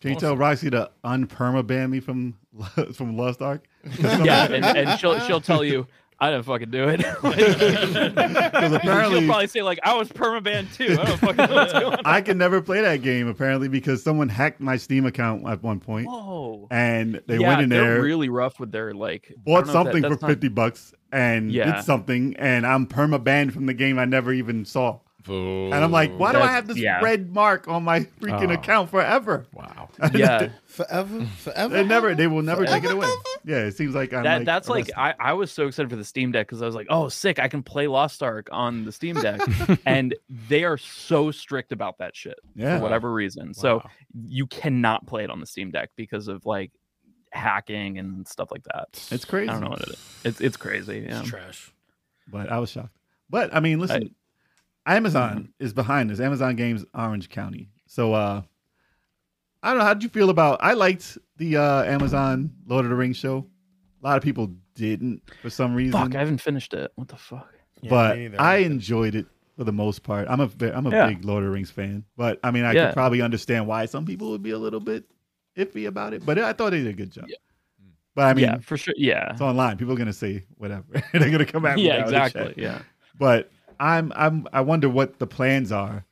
S6: Can you tell Roxy to unpermaban me from from Lost Ark?
S5: Yeah, and, and she'll she'll tell you. I didn't fucking do it.
S6: Because
S5: She'll
S6: apparently
S5: probably say like I was permaban too. I don't fucking know what's going on.
S6: I can never play that game. Apparently because someone hacked my Steam account at one point,
S5: Whoa.
S6: and they
S5: yeah,
S6: went in
S5: they're
S6: there,
S5: really rough with their like I
S6: bought
S5: don't know if that-
S6: something for
S5: that's not-
S6: fifty bucks, and
S5: Yeah.
S6: did something, and I'm permabanned from the game I never even saw. And I'm like, why do I
S5: That's-
S6: have this
S5: yeah.
S6: red mark on my freaking
S2: Oh.
S6: account forever?
S2: Wow.
S5: yeah.
S3: Forever, forever.
S6: They never, they will never take it away. Yeah, it seems like I'm.
S5: that
S6: like,
S5: that's like
S6: arrested.
S5: I, I was so excited for the Steam Deck because I was like, oh, sick! I can play Lost Ark on the Steam Deck, and they are so strict about that shit
S6: yeah.
S5: for whatever reason. So you cannot play it on the Steam Deck because of like hacking and stuff like that.
S6: It's crazy.
S5: I don't know what it is. It's it's crazy. Yeah.
S7: It's trash.
S6: But I was shocked. But I mean, listen, Amazon
S5: mm-hmm.
S6: is behind this. Amazon Games Orange County. So uh I don't know. How did you feel about? I liked the uh Amazon Lord of the Rings show. A lot of people didn't for some reason,
S5: Fuck! I haven't finished it. What the fuck?
S6: but
S3: me neither.
S6: I enjoyed it for the most part. I'm a ve- I'm a
S5: Yeah.
S6: big Lord of the Rings fan, but I mean, I
S5: Yeah.
S6: could probably understand why some people would be a little bit iffy about it. But I thought they did a good job. But I mean,
S5: yeah, for sure. Yeah.
S6: it's online. People are gonna say whatever. They're gonna come at me.
S5: Yeah.
S6: now with this shit
S5: Exactly. Yeah.
S6: but I'm I'm I wonder what the plans are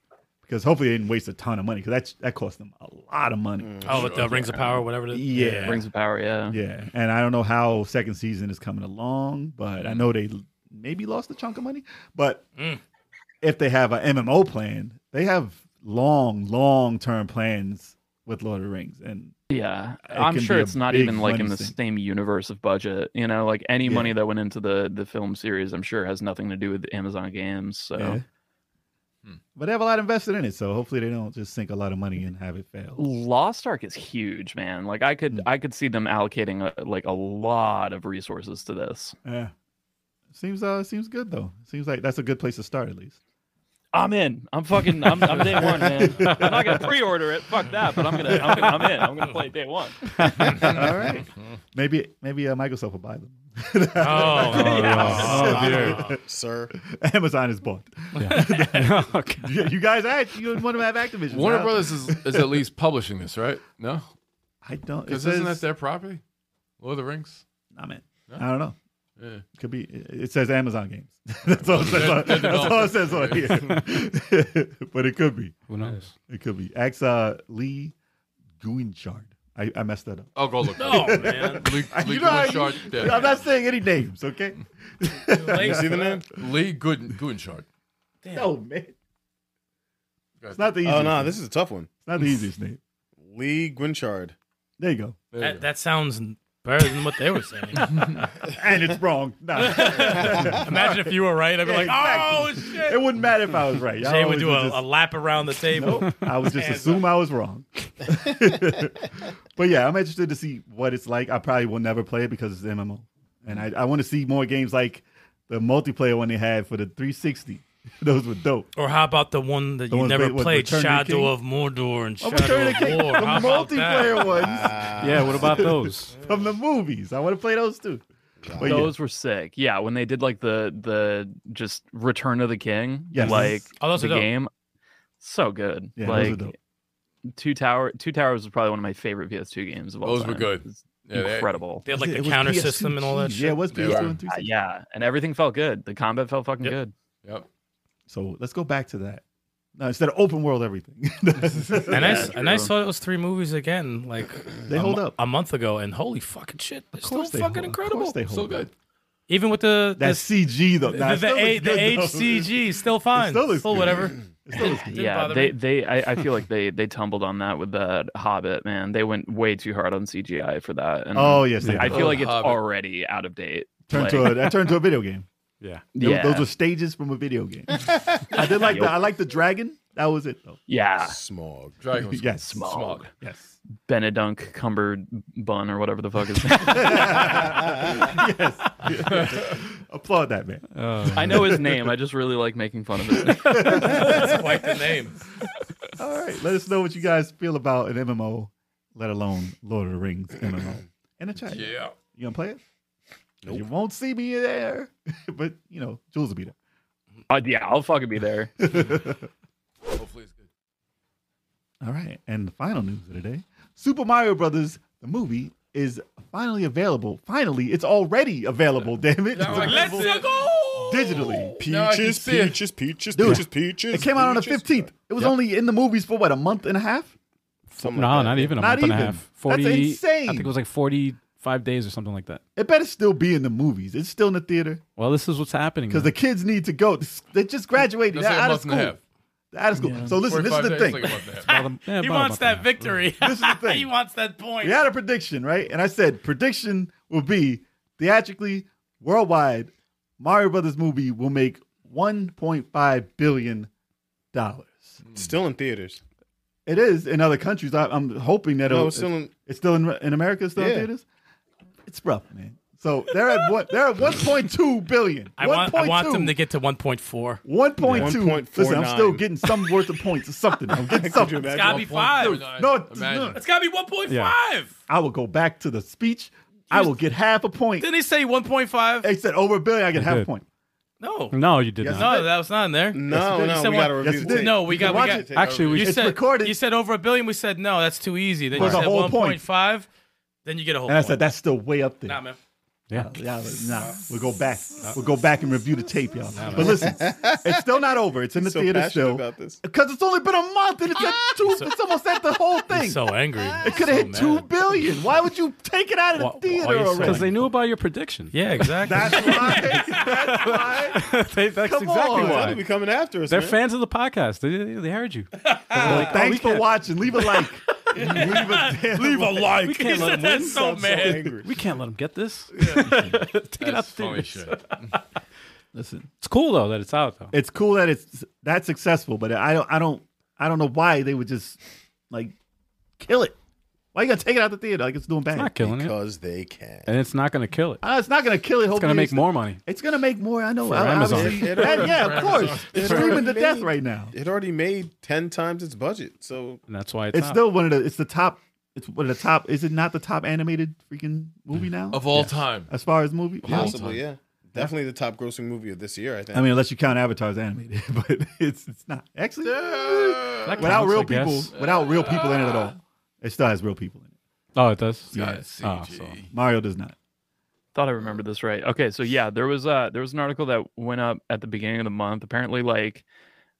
S6: because hopefully they didn't waste a ton of money because that's that cost them a lot of money.
S5: Mm-hmm.
S3: Mm,
S7: Oh, with the Rings of Power, whatever. The,
S6: Yeah.
S5: Rings of Power. Yeah.
S6: Yeah, and I don't know how second season is coming along, but I know they l- maybe lost a chunk of money. But
S7: Mm.
S6: if they have a MMO plan, they have long, long term plans with Lord of the Rings, and
S5: Yeah,
S6: It
S5: I'm
S6: can
S5: sure
S6: be a
S5: it's not
S6: big
S5: even like in
S6: money
S5: the
S6: sink.
S5: same universe of budget. You know, like any
S6: Yeah.
S5: money that went into the the film series, I'm sure has nothing to do with Amazon Games. So
S6: yeah.
S4: Hmm.
S6: but they have a lot invested in it, so hopefully they don't just sink a lot of money and have it fail.
S5: Lost Ark is huge, man. Like I could
S6: Mm.
S5: I could see them allocating a, like a lot of resources to this.
S6: Yeah, Eh, seems uh seems good though. Seems like that's a good place to start at least.
S5: I'm in. I'm fucking. I'm, I'm day one, man. I'm not gonna pre-order it. Fuck that. But I'm gonna. I'm, gonna, I'm in. I'm gonna play day one.
S6: All right. Maybe maybe uh, Microsoft will buy them.
S7: Oh,
S3: Oh,
S7: yeah.
S3: dear. Sir,
S6: Amazon is bought.
S2: oh, God.
S6: You, you guys act. You want to have Activision.
S4: Warner
S6: now.
S4: Brothers is, is at least publishing this, right? No,
S6: I don't. It
S4: because
S6: says,
S4: isn't that their property? Lord of the Rings.
S6: Nah, man.
S4: No?
S6: I don't know.
S4: Yeah.
S6: Could be. It it says Amazon games. that's all. It says on,
S4: They're- they're
S6: that's all it says on here. but it could be.
S2: Who knows?
S6: It could be. Ask uh, Lee Guinchard. I, I messed that up.
S4: Oh, go look.
S7: No, man.
S4: Lee, Lee
S6: You know how you-
S4: Guinchard.
S6: I'm not saying any names, okay?
S7: Late
S3: see the
S7: for that.
S3: name?
S4: Lee Good Guinchard.
S6: No, man. It's not the easiest.
S3: Oh no, this is a tough one.
S6: it's not the easiest name.
S3: Lee Gwynchard.
S6: There you go.
S4: There you
S7: That,
S4: go.
S7: that sounds better than what they were saying.
S6: And it's wrong. Nah.
S7: Imagine if you were right. I'd be
S6: Yeah,
S7: like, oh
S6: exactly.
S7: shit.
S6: It wouldn't matter if I was right. Y'all
S7: Jay would
S6: always
S7: do a,
S6: just-
S7: a lap around the table.
S6: Nope. I would just
S7: Hands
S6: assume I was wrong. but yeah, I'm interested to see what it's like. I probably will never play it because it's MMO, and I, I want to see more games like the multiplayer one they had for the 360. Those were dope.
S7: Or how about the one that
S6: The
S7: you
S6: one
S7: never
S6: with- with
S7: played,
S6: Return of the King?
S7: Shadow of Mordor and
S6: I'm
S7: Shadow
S6: to
S7: of
S6: King,
S7: War?
S6: the
S7: How about that?
S6: multiplayer ones
S2: Yeah, what about those?
S6: from the movies. I want to play those too. But yeah.
S5: Those were sick. Yeah, when they did like the the just Return of the King,
S6: Yes.
S5: like
S7: Oh, those
S5: the
S7: are dope.
S5: game, so good.
S6: Yeah, those are
S5: like
S6: dope.
S5: Two Tower, Two Towers was probably one of my favorite PS2 games of all
S4: Those
S5: time.
S4: were good.
S5: It's
S4: Yeah, they-
S5: incredible.
S7: They had like
S6: It
S7: the
S6: was
S7: counter
S6: PS2,
S7: system and all that
S6: geez. Yeah, it
S7: shit.
S6: was
S4: They
S6: PS2
S4: were.
S6: and 360.
S5: Uh, yeah, and everything felt good. The combat felt fucking
S4: Yep.
S5: good.
S4: Yep.
S6: So let's go back to that. No, instead of open world everything.
S7: And I,
S5: Yeah,
S7: s- and I
S5: true.
S7: saw those three movies again, like
S6: They
S7: a,
S6: hold
S7: mo-
S6: up.
S7: a month ago, and holy fucking shit, they're
S6: Of
S7: still
S6: course they
S7: fucking
S6: hold- of course
S7: incredible.
S6: they hold
S4: So
S6: up.
S4: good.
S7: Even with the
S6: That
S7: the,
S6: CG though.
S7: the,
S6: Nah, it
S7: the,
S6: still looks
S7: A- the
S6: good,
S7: age
S6: though.
S7: CG, still fine,
S6: still
S7: still,
S6: looks good.
S7: whatever.
S6: It still looks good.
S7: Didn't
S5: yeah,
S7: bother
S5: they
S7: me.
S5: they I, I feel like they they tumbled on that with that Hobbit man. They went way too hard on CGI for that. And
S6: Oh yes, they
S5: I
S6: did.
S5: feel like it's
S4: Hobbit.
S5: already out of date.
S6: turned
S5: Like,
S6: to a, that turned to a video game.
S2: Yeah.
S6: Those-
S5: yeah,
S6: Those were stages from a video game. I did like the I like the dragon. That was it though.
S5: yeah.
S3: Smog.
S4: Dragon was
S6: Yes.
S5: Smog.
S4: Smog.
S6: Yes.
S5: Benedunk Cumber Bun or whatever the fuck his name.
S6: yes. Applaud that man.
S5: I know his name. I just really like making fun of his name.
S7: That's quite the name.
S6: All right. Let us know what you guys feel about an MMO, let alone Lord of the Rings MMO. In the chat.
S4: Yeah.
S6: You gonna play it? You won't see me there. but you know, Jules will be there.
S5: Uh, yeah, I'll fucking be there.
S4: Hopefully it's good.
S6: All right, and the final news of the day: Super Mario Brothers, the movie, is finally available. Finally, it's already available. Damn it!
S4: Now I can
S7: Let's
S4: see it.
S7: go.
S6: digitally.
S4: Now I can
S3: Peaches,
S4: see it.
S3: peaches, peaches,
S6: Dude,
S3: peaches, peaches.
S6: It came out on the
S3: peaches.
S6: fifteenth. It was
S4: Yep.
S6: only in the movies for what a month and a half.
S3: Something
S2: No,
S3: like that.
S2: not even a
S6: Not
S2: month
S6: even.
S2: and a half.
S6: That's
S2: Forty. I
S6: insane.
S2: think it was like 40, five days or something like that.
S6: It better still be in the movies. It's still in the theater
S2: Well, this is what's happening.
S6: because
S2: man.
S6: the kids need to go. They just graduated.
S4: That's
S6: They're
S4: like a
S6: out of
S4: month and a
S6: school.
S4: half.
S6: They're out of school. So listen, this is
S4: 45
S6: the
S4: days,
S6: thing.
S4: like a month and a half.
S2: Bottom- yeah,
S7: he
S2: bottom
S7: wants
S2: up
S7: that
S2: now.
S7: victory.
S6: This is the thing.
S7: he wants that point.
S6: we had a prediction, right? And I said prediction will be theatrically worldwide, Mario Brothers movie will make 1.5 billion dollars.
S3: Mm. Still in theaters.
S6: It is in other countries. I, I'm hoping that
S3: No,
S6: it'll,
S3: it's still in.
S6: it's still in, in America. Still in
S3: Yeah.
S6: theaters. It's rough, man. So they're at one, they're at 1.2 billion.
S7: I want, I want
S6: 1.2.
S7: them to get to 1.4.
S6: 1.2 Listen, I'm still
S3: 1.49.
S6: getting some worth of points or something. I'm getting
S3: Could you
S6: something.
S3: imagine?
S7: gotta be five.
S6: No,
S4: imagine.
S7: It's got to be 1.5.
S6: I will go back to the speech. I will get half a point.
S7: Didn't he say 1.5?
S6: They said over a billion. I get half a
S2: did.
S6: point.
S7: No.
S2: No, you did
S6: Yes,
S2: not.
S7: No, that was not in there.
S3: No,
S6: Yes, it
S3: no, we
S7: did. Yes,
S3: got to
S6: it
S3: review the
S6: did.
S3: tape.
S7: No, we
S3: You can
S7: got- we
S3: watch
S7: got-
S3: the tape.
S2: Actually, we
S7: You
S6: It's
S7: said
S6: recorded.
S7: You said over a billion. We said no. That's too easy. Then
S6: For
S7: you
S6: the
S7: said
S6: whole point.
S7: 1.5. Then you get a whole.
S6: And I
S7: point.
S6: said that's still way up there.
S7: nah, man.
S2: yeah.
S6: Y'all, nah, we'll go back. We'll go back and review the tape, y'all. but listen, it's still not over. It's in the
S3: so
S6: theater
S3: passionate
S6: still
S3: about this.
S6: because it's only been a month and it's at two. It's almost at the whole thing.
S7: Ah! He's so angry.
S6: it could have hit two billion. Why would you take it out of the
S7: Why- why
S6: theater
S7: you so
S6: already?
S2: Because they knew about your prediction.
S7: Yeah, exactly.
S6: That's why. That's why.
S2: They- that's
S6: Come
S2: exactly
S6: on.
S3: Why
S2: why.
S3: they be coming after us?
S2: They're
S3: man?
S2: fans of the podcast. They, they, they heard you.
S6: Thanks for watching. Leave a like. leave a damn
S7: Leave a like.
S2: We can't
S7: He
S2: let him
S7: said that's
S2: win.
S7: so
S3: I'm
S7: mad.
S3: angry.
S2: We can't let them get this. Take it out
S4: That's
S2: the theater.
S4: funny shit.
S6: Listen,
S2: It's cool though that it's out though.
S6: it's cool that it's that successful, but I don't, I don't, I don't know why they would just like kill it. Why you gotta take it out the theater? Like it's doing bad.
S2: It's not killing it,
S3: Because they can.
S2: and it's not going to kill it.
S6: Uh, it's not gonna kill it.
S2: It's going to make more money.
S6: It's gonna make more. I know.
S2: For
S6: I-
S2: Amazon.
S6: obviously-
S3: It- it
S6: Yeah,
S3: already-
S6: yeah,
S4: for
S6: of course.
S4: Amazon.
S6: It's
S3: It already
S6: streaming to
S3: made-
S6: death right now.
S3: It already made ten times its budget. So
S2: And that's why it's,
S6: It's
S2: out.
S6: still one of the. It's the top. It's one of the top. Is it not the top animated freaking movie now?
S4: Of all time.
S6: as far as movie, Yeah.
S3: possibly, yeah, definitely the top grossing movie of this year. I think.
S6: I mean, unless you count Avatar's animated, but it's it's not actually
S2: That
S6: without
S2: counts,
S6: real
S2: I
S6: people.
S2: guess.
S6: Without real people in it at all, it still has real people in it.
S2: Oh, it does.
S4: God,
S2: Yes. Oh,
S4: CG.
S2: so-
S6: Mario does not.
S5: Thought I remembered this right. Okay, so yeah, there was uh there was an article that went up at the beginning of the month. Apparently, like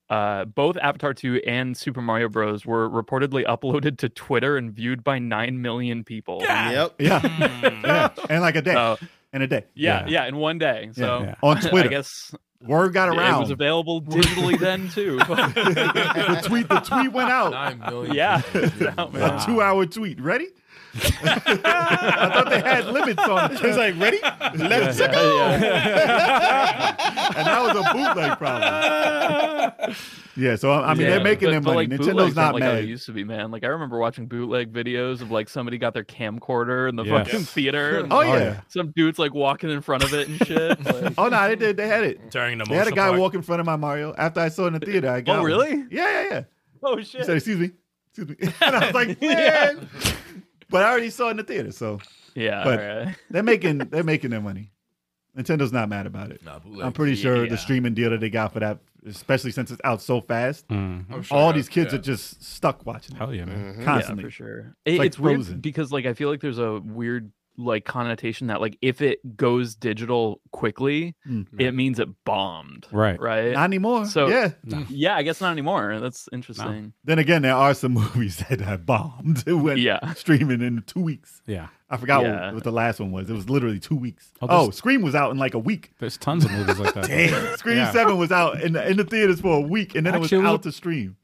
S5: uh both Avatar 2 and Super Mario Bros. were reportedly uploaded to Twitter and viewed by nine million people. Yeah,
S3: yep.
S6: Yeah, yeah, and like a day,
S5: so,
S6: and a day.
S5: yeah,
S2: Yeah.
S5: yeah, in one day. So
S2: yeah.
S6: on
S5: I
S6: Twitter,
S5: guess
S6: word got
S5: it was
S6: around.
S5: available digitally then too.
S6: the tweet, the tweet went out.
S4: Nine million.
S5: yeah,
S4: people.
S5: it's out, man.
S6: A two-hour tweet. Ready? I thought they had limits on it,
S3: It's like ready. Let's
S5: Yeah, yeah.
S6: and that was a bootleg problem. Yeah, so I I mean they're making
S5: but-
S6: their
S5: but,
S6: money.
S5: Like,
S6: Nintendo's
S5: bootlegs aren't
S6: not
S5: like how they
S6: mad.
S5: used to be, man. Like I remember watching bootleg videos of like somebody got their camcorder in the
S2: Yeah.
S5: fucking theater. And,
S6: Oh
S5: like,
S6: yeah.
S5: some dude's like walking in front of it and shit. like-
S6: Oh no, they did. They had it.
S7: During the
S6: They had a guy walk in front of my Mario. After I saw it in the theater, I got.
S5: oh
S6: one.
S5: really?
S6: Yeah, yeah, yeah.
S5: Oh
S6: He
S5: shit!
S6: said, "Excuse me, excuse me," and I was like, "Man." But I already saw it in the theater, so
S5: yeah,
S6: but-
S5: alright.
S6: they're making they're making their money. Nintendo's not mad about it.
S4: Nah, bootleg.
S6: I'm pretty sure
S5: yeah.
S6: the streaming deal that they got for that, especially since it's out so fast,
S2: Mm.
S4: I'm sure
S6: all
S4: that-
S6: these kids
S4: yeah.
S6: are just stuck watching it
S2: Hell yeah, man.
S3: Mm-hmm.
S5: yeah,
S6: constantly.
S5: for sure. It-
S6: like
S5: it's weird
S6: Frozen.
S5: because like I feel like there's a weird like connotation that like if it goes digital quickly,
S6: Mm.
S5: it means it bombed,
S2: Right.
S5: right?
S6: Not anymore.
S5: So-
S6: yeah.
S5: yeah, I guess not anymore. That's interesting.
S6: Then again, there are some movies that have bombed. It went
S5: Yeah.
S6: streaming in two weeks.
S2: Yeah.
S6: I forgot
S5: Yeah.
S6: what, what the last one was. It was literally two weeks.
S2: Oh,
S6: Oh,
S2: there's-
S6: Scream was out in like a week.
S2: There's tons of movies like that.
S6: Scream
S2: Yeah.
S6: Seven was out in the, in the theaters for a week, and then it
S2: Actually,
S6: was out to stream.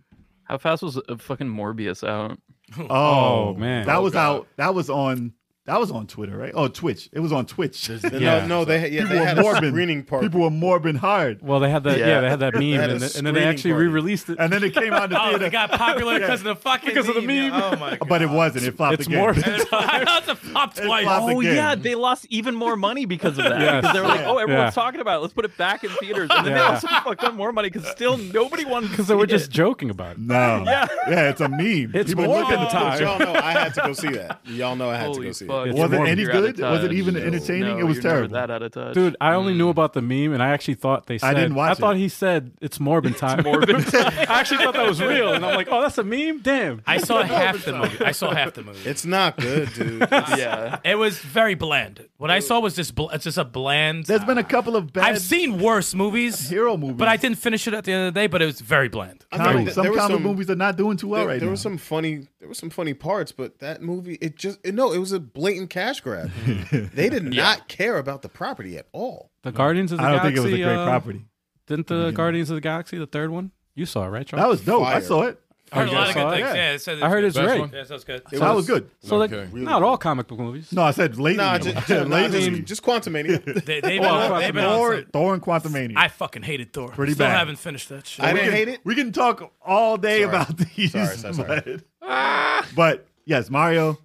S5: How fast was uh, fucking Morbius out?
S6: Oh,
S2: Oh, man.
S6: that
S2: Oh,
S6: was
S4: God.
S6: out. That was on. That was on Twitter, right? Oh, Twitch. It was on Twitch.
S2: Yeah.
S3: No, no, they yeah,
S6: People
S3: they
S6: were
S3: had a
S6: morbid.
S3: screening party.
S6: People were morbid hard,
S2: Well, they had that. Yeah,
S5: Yeah.
S2: they had that meme,
S3: had a
S2: and, th- and then they
S3: screening
S2: actually
S3: party.
S2: re-released it.
S6: and then it came out in the
S7: Oh,
S6: theater,
S7: it got popular because of the fucking
S2: Because of the meme.
S7: Oh my god!
S6: but it wasn't. It flopped
S2: It's
S6: again.
S2: more.
S7: I know it's a flop
S6: It
S7: twice.
S6: flopped
S5: Oh
S6: again.
S5: yeah, they lost even more money because of that.
S2: Yes.
S5: Because they were like,
S6: Yeah.
S5: "Oh, everyone's
S2: Yeah.
S5: talking about it. Let's put it back in theaters." And then
S2: Yeah.
S5: they also fucked up more money because still nobody wanted to
S2: Because they were
S5: see
S2: just
S5: it.
S2: joking about it.
S6: No. Yeah. it's a meme.
S2: It's
S6: People
S2: more
S6: look
S2: than
S6: at
S2: time.
S3: But y'all know I had to go see that. Y'all know I had to
S5: Holy
S3: go see
S5: fuck!
S3: it.
S2: It's
S6: Was it
S2: more-
S6: any
S5: You're out of
S6: good? Was it
S5: touch.
S6: even
S5: No.
S6: entertaining?
S5: No,
S6: it was
S5: you're never
S6: terrible.
S5: That out of touch,
S2: Dude, I only knew about the meme, and I actually thought they said.
S6: Mm. I didn't watch
S2: I thought
S6: it.
S2: he said it's Morbin time.
S5: Morbid.
S2: I actually thought that was real, and I'm like, oh, that's a meme. Damn.
S7: I saw half the movie. I saw half the movie.
S3: It's not good, dude.
S5: yeah,
S7: It was very bland. What I saw was just bl- it's just a bland.
S6: There's been a couple of bad
S7: I've seen worse movies,
S6: hero movies.
S7: but I didn't finish it at the end of the day. But it was very bland.
S3: I mean,
S6: Comedy.
S3: th-
S6: some
S3: there were
S6: comic
S3: some-
S6: movies are not doing too well
S3: there,
S6: right
S3: there
S6: now.
S3: were some funny there were some funny parts but that movie it just it, no it was a blatant cash grab. they did not care about the property at all.
S2: The Guardians of the
S6: I don't
S2: Galaxy.
S6: think it was a great
S2: uh,
S6: property. Mm-hmm.
S2: Didn't the Guardians of the Galaxy, the third one, you saw it, right, Charles?
S6: That was dope. I
S3: Fire.
S6: saw it.
S7: I heard a lot of
S2: saw
S7: good
S2: it.
S7: things.
S6: Yeah.
S7: Yeah, it said
S2: I heard it's
S4: Best
S2: great.
S4: one?
S7: Yeah, that sounds good.
S6: So that was good.
S2: So like,
S4: Okay.
S2: not all comic book movies.
S6: No, I said lately.
S3: Nah, just, nah, just, just Quantumania.
S7: They, they've been,
S2: Well,
S7: on,
S2: I
S7: they've been on
S6: Thor,
S7: some-
S6: Thor and Quantumania.
S7: I fucking hated Thor.
S6: Pretty
S7: Still
S6: bad.
S7: haven't finished that shit.
S3: I
S6: We
S3: didn't
S6: can-
S3: hate it.
S6: We can talk all day
S3: Sorry.
S6: about these.
S3: Sorry, sorry, sorry.
S6: But,
S5: Ah.
S6: but yes, Mario.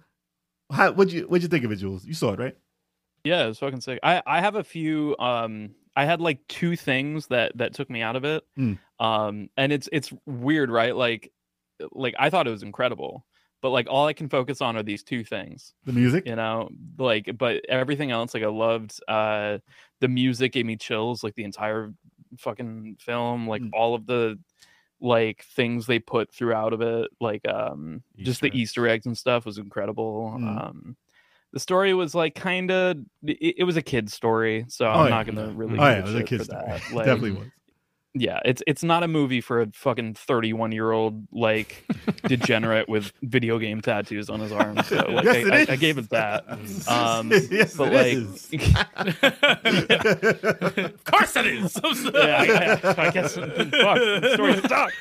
S6: How, what'd you what'd you think of it, Jules? You saw it, right?
S5: Yeah, it's fucking sick. I I have a few. Um, I had like two things that that took me out of it.
S6: Mm.
S5: Um, and it's it's weird, right? Like, like I thought it was incredible, but like all I can focus on are these two things,
S6: The music.
S5: you know. Like, but everything else, like I loved. Uh, the music gave me chills, like the entire fucking film, like
S6: Mm.
S5: all of the like things they put throughout of it, like um, just the
S2: Easter
S5: Easter eggs and stuff was incredible.
S6: Mm.
S5: Um the story was like kind of it, it was a kid's story so i'm
S6: yeah,
S5: not gonna really
S6: Oh yeah, it
S5: give
S6: was a kid's
S5: a shit for
S6: story.
S5: that. Like,
S6: Definitely was.
S5: yeah it's it's not a movie for a fucking 31 year old like degenerate with video game tattoos on his arm so like,
S6: yes,
S5: I,
S6: it
S5: I-
S6: is.
S5: I gave it that um
S6: yes,
S5: but
S6: it
S5: like
S6: is.
S7: of course it is. I'm so-
S5: yeah, I guess, I guess fuck, the story sucked.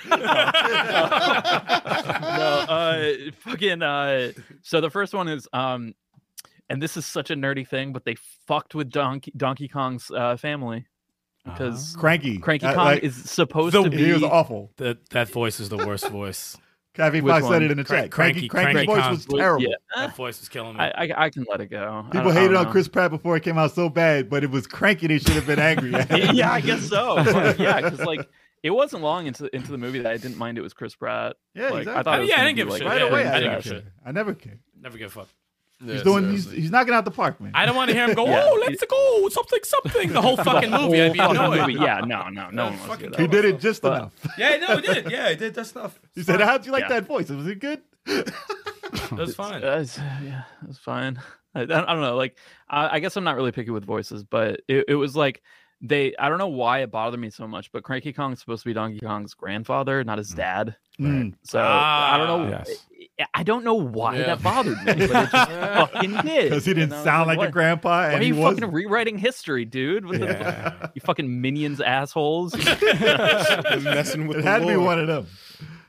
S5: No, uh, fucking. Uh, so the first one is, um, and this is such a nerdy thing, but they fucked with Donkey Donkey Kong's uh, family because
S6: Cranky.
S5: Cranky
S6: Uh,
S5: Kong
S6: like,
S5: is supposed
S7: The-
S5: to
S6: He
S5: be.
S6: was awful.
S7: that that voice is the worst voice.
S6: Kevin
S5: Which
S6: Fox said
S5: one?
S6: it in the
S7: Cra-
S6: chat. Cranky, Cranky,
S7: Cranky- Cranky
S6: voice
S7: Kong.
S6: was terrible.
S5: Yeah,
S7: That voice is killing me.
S5: I, I, I can let it go. I
S6: People
S5: don't- I
S6: hated
S5: don't
S6: on
S5: know.
S6: Chris Pratt before it came out so bad, but it was cranky. They should have been angry. at.
S5: Y- yeah, I guess so. Fuck, yeah, because like it wasn't long into into the movie that I didn't mind it was Chris Pratt.
S6: Yeah,
S5: Like,
S6: exactly.
S5: I thought it was
S7: Yeah, I
S5: gonna
S7: didn't
S5: be,
S7: give a
S5: like,
S7: shit.
S6: right away,
S7: Yeah,
S6: I,
S7: I didn't
S6: didn't
S7: give a
S6: care. I never cared.
S7: Never give a fuck.
S4: Yeah,
S6: He's doing. He's,
S4: seriously.
S6: he's knocking out the park, man.
S7: I don't want to hear him go,
S5: Yeah.
S7: "Oh, let's go, something, something." The whole fucking movie, I'd be
S5: Fucking
S7: annoyed.
S5: movie. Yeah, no, no, no one wants to
S7: fucking
S5: do that.
S6: he did it just enough.
S7: Yeah, no, it did. Yeah, it did. That's stuff.
S6: He said, "How'd you like
S5: Yeah.
S6: that voice? Was it good?"
S7: That's fine.
S5: Uh, it's- yeah, it's fine. I, I don't know. Like, I, I guess I'm not really picky with voices, but it, it was like they. I don't know why it bothered me so much, but Cranky Kong's supposed to be Donkey Kong's grandfather, not his dad.
S6: Mm.
S5: So I don't know.
S2: Ah. Yes.
S5: I- I don't know why
S4: Yeah.
S5: that bothered me, but it just fucking did.
S6: Because he
S5: And
S6: didn't
S5: I was
S6: sound like, a
S5: "What-
S6: grandpa,
S5: Why
S6: and
S5: are
S6: he
S5: you
S6: was.
S5: fucking rewriting history, dude? What the fuck?
S2: Yeah.
S5: You fucking minions, assholes.
S3: Just messing with
S6: It
S3: the
S6: had to be
S3: Lord.
S6: one of them.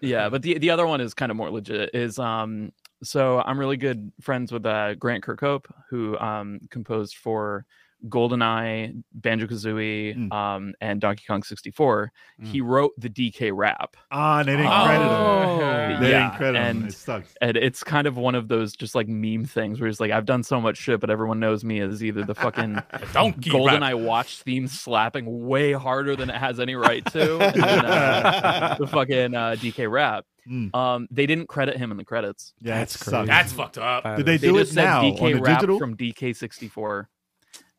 S5: yeah, but the the other one is kind of more legit. Is um, so I'm really good friends with uh, Grant Kirkhope, who um composed for GoldenEye, Banjo Kazooie,
S6: Mm.
S5: um, and Donkey Kong 64. He wrote the DK rap,
S6: Ah, and they didn't credit him.
S2: Oh.
S6: They
S5: yeah,
S6: didn't credit him.
S5: and-
S6: It sucks.
S5: and it's kind of one of those just like meme things where he's like, I've done so much shit, but everyone knows me as either the fucking
S7: Donkey rap.
S5: GoldenEye watch theme slapping way harder than it has any right to. and then, uh, the fucking uh, DK rap.
S6: Mm.
S5: Um, they didn't credit him in the credits.
S6: Yeah,
S2: That's
S6: it sucks.
S2: crazy.
S7: That's fucked up.
S2: That
S6: Did they
S2: is-
S5: They
S6: do
S5: just
S6: it
S5: said
S6: now on
S5: DK
S6: the
S5: rap
S6: digital?
S5: from DK64.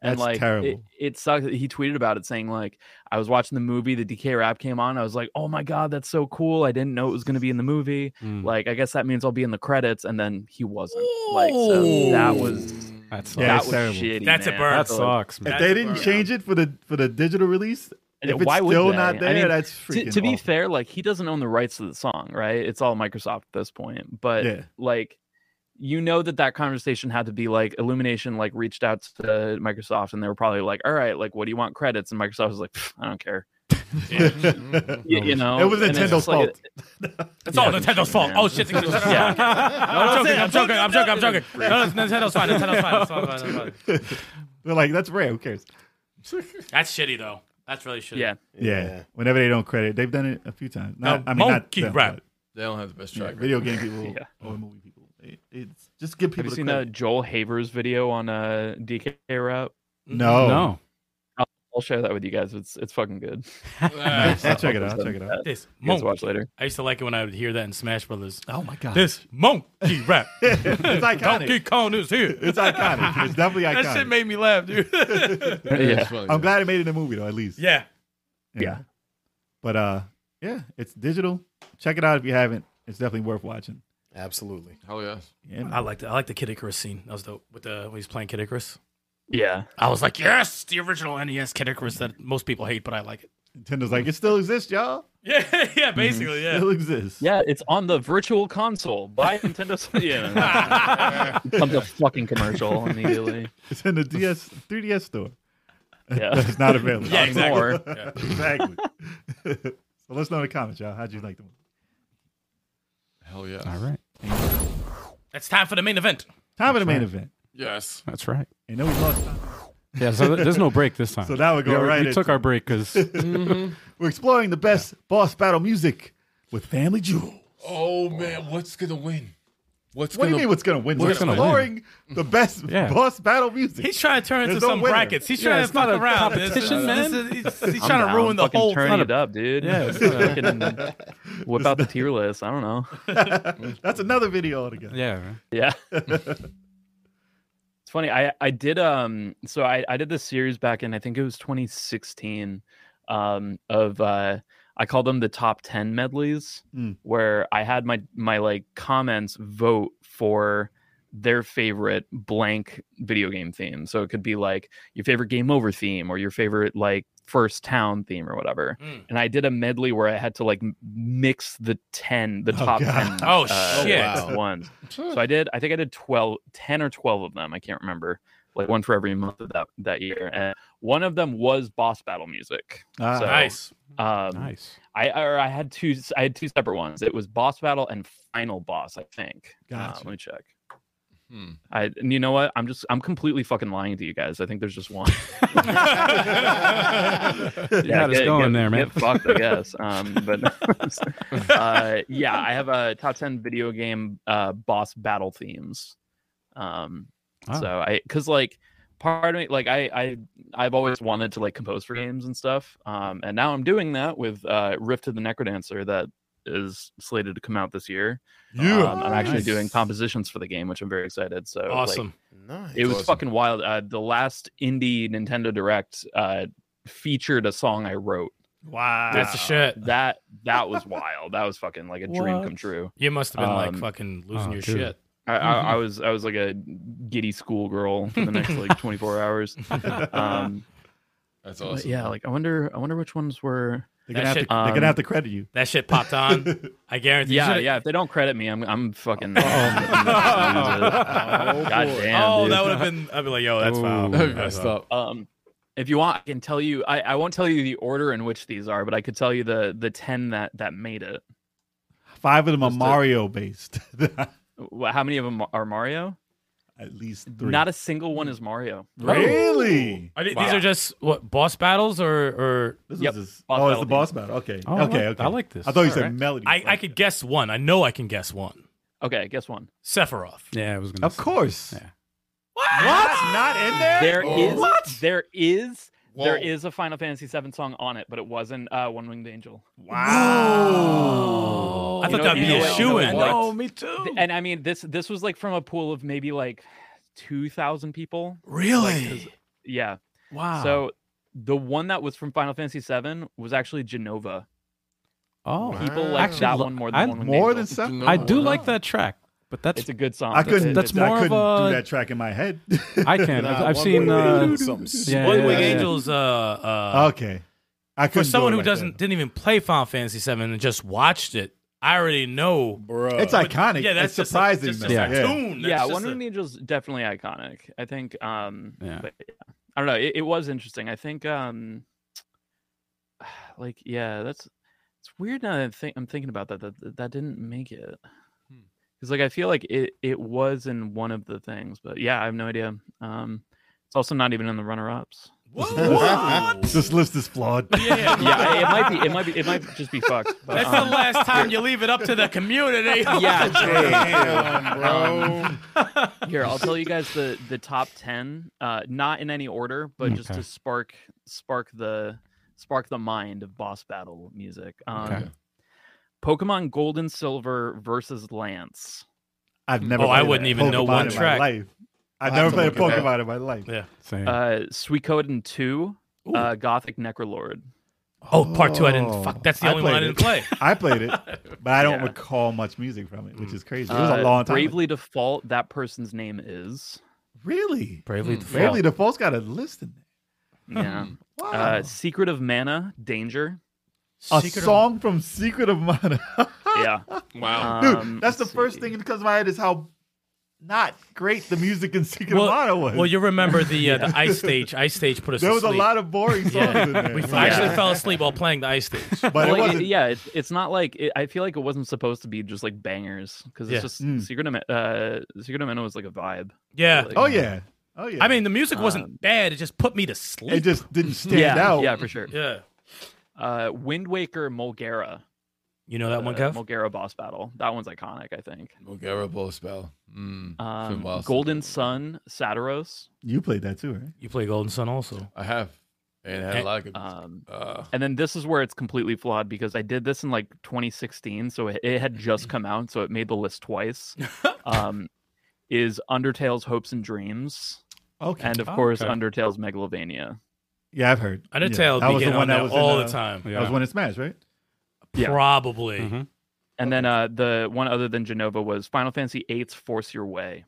S6: That's
S5: and like It,
S6: terrible.
S5: it sucks. He tweeted about it saying like I was watching the movie, the DK rap came on. I was like, oh my god, that's so cool. I didn't know it was gonna be in the movie.
S2: Mm.
S5: Like I guess that means I'll be in the credits. And then he wasn't. Like so that was
S2: That sucks.
S6: Yeah,
S5: that
S6: it's
S5: was
S6: terrible.
S5: shitty.
S7: That's a
S5: man.
S7: burn.
S2: that
S7: That's
S5: Like,
S2: sucks, man.
S6: If
S7: That's
S6: they didn't
S7: where-
S6: change it for the for the digital release,
S5: And
S6: if it's
S5: why would
S6: still
S5: they?
S6: not
S5: I
S6: there,
S5: mean,
S6: that's
S5: to,
S6: freaking.
S5: to be
S6: awful.
S5: fair, like he doesn't own the rights to the song, right? It's all Microsoft at this point. But
S6: Yeah.
S5: like, you know that that conversation had to be like Illumination like reached out to Microsoft and they were probably like, "All right, like, what do you want credits?" And Microsoft was like, "Pff, "I don't care." Y- You, know,
S6: it was
S5: and it's
S6: Nintendo's
S5: just like-
S6: fault.
S7: Mm-hmm. It's all
S5: Yeah.
S7: Nintendo's fault.
S5: Yeah.
S7: Oh shit! things are-
S5: Yeah.
S7: I'm joking. I'm joking. I'm joking. I'm joking. No, it's Nintendo's fine. Nintendo's fine. It's fine, fine, fine, fine.
S6: They're like, that's rare. Who cares?
S7: That's shitty though. That's really shitty.
S5: yeah,
S6: Yeah. Whenever they don't credit, they've done it a few times. Not,
S7: Now,
S6: I mean, not
S7: monkey
S6: them,
S7: rap.
S6: but,
S4: They don't have the best
S6: yeah,
S4: track.
S6: video game people
S5: Yeah.
S6: or movie people. It- it's just give
S5: have you
S6: people.
S5: seen
S6: the
S5: the
S6: credit.
S5: Joel Havers video on uh, DK rap?
S7: Mm-hmm.
S6: No,
S2: No.
S5: I'll share that with you guys. It's it's fucking good.
S4: Nah,
S6: I'll check it out. I'll check it out.
S7: This
S5: You guys
S7: monkey.
S5: watch later.
S7: Uh, I used to like it when I would hear that in Smash Brothers.
S2: Oh my god.
S7: This monkey rap.
S6: It's
S7: Donkey
S6: iconic.
S7: Kong is here.
S6: It's iconic. It's definitely iconic.
S7: That shit made me laugh, dude.
S5: Yeah.
S4: it's funny.
S6: I'm glad it made it in a movie though, at least.
S7: yeah.
S6: You know?
S5: Yeah.
S6: But uh, yeah, it's digital. Check it out if you haven't. It's definitely worth watching.
S3: Absolutely.
S4: Hell yes.
S6: Yeah, man.
S7: I liked it. I liked the Kid Icarus scene. That was dope. With the when he's playing Kid Icarus.
S5: Yeah.
S7: E I was like, yes, the original NES Kid Icarus that most people hate, but I like it.
S6: Nintendo's like, it still exists, y'all.
S7: Yeah, yeah, basically,
S6: It
S7: yeah.
S6: still exists.
S5: Yeah, it's on the virtual console. Buy Nintendo Switch. Yeah. Comes a fucking commercial immediately.
S6: It's in the DS, 3DS store.
S5: Yeah.
S6: It's not available.
S7: Yeah, exactly.
S5: Or-
S6: exactly. so let's know in the comments, y'all. How'd you like the movie?
S4: Hell yeah.
S2: All right.
S7: It's time for the main event.
S6: Time of the main event.
S4: Yes.
S2: That's right.
S6: And then we lost time.
S2: Yeah, so th- there's no break this time.
S6: So now we're going
S2: we,
S6: right
S2: We took
S6: into
S2: our break because
S6: We're exploring the best boss battle music with Family Jewel.
S4: Oh man, what's gonna win? What's
S6: What
S4: gonna
S6: do you mean? What's gonna win? We're
S2: What's gonna
S6: exploring the best
S2: Yeah.
S6: boss battle music.
S7: He's trying to turn into
S6: There's no
S7: some
S6: winner.
S7: brackets. He's
S2: Yeah,
S7: trying
S2: it's
S7: to fuck
S2: not a
S7: around. This is-
S2: competition,
S7: this
S2: man.
S7: is- he's he's
S5: I'm
S7: trying to
S5: down.
S7: ruin the
S5: Fucking
S7: whole
S5: turn
S7: thing. uh,
S5: it up, dude.
S2: Yeah, it's not
S5: Fucking whip out the tier list. I don't know.
S6: That's another video altogether.
S2: yeah, man.
S5: Yeah. it's funny. I I did um so I I did this series back in I think it was 2016 um of uh I called them the top 10 medleys
S6: Mm.
S5: where I had my my like comments vote for their favorite blank video game theme. So it could be like your favorite game over theme or your favorite like first town theme or whatever.
S6: Hmm.
S7: Mm.
S5: And I did a medley where I had to like m- mix the 10 the
S6: Oh,
S5: top
S6: God.
S5: 10
S7: Oh,
S5: uh,
S7: shit.
S3: wow.
S5: ones. So I did. I think I did 12, 10 or twelve of them. I can't remember. Like one for every month of that that year, and one of them was boss battle music.
S6: Ah,
S5: So,
S7: Nice.
S5: Um,
S2: nice.
S5: I or I had two. I had two separate ones. It was boss battle and final boss. I think. Uh,
S6: Gotcha.
S5: let me check.
S4: Hmm.
S5: I and you know what? I'm just I'm completely fucking lying to you guys. I think there's just one.
S2: You had us
S5: get-
S2: going
S5: get-
S2: there, man.
S5: Get fucked, I guess. Um, but uh, yeah, I have a top ten video game uh, boss battle themes. Um,
S2: Wow.
S5: So I, because like part of me, like I, I, I've always wanted to like compose for games and stuff. Um, and now I'm doing that with uh, Rift of the Necrodancer that is slated to come out this year. Um, I'm actually
S6: Nice.
S5: doing compositions for the game, which I'm very excited. So like,
S7: Awesome.
S3: Nice.
S5: it was fucking wild. Uh, the last indie Nintendo Direct uh, featured a song I wrote.
S6: Wow.
S7: That's the shit.
S5: That that was wild. That was fucking like a dream
S2: What?
S5: come true.
S7: You must have been like
S5: Um,
S7: fucking losing
S2: oh,
S7: your
S2: dude.
S7: shit.
S5: I, I, I was I was like a giddy schoolgirl for the next like 24 hours. Um,
S4: That's
S5: but
S4: awesome.
S5: yeah, like I wonder I wonder which ones were.
S6: They're gonna,
S7: That
S6: have
S7: shit-
S6: to, they're
S5: um,
S6: gonna have to credit you.
S7: That shit popped on. I guarantee.
S5: Yeah,
S7: you Oh,
S5: yeah. If they don't credit me, I'm I'm fucking.
S3: Oh,
S5: God
S3: boy.
S5: damn.
S7: Oh,
S5: dude.
S7: that would have been. I'd be like, yo, that's
S2: Ooh.
S7: foul.
S4: I
S7: That's
S4: messed
S7: foul.
S4: up.
S5: Um, if you want, I can tell you. I, I won't tell you the order in which these are, but I could tell you the the ten that that made it.
S6: Five of them are
S5: Just a-
S6: Mario based.
S5: Wha- How many of them are Mario?
S6: At least three.
S5: Not a single one is Mario.
S6: really.
S7: Are they-
S4: Wow.
S7: These are just what boss battles, or or
S6: This
S5: Yep.
S6: is his,
S5: Boss
S6: oh, it's
S5: battle
S6: the
S5: theme.
S6: boss battle. Okay.
S2: Oh, I
S6: okay.
S2: like-
S6: okay.
S2: I like this.
S6: I thought you
S5: All
S6: said
S5: right.
S6: melody.
S7: I, I could guess one. I know I can guess one.
S5: Okay, guess one.
S7: Sephiroth.
S2: Yeah, I was gonna.
S6: Of course.
S2: Yeah.
S7: What?
S6: That's not in there.
S5: There is
S4: Oh.
S5: there is there
S4: Whoa.
S5: is a Final Fantasy VII song on it, but it wasn't uh, One Winged Angel.
S7: Wow. I
S5: You
S7: thought
S5: know-
S7: that'd
S5: you
S7: be
S5: know
S7: a
S5: what- you know
S7: shoe in.
S5: what?
S2: me too.
S5: Th- And I mean this this was like from a pool of maybe like two thousand people.
S7: Really?
S5: Yeah.
S2: Wow.
S5: So the one that was from Final Fantasy VII was actually Genova.
S2: oh,
S5: People like
S2: Actually,
S5: that
S2: lo-
S5: one more than
S2: I-
S5: One Winged
S6: More
S5: Angel.
S6: than seven.
S2: I do like that track, but that's
S5: It's a good song.
S6: I couldn't.
S5: It's-
S2: that's
S5: it's-
S2: more
S6: I
S2: of
S6: couldn't
S2: a-
S6: do that track in my head.
S2: I can. I've, I've seen. Uh, yeah,
S7: One
S2: yeah,
S7: Wing
S2: yeah.
S7: Angels. Uh, uh,
S6: okay. I
S7: for
S6: Oh, couldn't do
S7: someone
S6: it
S7: who
S6: like
S7: doesn't
S6: that.
S7: didn't even play Final Fantasy VII and just watched it, I already know.
S3: Bro.
S6: It's iconic.
S7: Yeah, that's
S6: it's
S7: just a-
S6: surprising.
S7: just a,
S6: though.
S7: tune. That's
S5: yeah,
S7: just
S5: One
S7: a-
S5: Winged Angel's definitely iconic. I think. Um,
S2: Yeah.
S5: but yeah. I don't know. It, it was interesting. I think. Um, like yeah, that's it's weird now. That I think I'm thinking about that. That that- that didn't make it.
S7: Hmm.
S5: Because like I feel like it it was in one of the things, but yeah, I have no idea. Um, it's also not even in the runner ups.
S7: Whoa.
S6: This list is flawed.
S5: Yeah,
S7: yeah.
S5: I- it might be. It might be. It might just be fucked. But,
S7: That's
S5: um,
S7: the last time you leave it up to the community.
S6: Oh,
S5: yeah.
S3: Damn,
S5: Um,
S3: bro.
S5: Here, I'll tell you guys the the top ten, uh, not in any order, but just
S2: Okay.
S5: to spark spark the spark the mind of boss battle music. Um,
S2: Okay.
S5: Pokemon Gold and Silver versus Lance.
S6: I've never.
S7: Oh, I
S6: played
S7: wouldn't
S6: a
S7: even know
S6: Pokemon
S7: one
S6: in my
S7: track.
S6: life. I've
S3: I'll
S6: never
S3: have to
S6: played a
S3: look it
S6: Pokemon in my life.
S7: Yeah.
S2: Same.
S5: Uh, Suicoden two, uh, Gothic Necrolord.
S7: Oh, part two. I didn't.
S6: Oh.
S7: Fuck. That's the
S6: I
S7: only one I
S6: played
S7: didn't
S6: it.
S7: play.
S6: I played it, but I don't
S5: Yeah.
S6: recall much music from it, which is crazy. It was
S5: Uh,
S6: a long time.
S5: Bravely Default. That person's name is.
S6: really,
S7: Bravely
S5: hmm.
S6: Bravely Default's got a list in there.
S5: Yeah. Uh, Secret of Mana, Danger.
S6: a
S7: Secret of-
S6: song from Secret of Mana.
S5: Yeah.
S4: Wow.
S6: Dude,
S5: Um,
S6: that's the
S5: let's
S6: first
S5: see.
S6: thing that comes to my head is how not great the music in Secret
S7: Well,
S6: of Mana was.
S7: Well, you remember the uh, the ice stage. Ice stage put us.
S6: there
S7: to
S6: was a
S7: sleep.
S6: lot of boring songs
S7: Yeah.
S6: in there.
S7: We
S6: Like,
S7: actually
S5: Yeah.
S7: fell asleep while playing the ice stage.
S6: but it
S5: Well, like,
S6: wasn't.
S5: yeah, it's, it's not like it, I feel like it wasn't supposed to be just like bangers because it's
S7: Yeah.
S5: just
S6: Mm.
S5: Secret of Ma- uh, Secret of Mana was like a vibe.
S7: Yeah.
S5: Like,
S6: Oh yeah. Oh yeah.
S7: I mean, the music wasn't
S5: Um,
S7: bad. It just put me to sleep.
S6: it just didn't stand
S5: yeah,
S6: out.
S5: yeah, for sure.
S7: yeah.
S5: Uh, Wind Waker, Mulgara,
S7: You know that one,
S5: uh,
S7: Kev?
S5: Mulgara boss battle. That one's iconic, I think.
S4: Bulgara Bull spell. Mm, it's been a while
S5: Um,
S4: since-
S5: Golden Sun, Sataros,
S6: You played that too, right?
S7: You play Golden Sun also.
S4: I have. And I had a lot of good.
S5: um,
S4: uh,
S5: and then this is where it's completely flawed because I did this in like 2016, so it, it had just come out, so it made the list twice. um, is Undertale's Hopes and Dreams,
S6: Okay.
S5: and of course
S2: okay.
S5: Undertale's Megalovania.
S6: yeah, I've heard. Yeah.
S7: Undertale
S6: That
S7: yeah,
S6: was
S7: be
S6: the
S7: getting
S6: one
S7: on
S6: that
S7: that
S6: was in,
S7: all
S6: uh,
S7: the time.
S6: That was when it smashed, right?
S5: Yeah.
S7: Probably.
S6: Mm-hmm.
S2: Mhm.
S5: And then uh, the one other than Genova was Final Fantasy VIII's Force Your Way.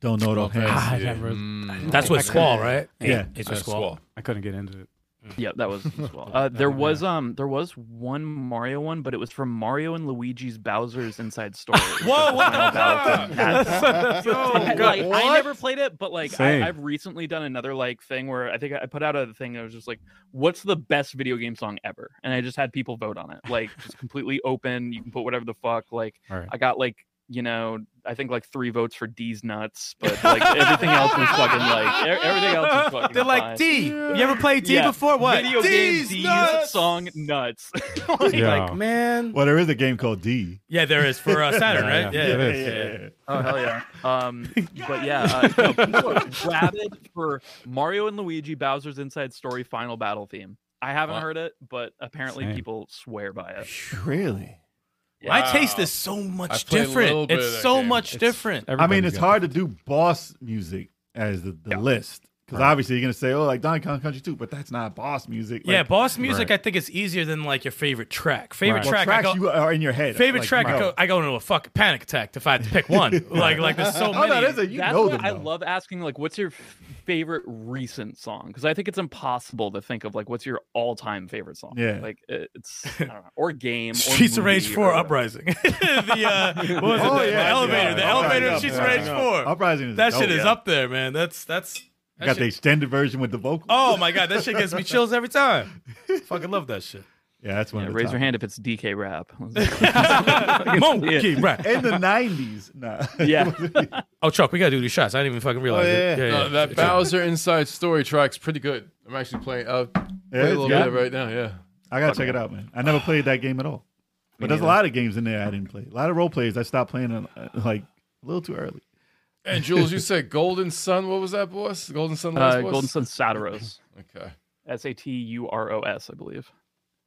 S6: Don't know. Don't
S4: okay,
S6: have.
S2: I
S4: yeah,
S2: never-
S4: mm,
S7: That's what Squall, right?
S6: Yeah.
S7: It's
S4: uh,
S7: with Squall.
S4: Squall.
S2: I couldn't get into it.
S5: Yeah, that was as well. Uh, there was um there was one Mario one, but it was from Mario and Luigi's Bowser's Inside Story.
S7: Whoa, what the
S5: Battle had.
S6: Oh,
S5: like I
S6: what?
S5: never played it, but like
S2: Same.
S5: I, I've recently done another like thing where I think I put out a thing. I was just like, "What's the best video game song ever?" And I just had people vote on it. Like, just completely open. You can put whatever the fuck. Like,
S2: All right.
S5: I got like you know, I think like three votes for D's nuts, but like everything else was fucking like e- everything else was fucking.
S2: They're
S5: fine.
S2: like D. You ever played D
S5: Yeah.
S2: before? What?
S5: Video game
S2: D's
S5: D's
S2: nuts!
S5: song nuts. Like,
S2: Yeah.
S5: like,
S7: Man.
S6: Well, there is a game called D.
S7: Yeah, there is for uh, Saturn,
S2: Yeah,
S7: right?
S2: yeah,
S7: Yeah.
S2: there is.
S5: oh hell yeah. Um, but yeah, uh, no, people are rabid for Mario and Luigi Bowser's Inside Story Final Battle theme. I haven't
S4: Wow.
S5: heard it, but apparently
S2: Same.
S5: people swear by it.
S6: Really?
S5: Yeah.
S7: My taste is so much
S4: played a little
S7: different.
S4: bit of
S7: It's
S4: that
S7: so
S4: game.
S7: much
S4: It's-
S7: different.
S6: I mean, it's hard to do boss music as the, the list because obviously you're gonna say, "Oh, like Donkey Kong Country 2," but that's not boss music.
S7: yeah,
S6: Like,
S7: boss music
S2: Right.
S7: I think is easier than like your favorite track. Favorite
S2: Right.
S6: well,
S7: track I
S6: tracks
S7: go,
S6: you are in your head.
S7: favorite
S6: like,
S7: track I
S6: no.
S7: go, I go into a fucking panic attack if I had to pick one. Like like there's so
S6: Oh
S7: many.
S6: no, that's a you
S5: That's
S6: know
S5: what
S6: them.
S5: I
S6: though.
S5: love asking, like, what's your f- favorite recent song? Because I think it's impossible to think of like what's your all-time favorite song.
S6: Yeah.
S5: like it- it's I don't know, or game. or
S7: Streets of Rage
S5: movie
S7: 4
S5: or-
S7: Uprising. the uh, what was
S6: Oh,
S7: it? The,
S6: yeah,
S7: the elevator.
S6: yeah,
S7: the
S6: yeah,
S7: elevator
S6: yeah,
S7: of Streets
S6: yeah,
S7: of Rage
S6: yeah.
S7: 4.
S6: Uprising oh, is
S7: that
S6: dope.
S7: shit is
S5: yeah.
S7: up there, man. That's that's
S6: I got the extended version with the vocal.
S7: Oh my god, that shit gives me chills every time. Fucking love that shit.
S6: yeah, that's one.
S5: Yeah,
S6: of the
S5: raise
S6: top.
S5: your hand if it's DK rap.
S7: Monkey rap.
S6: In the nineties, nah.
S5: Yeah.
S7: Oh, Chuck, we gotta do these shots. I didn't even fucking realize
S3: Oh,
S7: it.
S3: yeah,
S4: No, that Bowser Inside Story track's pretty good. I'm actually playing, uh,
S6: Yeah,
S4: playing a
S6: it's
S4: little
S6: good.
S4: bit of it right now. Yeah.
S6: I gotta check it out, man. I never played that game at all. But there's a lot of games in there I didn't play. A lot of role plays I stopped playing uh, like a little too early.
S4: And Jules, you said Golden Sun. What was that, boss? Golden Sun. Last
S5: uh,
S4: boss?
S5: Golden Sun Sataros.
S4: Okay.
S5: S A T U R O S, I believe.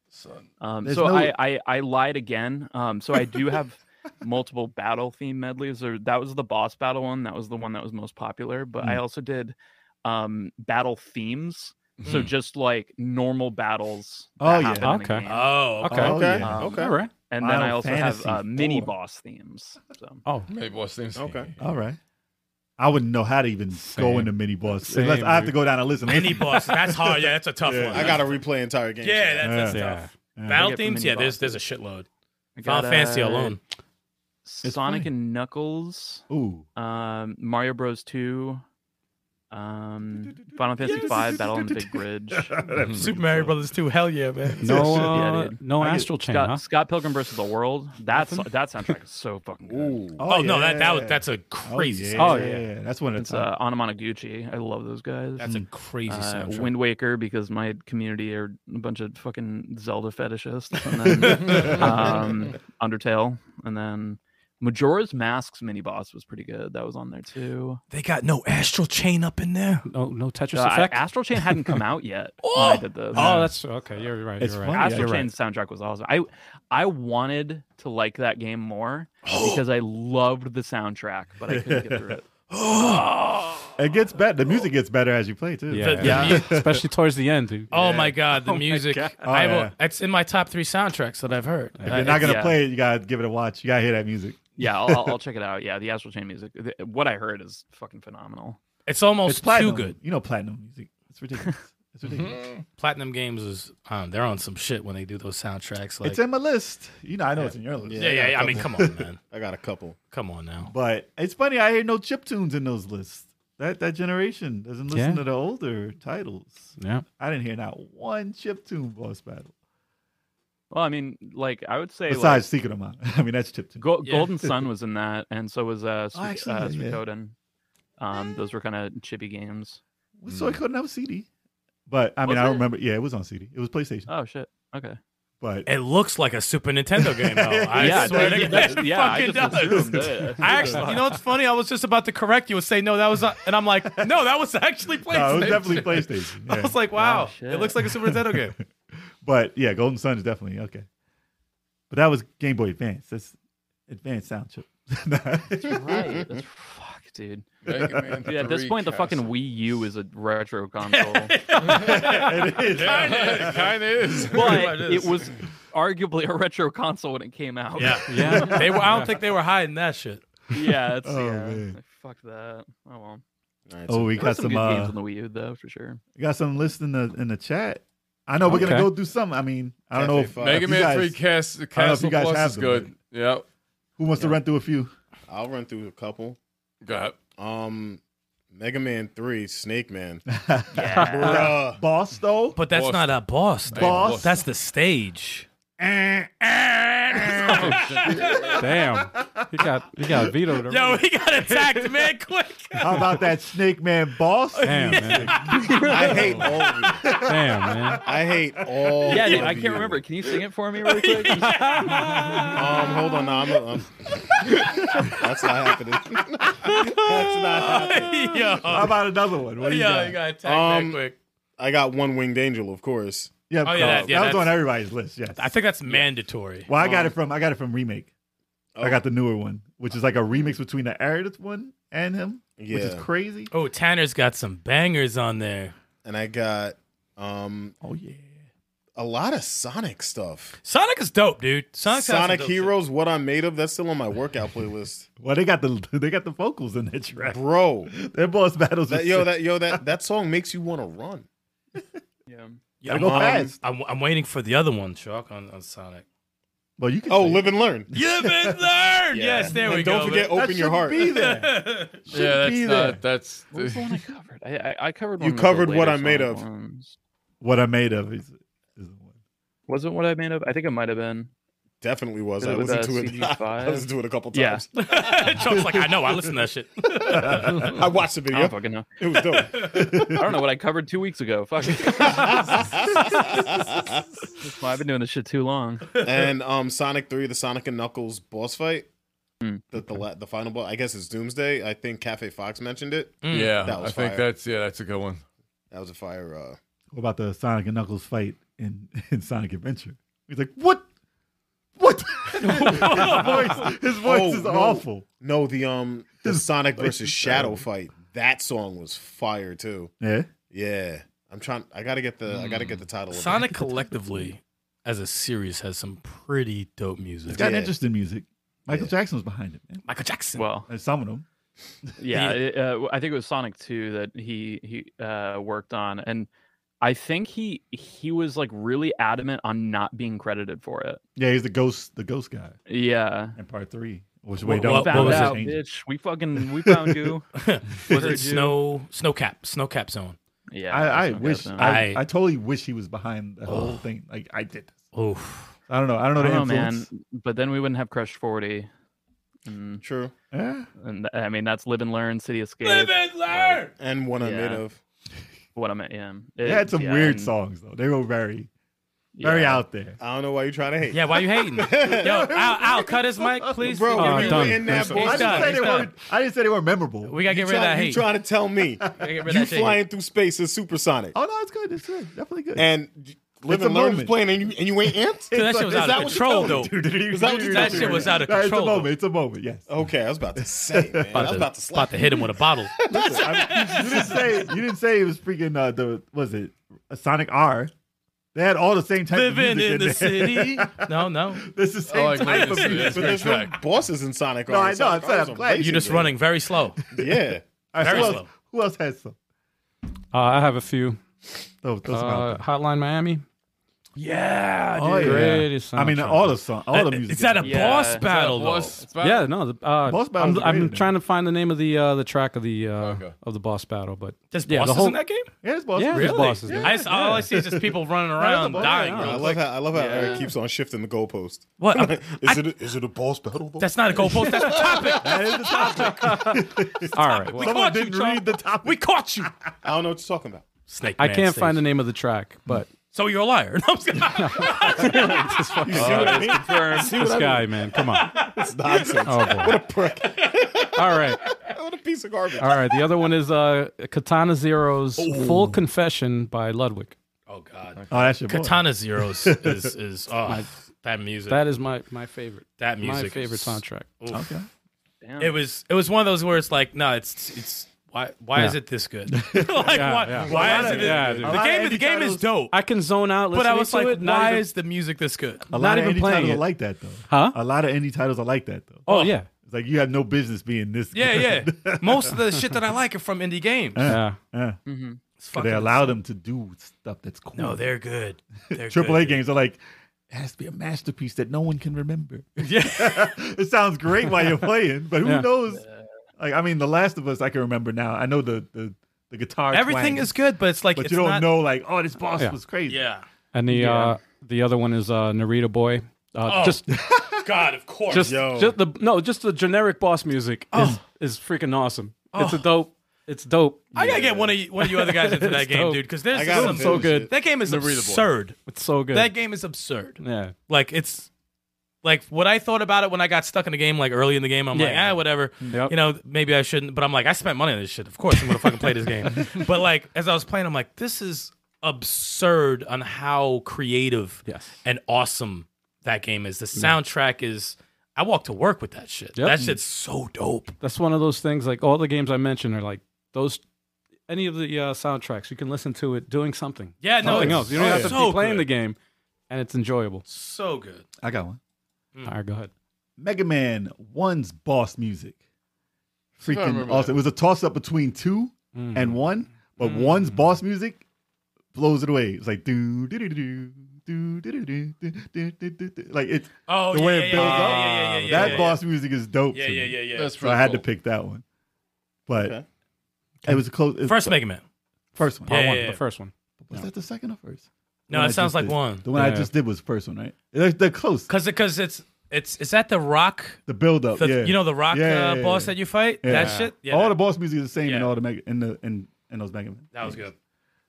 S4: Sun.
S5: Um,
S6: There's
S5: so
S6: no-
S5: I, I I lied again. Um, so I do have multiple battle theme medleys. Or that was the boss battle one. That was the one that was most popular. But
S6: Hmm.
S5: I also did um battle themes. So just like normal battles. that
S6: Hmm. Oh, yeah.
S5: happen in the
S2: Okay.
S5: game.
S7: Oh, okay.
S2: Okay.
S6: Oh,
S3: Okay.
S6: yeah.
S5: Um,
S2: All right.
S5: And then I
S6: Final
S5: also have
S6: Fantasy
S5: uh, mini
S6: four.
S5: boss themes. So
S2: Oh,
S4: Maybe boss name's
S3: Okay.
S6: All right. I wouldn't know how to even
S2: Same.
S6: go into mini boss
S2: Same,
S6: unless I have to
S2: dude.
S6: go down and listen.
S7: Any boss. That's hard. Yeah, that's a tough
S6: Yeah.
S7: one.
S3: I gotta replay entire game.
S7: Yeah, that's, that's
S6: Yeah.
S7: tough.
S6: Yeah.
S5: I
S7: Battle
S5: get the
S7: themes,
S5: mini
S7: yeah, there's
S5: boss.
S7: there's a shitload.
S5: I
S7: Final
S5: got,
S7: Fantasy
S5: uh,
S7: alone.
S5: Sonic
S6: funny.
S5: and Knuckles.
S6: Ooh,
S5: um, Mario Bros. Two, um, Final Fantasy Five, Battle on the Big Bridge.
S7: Super Mario Brothers 2, hell yeah, man.
S2: no,
S5: Yeah,
S2: uh, no
S6: I get-
S2: Astral Chain, huh?
S5: Scott, Scott Pilgrim versus the World. That's that soundtrack is so fucking good.
S3: Ooh.
S7: Oh, no, that, that was,
S6: yeah.
S7: that's a
S6: Oh,
S7: crazy
S6: yeah.
S7: soundtrack.
S6: Oh yeah, yeah. that's one of
S5: It's
S6: the top.
S5: uh, Anamanaguchi. I love those guys.
S7: That's a crazy
S5: uh,
S7: soundtrack.
S5: Wind Waker because my community are a bunch of fucking Zelda fetishists, and then um, Undertale, and then Majora's Mask's mini boss was pretty good. That was on there too.
S7: They got no astral chain up in there.
S2: No, no Tetris
S5: Uh, I-
S2: Effect.
S5: Astral Chain hadn't come out yet when I
S7: Oh!
S5: did this.
S2: oh, that's okay. You're right.
S6: It's
S2: you're
S6: funny,
S2: right.
S6: yeah,
S5: Astral
S6: you're
S5: Chain's soundtrack was awesome. I I wanted to like that game more because I loved the soundtrack, but I couldn't get through it.
S6: It gets better. The music gets better as you play too.
S2: Yeah.
S7: The- the mu-
S2: Especially towards the end, dude.
S7: oh my god, the music! I have a-
S6: Oh, yeah.
S7: It's in my top three soundtracks that I've heard. Uh,
S6: If you're not gonna
S5: yeah.
S6: play it, you gotta give it a watch. You gotta hear that music.
S5: Yeah, I'll, I'll- I'll check it out. Yeah, the Astral Chain music. th- What I heard is fucking phenomenal.
S7: It's almost
S6: It's platinum.
S7: too good.
S6: You know platinum music. It's ridiculous. It's ridiculous.
S7: Platinum Games is um, they're on some shit when they do those soundtracks. Like,
S6: it's in my list. You know, I know it's in your list.
S7: yeah, yeah, yeah. I mean, come on, man,
S3: I got a couple.
S7: come on now.
S6: But it's funny. I hear no chip tunes in those lists. That that generation doesn't listen
S2: Yeah.
S6: to the older titles.
S2: Yeah.
S6: I didn't hear not one chip tune boss battle
S5: Well, I mean, like I would say, like,
S6: besides Secret of Mana. I mean, that's chip tune.
S5: Go-
S7: Yeah.
S5: Golden Sun was in that, and so was uh, Sui-
S6: Oh, actually, yeah,
S5: uh,
S6: yeah.
S5: Suikoden. Um, those were kind of chippy games.
S6: So I
S2: Hmm.
S6: couldn't have CD. But I mean,
S5: Was
S6: I don't
S5: it?
S6: remember. Yeah, it was on CD. It was PlayStation.
S5: Oh shit! Okay.
S6: but
S7: It looks like a Super Nintendo game, though. I
S5: yeah,
S7: swear
S5: that-
S7: to
S5: that's-
S7: God, it
S5: yeah, I
S7: fucking
S5: just
S7: does.
S5: assumed it.
S7: I actually, you know, what's funny. I was just about to correct you and say no, that was, not, and I'm like, no, that was actually PlayStation.
S6: no, it was definitely PlayStation.
S7: I
S6: yeah.
S7: was like, wow,
S5: Oh, shit.
S7: it looks like a Super Nintendo game.
S6: but yeah, Golden Sun is definitely okay. But that was Game Boy Advance. That's advanced sound chip.
S5: Right. That's, fuck, dude.
S4: Mega Man
S5: Yeah, at this
S4: 3
S5: point, the fucking
S4: Castle.
S5: Wii U is a retro console.
S6: it is.
S4: It kinda is.
S5: but it was arguably a retro console when it came out.
S7: Yeah, yeah. They were. I don't think they were hiding that shit.
S5: yeah. It's,
S6: Oh,
S5: yeah.
S6: man.
S5: Like, fuck that. Oh well.
S3: All right,
S6: Oh, we
S5: There were
S6: got
S5: some,
S6: some.
S5: good games
S6: Uh,
S5: on the Wii U though, for sure.
S6: we got some list in the in the chat. I know we're gonna
S2: Okay.
S6: go do some. I mean, I don't know
S3: Cafe
S6: if
S3: Five.
S4: Mega
S6: you
S4: Man
S6: guys-
S4: 3 Cas- Castle,
S6: don't know if you guys have
S4: Plus is
S6: them,
S4: good. Yep.
S6: who wants to run through a few.
S3: I'll run through a couple.
S4: Got
S3: Um, Mega Man Three, Snake Man.
S6: Uh, boss though.
S7: But that's
S4: Boss.
S7: not a boss. though.
S6: Boss.
S7: That's the stage.
S2: Damn. He got he got vetoed. already.
S7: Yo, he got attacked, man! Quick.
S6: How about that Snake Man boss?
S2: Damn, man.
S3: I hate all of you.
S2: Damn, man.
S3: I hate all.
S5: Yeah, dude,
S3: of
S5: I can't
S3: you.
S5: remember. Can you sing it for me really quick?
S3: Um, hold on, nah, I'm, I'm, that's not happening. that's not happening.
S7: Yo,
S6: How about another one? What do you
S7: yo,
S6: got?
S7: you got attacked
S3: Um,
S7: that quick.
S3: I got one winged angel, of course.
S6: Yeah,
S7: Oh, yeah, that- yeah,
S6: was on
S7: that's-
S6: everybody's list. Yes.
S7: I think that's mandatory.
S6: well, I got it from I got it from remake. I
S3: Oh.
S6: got the newer one, which is like a remix between the Aerith one and him, which is
S3: Yeah.
S6: crazy.
S7: Oh, Tanner's got some bangers on there.
S3: and I got um
S6: Oh yeah.
S3: a lot of Sonic stuff.
S7: Sonic is dope, dude. Sonic's got some
S3: Sonic
S7: dope
S3: Heroes, what I'm made of. That's still on my workout playlist,
S6: Well, they got the they got the vocals in that track.
S3: bro.
S6: Their boss battles.
S3: That,
S6: are
S3: yo,
S6: sick.
S3: that yo, that that song makes you want to run.
S5: yeah.
S7: shit.
S6: They go
S7: I'm-
S6: fast.
S7: I'm, I'm waiting for the other one, Chalk, on, on Sonic.
S6: Well, you can.
S3: Oh,
S6: say it.
S3: live and learn.
S7: You've been learned. Yes, there
S3: and
S7: we
S3: don't
S7: go.
S3: forget,
S6: That
S3: open your
S6: should
S3: heart.
S6: Be there.
S4: it. Yeah, that's
S6: be
S4: not. That's.
S5: What was the one I covered? I, I, I covered.
S3: You
S5: One of the
S3: covered What
S5: later
S3: I'm Made
S5: Sonic
S3: Of.
S5: ones.
S6: What I made of is, is the one.
S5: Was it what I made of? I think it might have been.
S3: Definitely was.
S5: Is it
S3: I
S5: with
S3: listened to
S5: the
S3: it.
S5: CG5?
S3: I listened to it a couple
S5: Yeah.
S3: times.
S7: Chalk's like, I know. I listen to that shit.
S3: I watched the
S5: I don't
S3: video.
S5: fucking know.
S3: It was dope.
S5: I don't know what I covered two weeks ago. Fuck. Well, I've been doing this shit too long.
S3: and um, Sonic Three, the Sonic and Knuckles boss fight.
S7: Hmm.
S5: Mm,
S3: The, the la- the final boss, I guess it's Doomsday. I think Cafe Fox mentioned it.
S7: Mm.
S4: Yeah,
S3: That was
S4: I think
S3: fire.
S4: that's yeah, that's a good one.
S3: That was a fire. Uh,
S6: What about the Sonic and Knuckles fight in, in Sonic Adventure? He's like, what? What? his voice, his voice
S3: Oh,
S6: is
S3: no.
S6: awful.
S3: no, the um, the Sonic
S6: voice
S3: versus
S6: is
S3: Shadow
S6: terrible.
S3: fight. That song was fire too.
S6: Yeah.
S3: Yeah, I'm trying. I gotta get the. I gotta get the title. of it.
S7: Hmm. Sonic collectively, as a series, has some pretty dope music.
S6: It's got
S3: Yeah.
S6: interest in music. Michael
S3: Yeah.
S6: Jackson was behind it, man.
S7: Michael Jackson.
S5: Well,
S6: And some of them.
S5: yeah,
S7: Yeah.
S5: it, uh, I think it was Sonic 2 that he he uh, worked on, and I think he he was like really adamant on not being credited for it.
S6: Yeah, he's the ghost, the ghost guy
S5: Yeah.
S6: in part three, which
S7: What-
S6: way down.
S5: we
S7: what-
S5: found
S7: was
S5: out,
S6: change it.
S5: bitch. We fucking we found you.
S7: was
S5: Heard you.
S7: it Snow Snowcap Snowcap Zone?
S5: Yeah.
S6: I, I
S5: Sonic
S6: wish
S5: Adventure.
S6: I, I,
S7: I-
S6: totally wish he was behind the whole thing. Like I did this.
S7: Oof.
S6: I don't know. I don't know
S5: Oh. I
S6: the
S5: don't know, man.
S6: influence.
S5: But then we wouldn't have crushed forty. Mm,
S3: True.
S6: Man.
S5: and th- I mean, that's live and learn, city escape.
S7: learn.
S3: And one I'm made
S5: Yeah.
S3: of.
S5: What I meant, yeah.
S6: Yeah.
S5: It-
S6: They had some
S5: yeah,
S6: weird
S5: and-
S6: songs though. They were very, very
S5: yeah.
S6: out there.
S3: I don't know why you're trying to hate.
S7: Yeah, why you hating? Yo, Al, Al, cut his mic, please. Uh,
S3: Bro,
S2: Oh,
S3: when you
S2: done.
S3: were in that
S2: He's
S6: I
S3: boss
S6: didn't,
S7: done.
S6: say
S3: fight,
S6: they
S7: he's
S6: were, I didn't say they were memorable.
S7: we gotta get rid of that
S3: you
S7: hate.
S3: trying to tell me
S7: Gotta get rid of
S3: you
S7: that hate.
S3: flying through space is supersonic,
S6: oh no, it's good. It's good. Definitely good.
S3: and live
S6: It's a
S3: and learn is
S6: moment.
S3: playing, and you and you ain't ants.
S7: Dude, that
S6: It's
S7: shit was
S6: like-
S7: out
S6: is
S7: of
S6: that what you
S7: control, though.
S6: told me, dude?
S3: Is that what you
S7: That
S3: told me?
S7: shit was out of
S6: Nah,
S7: control.
S6: It's a moment. It's a moment. Yes.
S3: Okay, I was about to say, man. I was about to slap.
S7: About to hit him with a bottle.
S6: I mean, you didn't say you didn't say it was freaking uh, the was it a Sonic R? They had all the same type of
S7: Living
S6: music
S7: in the
S6: there.
S7: city. No, no.
S6: This is the
S4: I
S2: Oh,
S6: same
S4: like
S6: type of
S4: Living in the
S6: music.
S4: City.
S3: But there's no
S4: Track.
S3: bosses in Sonic.
S6: No,
S3: R.
S6: I know,
S3: Sonic
S6: I said
S3: R is
S6: I'm
S3: a
S6: glad you
S7: You're
S3: blazing
S7: just
S3: game.
S7: running very slow.
S3: Yeah,
S6: All right,
S7: Very
S6: who,
S7: slow.
S6: else, who else has some?
S2: Uh, I have a few.
S6: Those, those
S2: Uh,
S6: about them.
S2: Hotline Miami. Yeah,
S6: Oh,
S2: dude.
S6: yeah.
S2: greatest.
S6: I mean,
S2: soundtrack.
S6: all the song, all the
S7: That-
S6: music.
S7: It's at a
S5: Yeah, it's at
S7: boss
S5: a
S7: battle though.
S4: Boss battle?
S2: Yeah, no. The, uh,
S6: Boss
S2: I'm,
S6: battle's
S2: I'm
S6: greater than-
S2: trying to find the name of the uh, the track of the uh,
S4: Okay.
S2: of the boss battle, but
S7: There's
S2: Yeah, the
S7: bosses
S2: whole-
S7: in that game.
S6: yeah, it's boss.
S2: yeah, there's
S6: Really?
S2: bosses.
S6: Yeah.
S2: man.
S7: I s all I see is just people running around
S6: boy,
S7: dying.
S6: yeah.
S7: real
S3: I love
S7: quick.
S3: how I love how Eric keeps on shifting the goalpost.
S7: What? I'm-
S3: Is it a, is it a boss battle? though?
S7: that's not a goalpost. That's the topic.
S6: That is the topic.
S2: All right. well,
S6: Someone
S7: caught you,
S6: didn't read the topic.
S7: We caught you,
S3: I don't know what you're talking about.
S7: Snake.
S2: I
S7: Man
S2: can't
S7: stays.
S2: find the name of the track, but
S7: So you're a liar. No, I'm just kidding.
S2: this guy, man, come on.
S3: It's nonsense.
S2: Oh boy.
S3: What a prick!
S2: All right.
S3: What a piece of garbage!
S2: All right. The other one is uh, Katana Zero's Full Confession by Ludwig.
S7: oh God.
S6: Oh, that's your boy.
S7: Katana Zeros is is oh, that music.
S2: That is my my favorite.
S7: that music.
S2: My favorite
S7: is-
S2: soundtrack.
S7: oof.
S5: Damn.
S7: It was it was one of those where it's like, no, it's it's why why is
S2: Yeah.
S7: it this good? like why,
S2: yeah.
S7: why
S2: A lot
S7: is
S2: of-
S7: it
S2: yeah,
S7: this
S2: dude.
S7: good?
S2: A
S7: the
S6: lot
S7: game
S6: of
S7: the game is
S6: indie titles-
S7: dope.
S2: I can zone out.
S7: But I
S2: listening
S7: was
S2: to
S7: like,
S2: it, not
S7: why
S2: even-
S7: is the music this good?
S6: a
S2: not
S6: lot of
S2: even
S6: indie
S2: playing
S6: titles
S2: it.
S6: are like that though.
S2: Huh?
S6: A lot of indie titles are like that though.
S2: Oh yeah.
S6: It's like you have no business being this.
S7: Yeah,
S6: good.
S7: yeah. Most of the shit that I like are from indie games.
S2: Yeah.
S6: Yeah.
S7: It's
S6: They
S7: fucking-
S6: allow them to do stuff that's cool.
S7: No, they're good. They're
S6: Triple
S7: good.
S6: A games are like, it has to be a masterpiece that no one can remember.
S7: Yeah.
S6: it sounds great while you're playing, but who
S2: Yeah.
S6: knows? Like, I mean, The Last of Us, I can remember now. I know the the, the guitar.
S7: Everything
S6: twang,
S7: is good, but it's like
S6: but
S7: it's
S6: you don't
S7: not-
S6: know. Like, oh, this boss
S2: Yeah.
S6: was crazy.
S7: Yeah.
S2: And the uh, the other one is uh, Narita Boy. Uh,
S7: Oh.
S2: Just
S7: God, of course.
S2: just,
S3: Yo.
S2: just the no, just the generic boss music is, is freaking awesome. It's a dope. It's dope.
S7: I gotta get one of you, one of you other guys into that
S2: It's
S7: game,
S2: dope.
S7: dude, because there's
S3: I got
S7: some
S3: it.
S2: so good.
S7: that game is absurd.
S2: It's so good.
S7: That game is absurd.
S2: yeah.
S7: Like it's like what I thought about it when I got stuck in the game, like early in the game. I'm like,
S2: Yeah.
S7: ah, whatever.
S2: Yep.
S7: You know, maybe I shouldn't. But I'm like, I spent money on this shit. Of course, I'm gonna fucking play this game. But like, as I was playing, I'm like, this is absurd on how creative
S2: Yes.
S7: and awesome that game is. The soundtrack is. I walk to work with that shit.
S2: Yep.
S7: That shit's so dope.
S2: That's one of those things. Like all the games I mentioned are like those. Any of the uh, soundtracks you can listen to it doing something.
S7: Yeah, no,
S2: something
S7: it's
S2: else. You don't
S7: so
S2: have to
S7: good.
S2: be playing the game, and it's enjoyable.
S7: So good.
S6: I got one.
S7: Mm.
S2: All right, go ahead.
S6: Mega Man One's boss music, freaking
S4: remember
S6: awesome. It was a toss up between two
S7: Mm.
S6: and one, but one's boss music blows it away. It's like do do do do do do do do do do do. Like it's
S7: Oh,
S6: the
S7: yeah,
S6: way
S7: yeah,
S6: it
S7: yeah,
S6: builds
S7: yeah,
S6: up.
S7: yeah, yeah, yeah,
S6: that
S7: yeah,
S6: boss music is dope.
S7: Yeah,
S6: to
S7: yeah,
S6: me.
S7: yeah, yeah.
S4: That's
S6: So I had to
S4: pretty
S6: pick that one, but
S3: Okay.
S6: it was close. It,
S7: First Mega Man.
S6: first one.
S7: Yeah,
S2: Part one,
S7: yeah, yeah.
S2: The first one.
S6: Was that the second or first?
S7: No,
S6: One
S7: it
S6: I
S7: sounds
S6: just
S7: like
S6: did.
S7: one.
S6: The one I
S2: Yeah.
S6: just did was first one, right? They're, they're close.
S7: Cause, it- cause it's it's is that the Rock?
S6: The build up,
S7: The,
S6: yeah.
S7: You know the Rock
S6: Yeah, yeah,
S7: uh,
S6: yeah,
S7: boss
S6: yeah.
S7: that you fight.
S6: Yeah.
S7: That shit. Yeah,
S6: all
S7: that,
S6: the boss music is the same in
S7: Yeah.
S6: all the mega in the in, in those Mega Man.
S7: that was good.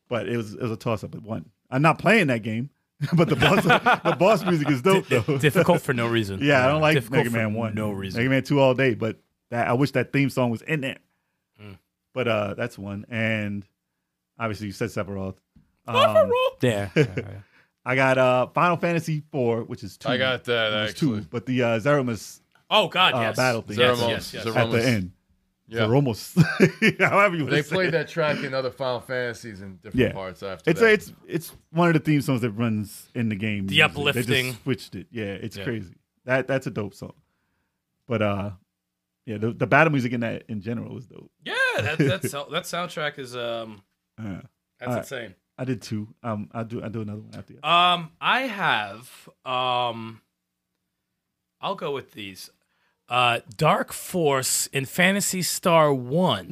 S6: but it was it was a toss up at one. I'm not playing that game, but the boss the boss music is dope though.
S7: Difficult for no reason.
S6: yeah, I don't like
S7: Difficult
S6: Mega
S7: for
S6: Man one.
S7: No reason.
S6: Mega Man two all day, but that I wish that theme song was in there. But uh, that's one, and obviously you said Sephiroth. Um,
S2: Yeah. yeah, yeah.
S6: I got uh Final Fantasy four, which is two.
S4: I got that
S6: It's
S4: actually.
S6: two, but the uh, Zeromus
S7: Oh God,
S6: uh,
S7: yes.
S6: battle thing
S7: Yes,
S4: Zeromos.
S7: yes, yes.
S6: at the
S4: Zeromus.
S6: end.
S4: Yeah.
S6: Zeromos. however you want
S4: They
S6: to say
S4: played
S6: it.
S4: that track in other Final Fantasies and different
S6: Yeah.
S4: parts after
S6: It's
S4: that.
S6: it's it's one of the theme songs that runs in the game. usually. They
S7: uplifting.
S6: just switched it. Yeah, it's
S7: Yeah.
S6: crazy. That that's a dope song. But uh, yeah, the, the battle music in that in general was dope.
S7: Yeah, that that, sou- that soundtrack is um
S6: Uh,
S7: that's
S6: Alright.
S7: insane.
S6: I did two. Um, I do I do another one after you.
S7: Um, I have um, I'll go with these. Uh, Dark Force in Fantasy Star One.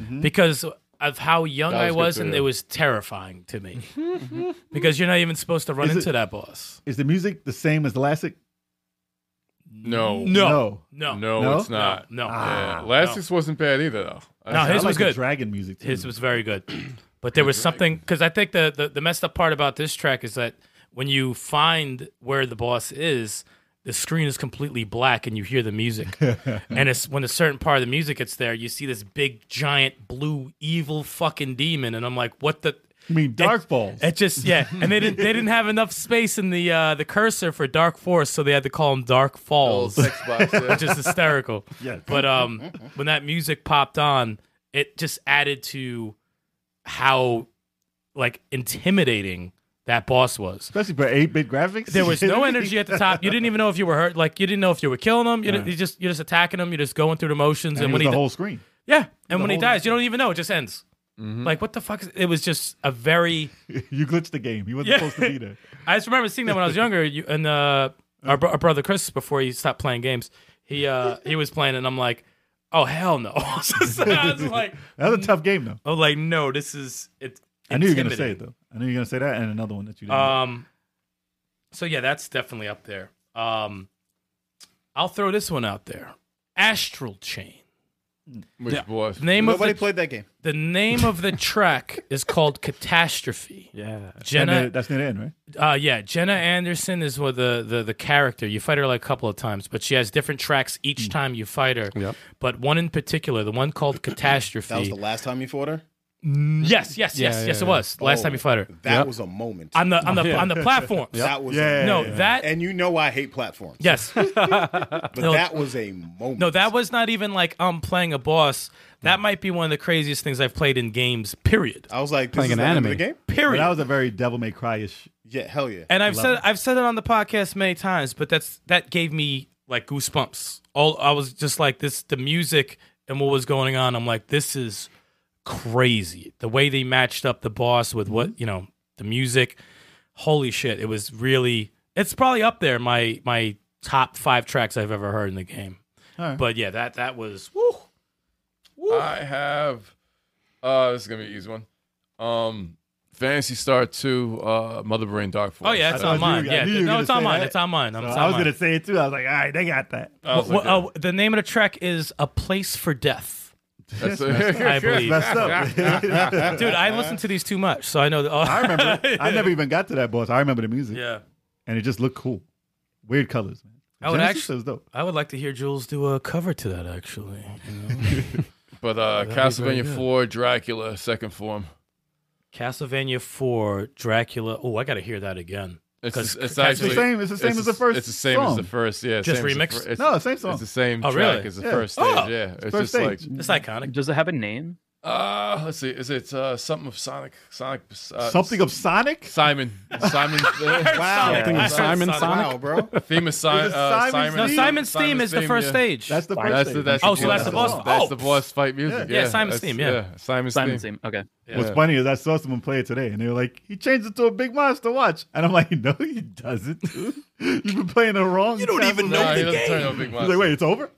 S6: Mm-hmm.
S7: because of how young
S4: Mm-hmm. That
S7: I
S4: was good
S7: was,
S4: too,
S7: and
S4: yeah.
S7: it was terrifying to me because you're not even supposed to run
S6: Is it-
S7: into that boss.
S6: Is the music the same as the last?
S4: no,
S7: No,
S4: no,
S7: no, no,
S6: No? Ah.
S4: it's not.
S7: no.
S4: Yeah. Last wasn't bad either though.
S7: No, his
S6: I
S7: was
S6: like the
S7: good.
S6: Dragon music. Too.
S7: His was very good, but there was something because I think the, the the messed up part about this track is that when you find where the boss is. The screen is completely black, and you hear the music. and it's when a certain part of the music gets there, you see this big, giant, blue, evil, fucking demon, and I'm like, "What the?
S6: I mean, Dark Balls.
S7: It just yeah, and they didn't they didn't have enough space in the uh, the cursor for Dark Force, so they had to call him Dark Falls,
S4: Old Xbox, yeah.
S7: which is hysterical.
S6: Yes.
S7: But um, when that music popped on, it just added to how like intimidating that boss was.
S6: Especially for eight bit graphics.
S7: There was no energy at the top. You didn't even know if you were hurt. Like you didn't know if you were killing him. You, didn't- you just you're just attacking him. You're just going through the motions. And,
S6: and it
S7: when
S6: was
S7: he
S6: the
S7: di-
S6: whole screen.
S7: yeah, and when he
S6: whole-
S7: dies, you don't even know. It just ends. Like, what the fuck? Is, it was just a very.
S6: you glitched the game. You wasn't
S7: Yeah.
S6: supposed to be there.
S7: I just remember seeing that when I was younger. You, and uh, our, bro- our brother Chris, before he stopped playing games, he uh, he was playing, and I'm like, oh hell no! so I was like,
S6: That was a tough game, though.
S7: oh like no, this is it's.
S6: I knew you were gonna say it though. I knew you were gonna say that, and another one that you didn't.
S7: Um, so yeah, that's definitely up there. Um, I'll throw this one out there: Astral Chain.
S4: Which was
S7: The name
S3: Nobody
S7: of the,
S3: played that game.
S7: the name of the track is called Catastrophe.
S2: Yeah.
S6: And
S7: Jenna
S6: it- that's near the end, right?
S7: Uh, yeah, Jenna Anderson is what the, the the character. You fight her like a couple of times, but she has different tracks each time you fight her.
S2: Mm. Yep.
S7: But one in particular, the one called Catastrophe.
S3: That was the last time you fought her.
S7: yes,
S2: Mm.
S7: yes, yes,
S2: yeah,
S7: yes.
S2: yeah.
S7: It was last
S3: Oh,
S7: time you fight her
S3: That
S2: Yep.
S3: was a moment.
S7: on the on the
S2: Yeah.
S7: on the platform.
S3: That was
S6: Yeah.
S3: a
S7: No,
S3: moment.
S7: that
S3: And you know I hate platforms.
S7: yes,
S3: but
S7: no.
S3: that was a moment.
S7: no, that was not even like I'm playing a boss. That might be one of the craziest things I've played in games. Period.
S3: I was like, this
S2: Playing an
S3: is the end of
S2: anime.
S3: the game.
S6: But
S7: Period.
S6: that was a very Devil May Cry ish.
S3: Yeah, hell yeah.
S7: And I've
S6: Love
S7: said
S6: it.
S7: I've said it on the podcast many times, but that's that gave me like goosebumps. All I was just like this the music and what was going on. I'm like this is crazy. The way they matched up the boss with
S6: Mm-hmm.
S7: what, you know, the music. Holy shit, it was really it's probably up there my my top 5 tracks I've ever heard in the game.
S6: All right.
S7: But yeah, that that was woo.
S4: I have. Uh, this is gonna be an easy one. Um, Fantasy Star Two, uh, Mother Brain Dark Force.
S7: Oh yeah, it's
S6: I
S7: on
S6: thought you
S7: mine.
S6: were- I
S7: Yeah,
S6: knew you were
S7: no,
S6: gonna
S7: it's on
S6: say
S7: mine.
S6: that.
S7: It's on mine. I'm
S6: So
S7: it's
S6: I
S7: on
S6: was
S7: mine.
S6: gonna say it too. I was like, all right, they got that.
S4: That was
S7: Well,
S4: like
S7: uh, the name of the track is "A Place for Death."
S4: a- that's a-
S7: I believe.
S6: Messed up.
S7: Dude, I listen to these too much, so I know. That,
S6: I remember. It. I never even got to that boss. I remember the music,
S7: Yeah,
S6: and it just looked cool. Weird colors, man.
S7: I would
S6: Genesis
S7: actually-
S6: was dope.
S7: I would like to hear Jules do a cover to that. Actually, you know?
S4: but uh,
S7: That'd be very
S4: Castlevania
S7: good.
S4: Four, Dracula, second form.
S7: Castlevania Four, Dracula. Oh, I got to hear that again.
S4: It's,
S7: 'Cause
S4: it's
S7: Castlevania-
S6: It's the
S4: actually
S6: same. It's the same as the first.
S4: It's the same
S6: song.
S4: as the first. Yeah,
S7: Just
S4: same as the
S7: remixed?
S4: fir- it's-
S6: No, same song.
S4: It's the same
S7: Oh,
S4: track
S7: really?
S4: as the
S6: Yeah.
S4: first stage.
S7: Oh!
S4: yeah, it's
S6: First
S4: just
S6: stage.
S4: like
S7: It's iconic.
S5: Does it have a name?
S4: uh, let's see, is it uh, something of Sonic? Sonic? Uh,
S6: Something of Sonic.
S4: Simon. uh, Simon.
S7: Wow.
S2: Something
S4: Yeah.
S2: with Simon
S7: Sonic.
S2: Sonic.
S3: wow, bro.
S4: Famous Simon.
S6: Is it
S4: Uh,
S6: Simon's
S4: Simon.
S7: No,
S6: theme?
S7: Simon's theme is the
S4: theme,
S7: first
S4: yeah.
S7: stage.
S6: That's the first.
S4: That's the
S6: thing.
S4: that's
S7: Oh,
S4: the-
S7: so that's the boss-
S4: That's
S7: oh,
S4: the boss fight music.
S7: Yeah,
S4: Yeah,
S7: Simon's
S4: that's-
S7: theme, yeah.
S4: Simon's,
S5: Simon's
S4: theme.
S5: theme. Okay.
S6: What's
S4: Yeah.
S6: funny is I saw someone play it today, and they were like, "He changed it to a big monster." Watch, and I'm like, "No, he doesn't. dude. You've been playing the wrong. You don't even
S4: No, he doesn't turn no big
S6: He's
S4: monster.
S6: like, "Wait, it's over."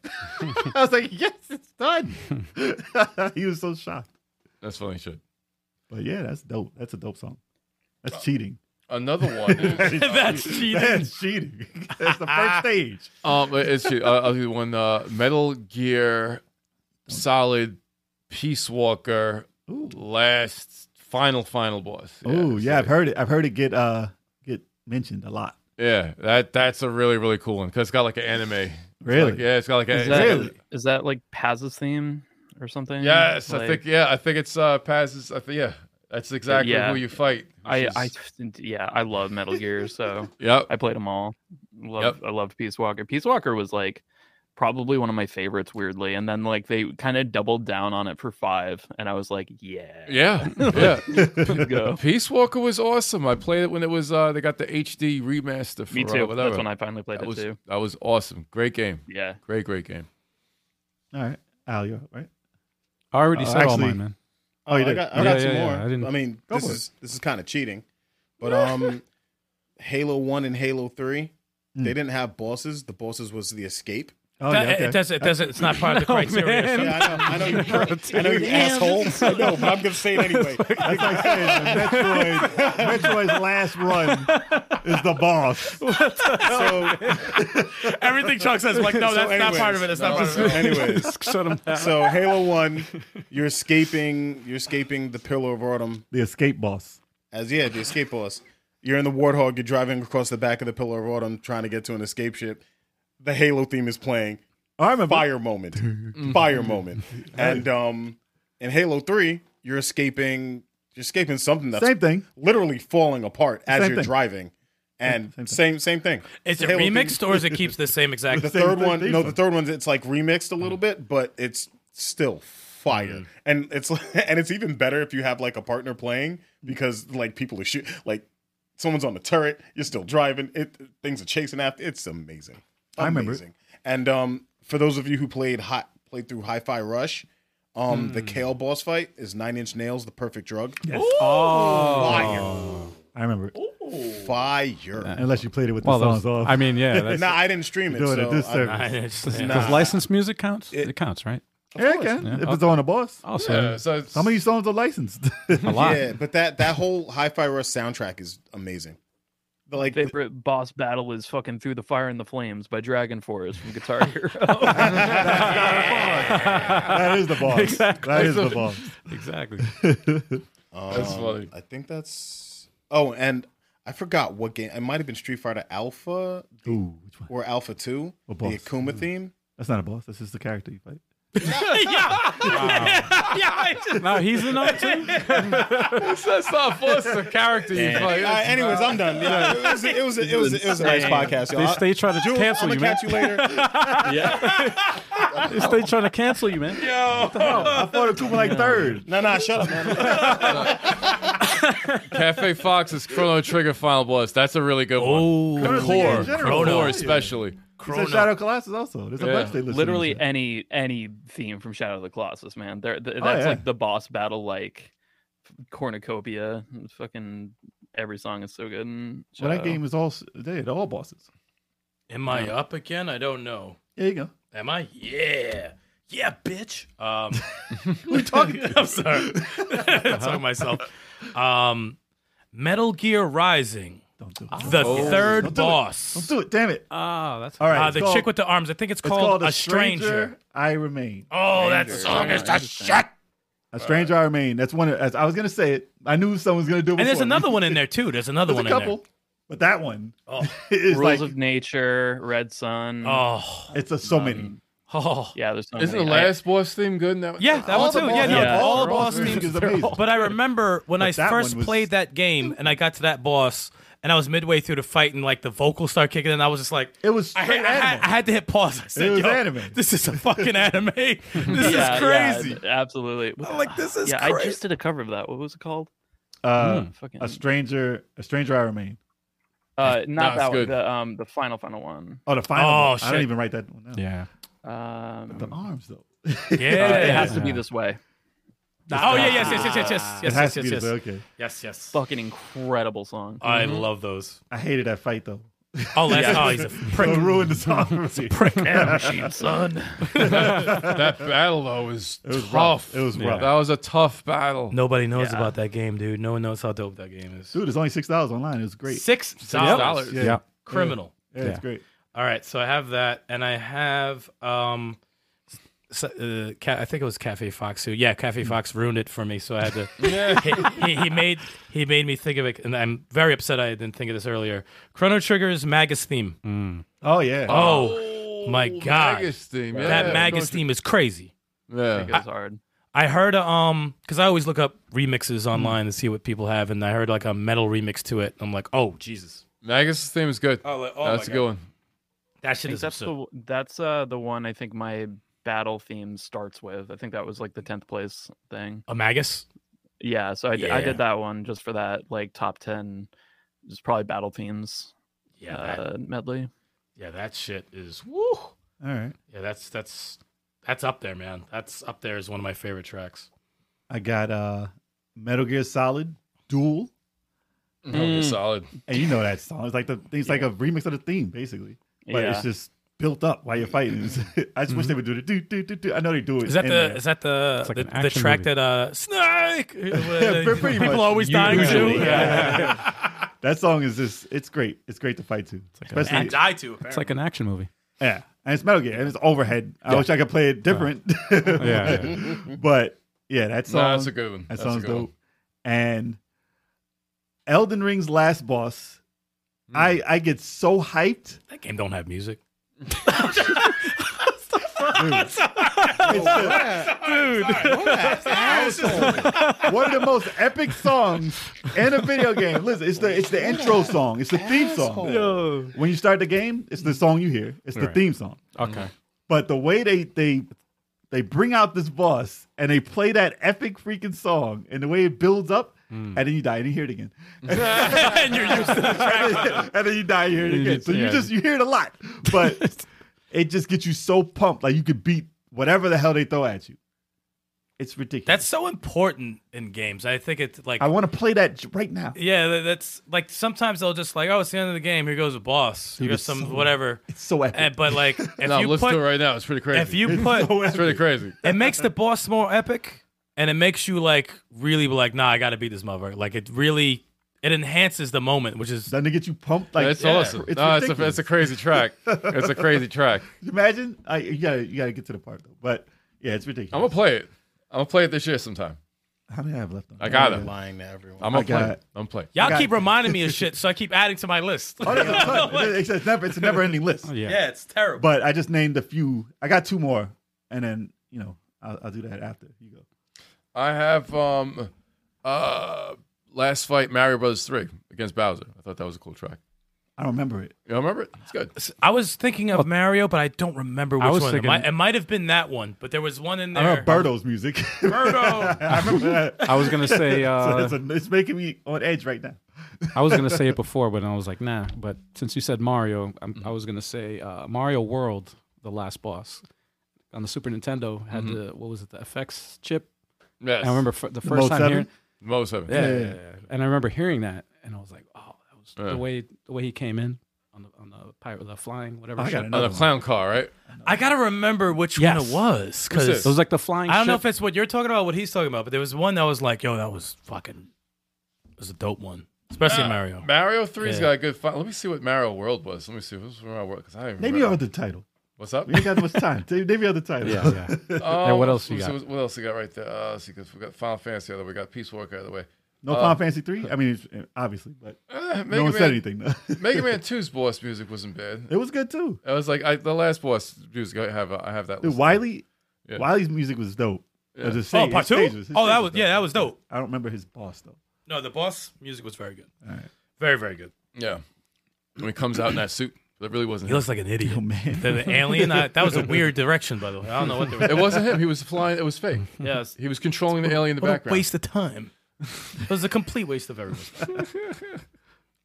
S6: I was like, "Yes, it's done." he was so shocked.
S4: That's funny shit.
S6: But yeah, that's dope. That's a dope song. That's cheating.
S4: Another one. Is,
S7: That's cheating.
S6: That's cheating. That's the first stage.
S4: um, it's shit. Uh, I'll do one. Uh, Metal Gear, Solid, Peace Walker,
S6: Ooh.
S4: last final final boss.
S6: oh yeah, I've
S4: so-
S6: heard it. I've heard it get uh get mentioned a lot.
S4: Yeah, that that's a really really cool one because it's got like an anime. It's
S6: Really?
S4: like- yeah, it's got like
S5: Is
S4: an.
S5: that,
S6: Really?
S5: is that like Paz's theme or something?
S4: Yes, I
S5: Like,
S4: think yeah, I think it's uh passes. I think yeah, that's exactly
S5: Yeah.
S4: who you fight. which
S5: I,
S4: is-
S5: I yeah, I love Metal Gear, so
S4: yep.
S5: I played them all. Love, I loved Peace Walker. Peace Walker was like probably one of my favorites, weirdly. And then like they kind of doubled down on it for five, and I was like, yeah,
S4: Yeah, yeah.
S5: let's go.
S4: Peace Walker was awesome. I played it when it was uh they got the HD remaster for
S5: Me
S4: uh,
S5: too.
S4: whatever.
S5: That's when I finally played
S4: that
S5: it
S4: was
S5: too.
S4: that was awesome. Great game.
S5: Yeah,
S4: Great great game.
S6: All right, Al, you're up, right.
S2: I already
S6: Uh,
S2: said all
S6: actually-
S2: mine, man.
S6: Oh, you
S3: I
S6: did.
S3: got, I got
S2: Yeah,
S3: some
S2: yeah,
S3: more.
S2: yeah, I
S3: I,
S2: didn't-
S3: mean,
S6: Go
S3: this
S6: for it.
S3: is this is kind of cheating, but um, Halo One and Halo Three,
S6: Mm.
S3: they didn't have bosses. The bosses was the escape.
S6: Oh,
S7: That-
S6: yeah, okay. Oh,
S7: It doesn't. It doesn't. It's not part of the
S2: No,
S7: criteria.
S2: man.
S7: so-
S3: Yeah, I know, I know, you, I know you asshole. I know, but I'm gonna say it anyway.
S6: That's like saying that Metroid, Metroid's last run is the boss.
S3: So,
S7: Everything Chuck says, like, no,
S3: So
S7: that's not
S3: anyways,
S7: part of it. That's not
S4: no,
S7: part of
S4: no,
S7: it.
S4: no.
S3: anyways,
S2: Shut him down.
S3: so Halo One, you're escaping. You're escaping the Pillar of Autumn.
S6: The escape boss.
S3: As yeah, the escape boss. You're in the Warthog. You're driving across the back of the Pillar of Autumn, trying to get to an escape ship. The Halo theme is playing.
S6: Oh, I remember.
S3: fire moment, fire moment. And um, in Halo Three, you're escaping, you're escaping something that's
S6: Same thing.
S3: literally falling apart as
S6: Same
S3: you're
S6: thing.
S3: driving.
S6: Same
S3: And
S6: thing.
S3: same same, thing.
S7: Is
S3: The
S7: it
S3: Halo theme-
S7: remixed or is it keeps the same exact?
S3: The
S6: Same
S3: third
S6: thing,
S3: one,
S6: theme
S3: no,
S6: song.
S3: the third one's it's like remixed a
S6: Mm.
S3: little bit, but it's still fire.
S6: Mm-hmm.
S3: And it's and it's even better if you have like a partner playing because like people are shoot like someone's on the turret, you're still driving, it things are chasing after. It's amazing.
S6: I remember it.
S3: Amazing. And um, for those of you who played hot played through Hi-Fi Rush, Um, the Kale boss fight is Nine Inch Nails, the perfect drug.
S6: Mm. Yes. Oh.
S3: Fire,
S6: I remember. it.
S3: fire.
S6: Unless you played it with
S2: Well,
S6: the songs
S2: those,
S6: off.
S2: I mean, yeah, that's,
S3: No, I didn't stream it.
S6: Doing
S3: so
S6: a disservice.
S3: I-
S2: does licensed music counts? It,
S3: It-
S2: counts, right?
S6: yeah, I can.
S2: Yeah.
S6: If it's on a boss.
S2: Also,
S4: Yeah, so it's,
S6: Some of these songs are licensed.
S2: a lot.
S3: yeah, but that that whole Hi-Fi Rush soundtrack is amazing. But like,
S5: favorite boss battle is fucking through the fire and the flames by Dragon Forest from Guitar Hero.
S6: that is the boss.
S2: Exactly.
S6: That is the boss.
S2: Exactly.
S4: That's
S3: um,
S4: funny.
S3: I think that's. Oh, and I forgot what game. It might have been Street Fighter Alpha
S6: Ooh, which one?
S3: or Alpha Two.
S6: A
S3: The
S6: boss.
S3: Akuma theme.
S6: That's not a boss. That's just the character you play.
S2: now he's in on too.
S4: that's not forced the character you
S6: Uh,
S3: All
S4: play.
S3: right, uh, anyways, I'm done. Yeah, it was it was it was, it was a nice podcast.
S2: They
S3: Y'all.
S2: Oh, stay trying to
S3: Jules,
S2: cancel
S3: I'm
S2: you, man.
S3: gonna catch you later.
S2: They stay trying to cancel you, man.
S6: I thought it was like third.
S3: no, no, shut up, man.
S4: Cafe Fox is Chrono Trigger Final Boss. That's a really good
S7: Oh,
S4: one.
S6: Chrono
S4: The
S6: Trigger
S4: core,
S6: in
S4: the
S6: general.
S4: core
S6: Yeah.
S4: especially.
S6: It's a Shadow Colossus also. There's a
S4: Yeah,
S6: bunch they listen
S5: Literally
S6: to.
S5: any any theme from Shadow of the Colossus, man. There, th- that's
S6: yeah.
S5: like the boss battle, like cornucopia. Fucking every song is so good. in
S6: Well,
S5: Shadow.
S7: uh,
S6: that game is all s- they had all bosses.
S7: Am I up again? I don't know.
S6: There you go.
S7: Am I? Yeah. Yeah, bitch. Um,
S6: Who you talking to?
S7: I'm sorry.
S6: Uh-huh.
S7: I'm talking to myself. Um, Metal Gear Rising,
S6: Don't do it.
S7: the
S4: Oh.
S7: third
S6: Don't do it.
S7: boss.
S6: Don't do it. Damn it.
S2: Ah, that's
S6: All right.
S7: Uh,
S6: it's
S7: the
S6: called-
S7: chick with the arms. I think it's
S6: it's
S7: called,
S6: called
S7: A Stranger.
S6: I remain.
S7: Oh, that song is the shit.
S6: A stranger I remain. That's one. Of, as I was gonna say it. I knew someone was gonna do it.
S7: And there's
S6: before me.
S7: another one in there too. There's another
S6: There's
S7: one
S6: a
S7: in
S6: couple, but that one
S7: Oh.
S6: is
S5: Rules
S6: like
S5: of Nature, Red Sun.
S7: there. Oh,
S6: it's a so many.
S7: oh.
S5: Yeah, there's so
S4: Isn't the
S5: many. I-
S4: last boss theme good in that one?
S7: Yeah, that
S6: all
S7: one
S6: the
S7: too.
S6: boss-
S7: Yeah, no,
S5: yeah,
S7: all
S6: the
S7: boss
S6: boss music
S7: themes.
S6: is amazing.
S7: But I remember when I
S6: that
S7: first
S6: one was-
S7: played that game and I got to that boss and I was midway through the fight and like the vocals started kicking in and I was just like,
S6: It was
S7: I,
S6: straight
S7: had, I, had,
S6: anime.
S7: I had to hit pause. I said,
S6: It was
S7: Yo,
S6: anime.
S7: This is a fucking anime. this
S5: yeah, yeah,
S7: is crazy.
S5: th- absolutely. What
S7: I'm
S5: the-
S7: like, this is
S5: yeah, I
S7: crazy.
S5: just did a cover of that. What was it called?
S6: Uh,
S7: Hmm.
S5: Fucking,
S6: A stranger, a stranger I remain.
S5: uh, not
S4: Nah, it's
S5: that one.
S4: good.
S5: The um, the final, final one.
S6: Oh, the final.
S7: Oh,
S6: one. I
S7: shit.
S6: don't even write that one down.
S2: yeah.
S5: Um,
S6: The arms though.
S5: uh, it
S7: yeah.
S5: has to be this way.
S7: Oh, yeah, yes, yes, yes, yes, yes.
S6: it has
S7: Yes, yes,
S6: to be
S7: yes,
S6: this way.
S7: yes.
S6: okay.
S7: Yes, yes.
S5: Fucking incredible song.
S7: I love those.
S6: I hated that fight though.
S7: Mm-hmm. Oh, that's, oh, he's a
S6: It
S7: prick.
S6: ruined the song. for me.
S7: prick.
S5: son.
S4: that battle though was
S6: It was
S4: tough.
S6: rough. It was rough.
S4: That was a tough battle.
S7: Nobody knows
S5: Yeah.
S7: about that game, dude. No one knows how dope that game is.
S6: Dude, it's only six dollars online. It was great.
S7: Six
S4: dollars.
S7: dollars.
S6: Yeah.
S2: Yeah.
S7: Criminal.
S6: Yeah, it's
S2: Yeah.
S6: great.
S7: All right, so I have that, and I have um, s- uh, Ca- I think it was Cafe Fox who, yeah, Cafe Fox ruined it for me, so I had to. he, he, he made he made me think of it, and I'm very upset I didn't think of this earlier. Chrono Trigger's Magus theme.
S6: Oh yeah.
S7: Oh, my god,
S4: Magus theme. Yeah,
S7: that Magus
S4: Don't you-
S7: theme is crazy.
S5: It
S4: Yeah.
S5: goes hard.
S7: I heard um because I always look up remixes online and see what people have, and I heard like a metal remix to it. I'm like, oh Jesus,
S4: Magus theme is good. That's a good one.
S7: that
S5: I
S7: shit
S5: think
S7: is
S5: that's
S7: absurd.
S5: the that's uh the one I think my battle theme starts with. I think that was like the tenth place thing.
S7: A Magus.
S5: Yeah, so I, did I
S7: Yeah.
S5: did that one just for that like top ten. It's probably battle themes
S7: Yeah, that,
S5: uh, medley.
S7: yeah, that shit is woo.
S6: All right.
S7: Yeah, that's that's that's up there, man. That's up there as one of my favorite tracks.
S6: I got uh Metal Gear Solid Duel.
S4: Mm. Solid.
S6: And you know that song. It's like the it's like a remix of the theme, basically. But
S5: yeah,
S6: it's just built up while you're fighting. I just wish they would do the do do do do. I know they do it.
S7: Mm-hmm. Is that
S6: in
S7: the
S6: there.
S7: is that the
S2: like
S7: the,
S2: an
S7: the
S2: action
S7: track
S2: movie.
S7: that uh Snake?
S6: pretty
S7: People
S6: much.
S7: always dying to.
S6: Usually,
S7: Yeah.
S6: that song is just it's great. It's great to fight to. Especially
S7: And die to.
S2: It's like an action movie.
S6: yeah. And it's Metal Gear and it's overhead. I wish I could play it different.
S2: Yeah.
S6: but yeah, that
S4: No,
S6: song
S4: that's a good one.
S6: that
S4: That's
S6: sounds
S4: a good
S6: dope. And Elden Ring's last boss.
S4: Hmm.
S6: I, I get so hyped.
S7: That game don't have music.
S6: It's the- one of the most epic songs in a video game. Listen, it's the it's the intro song. It's the theme song. When you start the game, it's the song you hear. It's the theme song.
S2: Okay.
S6: But the way they they they bring out this boss and they play that epic freaking song and the way it builds up
S4: Hmm.
S6: and then you die and you hear it again.
S7: and you're used to the
S6: and,
S7: track.
S6: then, and then you die and you hear it again. So you
S2: Yeah.
S6: just you hear it a lot. But it just gets you so pumped. Like you could beat whatever the hell they throw at you. It's ridiculous.
S7: That's so important in games. I think it's like
S6: I want to play that j- right now.
S7: Yeah, tha- that's like sometimes they'll just like, oh, it's the end of the game. Here goes a boss. Here
S6: Dude,
S7: goes
S6: it's
S7: some
S6: so-
S7: whatever.
S6: It's so epic.
S7: And, but like, if
S4: No,
S7: you
S4: let's
S7: put,
S4: do it right now. It's pretty crazy.
S7: if you put,
S4: it's pretty crazy.
S7: it makes the boss more epic, and it makes you like really be like, nah, I got to beat this motherfucker. Like it really, it enhances the moment, which is
S6: Doesn't it get you pumped? Like
S4: that's
S6: yeah,
S4: awesome.
S6: It's
S4: no, it's a,
S6: ridiculous.
S4: it's a crazy track. It's a crazy track.
S6: Imagine I, you gotta you gotta get to the part though. But yeah, it's ridiculous.
S4: I'm gonna play it. I'm gonna play it this year sometime.
S6: How many I have left? On?
S4: I got it.
S3: lying to everyone.
S4: I'm gonna
S6: I
S4: play
S6: got
S4: it.
S6: it.
S4: I'm playing.
S7: y'all
S6: got-
S7: keep reminding me of shit, so I keep adding to my list.
S6: Oh, there's a ton. it's, it's never it's a never ending list.
S2: yeah.
S7: yeah, it's terrible.
S6: But I just named a few. I got two more, and then you know I'll, I'll do that after you go.
S4: I have um uh last fight Mario Brothers three against Bowser. I thought that was a cool track.
S6: I don't remember it.
S4: You remember it? It's good.
S7: I was thinking of Mario, but I don't remember which
S2: I was
S7: one. it,
S2: thinking-
S7: might, it might have been that one, but there was one in
S6: I
S7: there.
S6: remember Birdo's music.
S7: Birdo.
S6: I remember that.
S2: I was gonna say
S6: So
S2: uh,
S6: it's, a- it's making me on edge right now.
S2: I was gonna say it before, but I was like, nah. But since you said Mario, I'm, I was gonna say uh, Mario World, the last boss on the Super Nintendo had the what was it, the FX chip?
S4: Yes.
S2: And I remember f- the
S6: Mode
S2: first time hearing,
S4: Most of it.
S2: yeah,
S6: Yeah,
S2: yeah,
S6: yeah,
S2: yeah. and I remember hearing that, and I was like, oh, that was
S4: Yeah.
S2: the way the way he came in on the on the pirate, the flying, whatever.
S6: I got
S2: ship.
S4: On
S6: another
S4: the clown car, right?
S7: I gotta remember which one
S2: Yes.
S7: it was
S4: What's
S7: because
S2: It was like the flying.
S7: I don't know
S2: ship.
S7: if it's what you're talking about, what he's talking about, but there was one that was like, yo, that was fucking, it was a dope one, especially Mario.
S4: Uh, Mario three's
S7: Yeah.
S4: got a good fun. Let me see what Mario World was. Let me see what's Mario World because I don't even
S6: Name your
S4: remember.
S6: other title.
S4: What's up?
S6: We ain't got much time. Name name your other title.
S2: yeah, yeah.
S4: Um,
S2: what else
S4: let me
S2: you
S4: see
S2: got?
S4: What, what else you got right there? Uh, let's see, because we got Final Fantasy out of the way, we got Peace Walker out of the way.
S6: No Final Fantasy three. I mean, it's, obviously, but
S4: Eh, Mega
S6: no
S4: Man,
S6: one said anything. though.
S4: Mega Man 2's boss music wasn't bad.
S6: it was good too.
S4: I was like, I, the last boss music I have, I have that.
S6: Dude,
S4: listed.
S6: Wiley,
S4: Yeah.
S6: Wiley's music was dope.
S4: Yeah.
S6: I was just
S7: Oh,
S6: saying,
S7: part
S6: his stage
S7: two?
S6: his
S7: Oh, that
S6: stage
S7: was, yeah, that was dope.
S6: I don't remember his boss though.
S7: No, the boss music was very good.
S6: All right.
S7: Very, very good.
S4: Yeah, when he comes out in that suit, that really wasn't.
S7: He
S4: Him.
S7: looks like an idiot.
S6: Oh man,
S7: The, the alien, I, that was a weird direction, by the way. I don't know what they were
S4: It wasn't him. He was flying. It was fake.
S7: Yeah, it was-
S4: He was controlling the alien in the
S7: what a
S4: background.
S7: waste of time. It was a complete waste of everyone's time.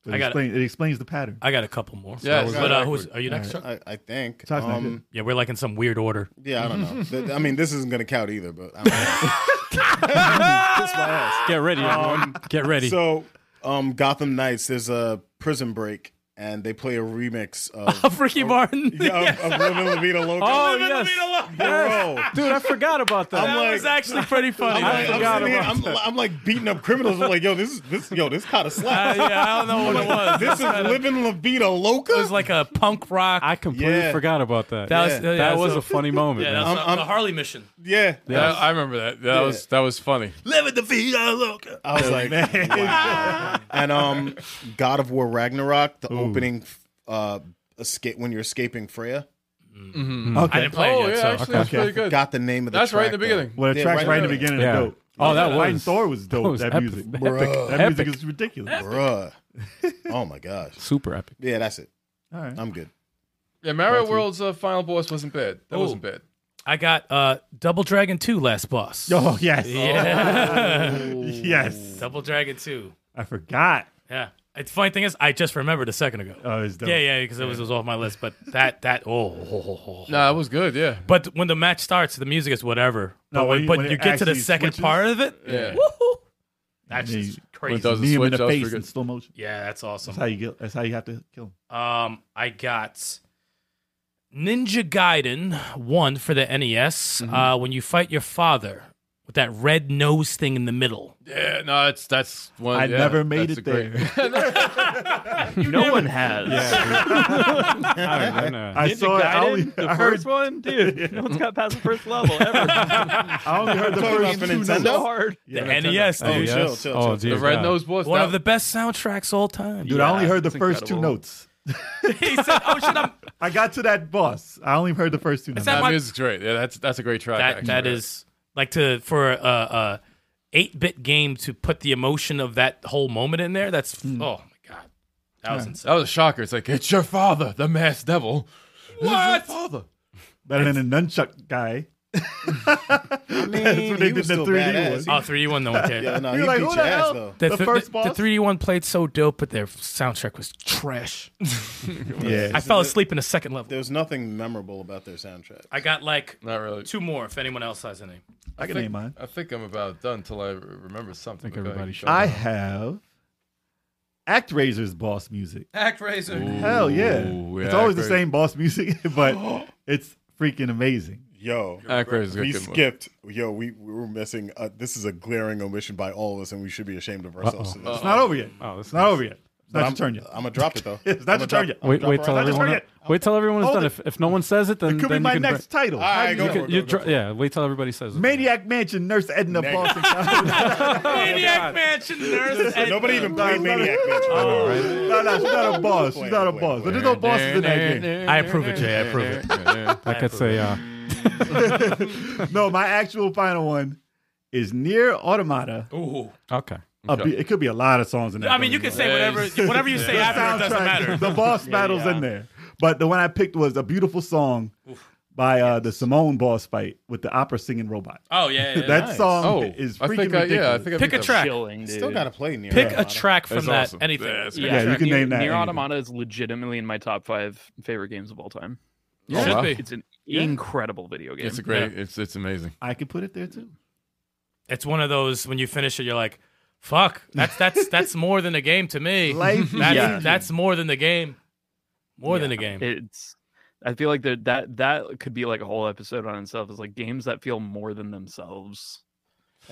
S6: But
S7: I
S6: it,
S7: got it.
S6: explains, it. explains the pattern.
S7: I got a couple more.
S4: Yeah, it's
S7: but
S4: not
S7: uh, who's, are you next? Chuck?
S3: I, I think.
S6: Talk's not
S3: Um,
S7: Yeah, we're like in some weird order.
S3: yeah, I don't know. Th- I mean, this isn't gonna count either, but I'm kiss my ass.
S2: Get ready, everyone. Get ready.
S3: So, um, Gotham Knights. There's a Prison Break, and they play a remix of.
S7: Of Ricky Martin.
S3: Yeah, of, of Living La Vida Loca.
S2: oh
S7: Leave it
S2: yes,
S7: alone.
S2: Yes.
S3: Bro.
S2: dude, I forgot about that.
S3: I'm
S7: That
S3: like-
S7: was actually pretty
S3: I'm,
S7: funny.
S3: like,
S7: man.
S3: I'm,
S2: forgot
S3: sitting here,
S2: about
S3: I'm, I'm like beating up criminals. I'm like, yo, this is this yo, this kind of
S7: Uh,
S3: slap.
S7: yeah, I don't know what it was.
S3: This is living La Vida Loca.
S7: It was like a punk rock.
S2: I completely
S3: Yeah.
S2: forgot about that.
S7: that was,
S3: yeah.
S7: yeah,
S2: that was
S7: so-
S2: a funny moment. man.
S7: yeah, that was
S3: I'm-
S7: the-
S3: I'm-
S7: the Harley mission.
S3: yeah.
S4: Yeah, I remember that. That was that was funny.
S7: Living the vida loca.
S3: I was like, wow. and um, God of War Ragnarok, the opening uh, escape when you're escaping Freya,
S7: I
S6: Okay,
S7: didn't play
S4: oh
S7: it yet,
S4: yeah,
S7: so.
S4: actually, that's
S6: Okay.
S4: pretty good.
S3: got the name of the.
S4: That's right in
S3: track,
S4: the beginning.
S6: well, it
S3: Yeah,
S6: tracks
S3: right
S6: right, in the
S3: there.
S6: beginning.
S2: Yeah.
S6: Yeah. Dope.
S2: Oh, that
S6: Fighting
S2: was-
S6: Thor was dope. That,
S2: was epic.
S6: music,
S2: Epic.
S3: Bruh.
S6: that
S2: Epic.
S6: music is ridiculous.
S3: though. Bruh. Oh my gosh.
S2: Super epic.
S3: Yeah, that's it.
S6: All right,
S3: I'm good.
S4: Yeah, Mario World's uh, final boss wasn't bad. That wasn't bad.
S7: I got uh, Double Dragon 2 last boss.
S6: oh yes,
S7: Yeah.
S6: yes,
S7: Double Dragon 2.
S6: I forgot.
S7: Yeah. It's funny thing is, I just remembered a second ago.
S6: Oh, it's dope.
S7: yeah, yeah, because it was, it was off my list. But that, that, oh.
S4: No, it was good. Yeah,
S7: But when the match starts, the music is whatever.
S6: No, when
S7: but when,
S6: you-
S7: but
S6: when it
S7: you get to the
S6: actually
S7: second
S6: switches.
S7: part of it,
S4: yeah.
S7: woohoo. That's
S6: Yeah,
S7: just
S6: you-
S7: crazy.
S4: does it
S6: Knee him in
S4: switch? That
S6: the
S4: was
S6: face
S4: pretty
S6: in
S4: good.
S6: slow motion.
S7: Yeah, that's awesome.
S6: That's how you get. That's how you have to kill him.
S7: Um, I got Ninja Gaiden one for the NES. Uh, when you fight your father with that red nose thing in the middle.
S4: Yeah, no, it's that's one.
S6: I
S4: yeah,
S6: never made
S4: that's
S6: it
S4: a great-
S6: there.
S5: no one has.
S2: I, I know.
S6: I
S5: Ninja
S6: saw it. I
S5: Gaiden,
S6: only,
S5: the
S6: I
S5: first
S6: heard.
S5: one, dude. No one's got past the first level ever.
S6: I only heard the
S3: Talking
S6: first
S3: about
S6: two
S3: Nintendo?
S6: notes.
S5: so hard.
S6: Yeah,
S7: the
S6: Nintendo.
S7: NES,
S2: Oh,
S7: dude.
S2: yes.
S3: chill, chill,
S2: Oh,
S3: chill.
S2: dear
S4: The red
S2: God.
S4: nosed boss.
S7: One
S4: that-
S7: of the best soundtracks all time.
S6: Dude, I only
S5: Yeah,
S6: heard the
S5: it's
S6: first two
S5: incredible.
S6: notes.
S7: he said, "Oh shit, I'm."
S6: I got to that boss. I only heard the first two notes.
S7: that
S4: that
S7: my-
S4: music's great. Yeah, that's that's a great track.
S7: That
S4: actually.
S7: that is like to for a uh, eight bit game to put the emotion of that whole moment in there. That's oh my god, that was insane.
S4: that was a shocker. It's like it's your father, the masked devil. What? father.
S6: Better than a nunchuck guy.
S3: I mean,
S6: That's what they
S3: he was
S6: did the
S3: still
S6: 3D
S3: badass.
S6: one.
S3: He-
S7: Oh, 3D one, no one cared.
S3: yeah, no,
S6: You're
S3: he
S6: like,
S3: beat
S6: who
S3: your
S6: the
S3: ass
S6: hell?
S3: though.
S7: The,
S6: The
S7: th-
S6: first
S7: the-
S6: boss?
S7: the 3D one played so dope, but their soundtrack was trash.
S6: Yeah.
S7: I fell asleep in the second level.
S3: There's nothing memorable about their soundtrack.
S7: I got like
S4: Not really.
S7: two more if anyone else has any.
S6: I, can
S4: think,
S6: name mine.
S4: I think I'm about done until I re- remember something.
S2: think
S4: but go
S2: everybody
S4: ahead, you
S2: should.
S4: go.
S6: I have ActRaiser's boss music.
S2: Act Razor.
S6: Hell yeah.
S4: Ooh,
S6: it's
S4: yeah,
S6: always the
S4: Act Ra-
S6: same boss music, but it's freaking amazing.
S3: Yo,
S4: Act Raiser's a
S3: we
S4: good one.
S3: skipped. Yo, we, we were missing. Uh, this is a glaring omission by all of us, and we should be ashamed of ourselves. for this.
S6: It's not over yet.
S2: Oh, this
S6: It's not over yet. It's
S3: But
S6: not
S3: I'm,
S6: your turn yet.
S3: I'm gonna drop it though.
S6: It's not
S3: I'ma
S6: your turn
S3: drop-
S6: yet.
S2: Wait,
S3: I'ma
S2: wait
S3: drop
S2: till
S3: it right
S6: everyone-
S3: now.
S2: everyone's
S6: forget.
S2: wait till everyone's
S6: Hold
S2: done.
S6: it.
S2: If, if no one says it, then
S6: It could be
S2: then
S6: my
S2: you can
S6: next title.
S3: All right,
S6: How do
S3: go
S6: you
S3: for
S6: know?
S3: it.
S2: bring- you dr- yeah, wait till everybody says it.
S6: Maniac Mansion, Nurse Edna,
S3: Neg-
S6: Boston College.
S2: Maniac Mansion nurse.
S3: Nobody even played
S6: no, no.
S3: Maniac Mansion.
S6: Oh, no, no, she's not a boss. She's not a
S3: Wait,
S6: boss.
S3: wait,
S6: There's no bosses in that game.
S7: I approve it, Jay. I approve it.
S2: Like it's a uh,
S6: No, my actual final one is Near Automata.
S7: Ooh.
S2: okay.
S6: A B- it could be a lot of songs in that.
S7: I
S6: game.
S7: mean, you can say whatever whatever you say
S6: The
S7: after it doesn't
S6: soundtrack,
S7: matter.
S6: The boss battles in there. But the one I picked was a beautiful song by uh, the Simone boss fight with the opera singing robot.
S7: Oh yeah. yeah,
S6: that
S7: yeah.
S6: song
S4: Oh,
S6: is
S4: I
S6: freaking
S4: think I,
S6: ridiculous.
S4: yeah, I think I
S7: Pick
S4: beat
S7: a
S4: that
S7: track.
S5: Chilling, dude.
S3: Still gotta play near.
S7: Pick a
S3: Automata.
S7: track from
S4: That's
S7: that.
S4: awesome.
S7: Anything.
S4: Yeah, that's
S5: Yeah,
S6: Yeah, you can
S5: Nier,
S6: name that
S5: Nier
S6: anything.
S5: Automata is legitimately in my top five favorite games of all time.
S4: Yeah. Oh,
S7: Should
S4: wow.
S7: be.
S5: It's an incredible video game.
S4: It's a great. It's it's amazing.
S6: I could put it there too.
S7: It's one of those when you finish it, you're like, "Fuck, that's that's that's more than a game to me.
S6: Life
S7: that's,
S6: Yeah.
S7: that's more than the game, more than a game."
S5: It's. I feel like that that that could be like a whole episode on itself. Is like games that feel more than themselves.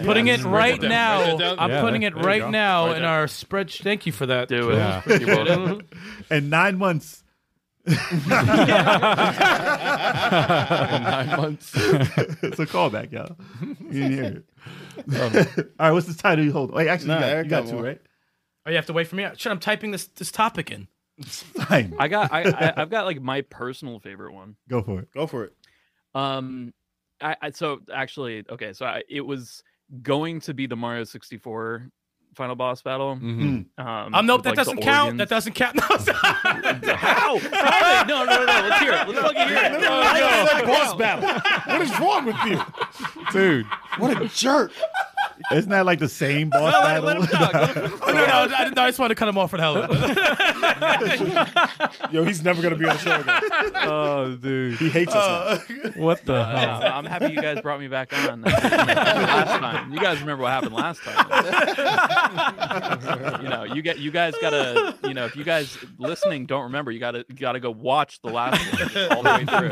S7: putting it
S4: Write
S7: right
S4: that down.
S7: now,
S4: Write that down.
S7: I'm
S2: Yeah,
S7: putting
S2: there-
S7: it
S2: there you
S7: right
S2: go.
S7: now
S4: Write
S7: in
S4: that.
S7: our spreadsheet. Thank you for that.
S5: Do it.
S2: Yeah.
S5: You're welcome.
S6: And nine months.
S4: In nine months.
S6: it's a callback, y'all. You didn't hear it. All right, what's the title you hold? Wait, actually,
S3: Nah,
S6: you got,
S3: Eric
S6: you got
S3: got
S6: two,
S3: one.
S6: right?
S7: Oh, you have to wait for me. Shit, I'm typing this this topic in.
S6: Fine.
S5: I got. I, I I've got like my personal favorite one.
S6: Go for it.
S3: Go for it.
S5: Um, I, I so actually okay, so I, it was going to be the Mario sixty four final boss battle.
S4: Mhm.
S5: Um,
S7: Um,
S5: with,
S7: nope, that
S5: like, the
S7: doesn't count. That
S5: organs.
S7: doesn't count. No,
S5: How? How? did- No, no, no, no. Let's hear it. Let's fucking hear it.
S3: It's like boss battle. What is wrong with you,
S2: Dude,
S3: What a jerk!
S6: It's not like the same boss
S7: let,
S6: battle.
S7: let him talk. Let him- Oh, no, no, I, no, I just want to cut him off for the hell of it.
S3: Yo, he's never gonna be on the show again.
S2: oh dude,
S3: He hates us.
S2: what the hell?
S5: Uh, I'm happy you guys brought me back on. last time, you guys remember what happened last time. you know, you get, you guys gotta, you know, if you guys listening don't remember, you gotta, you gotta go watch the last one all the way through.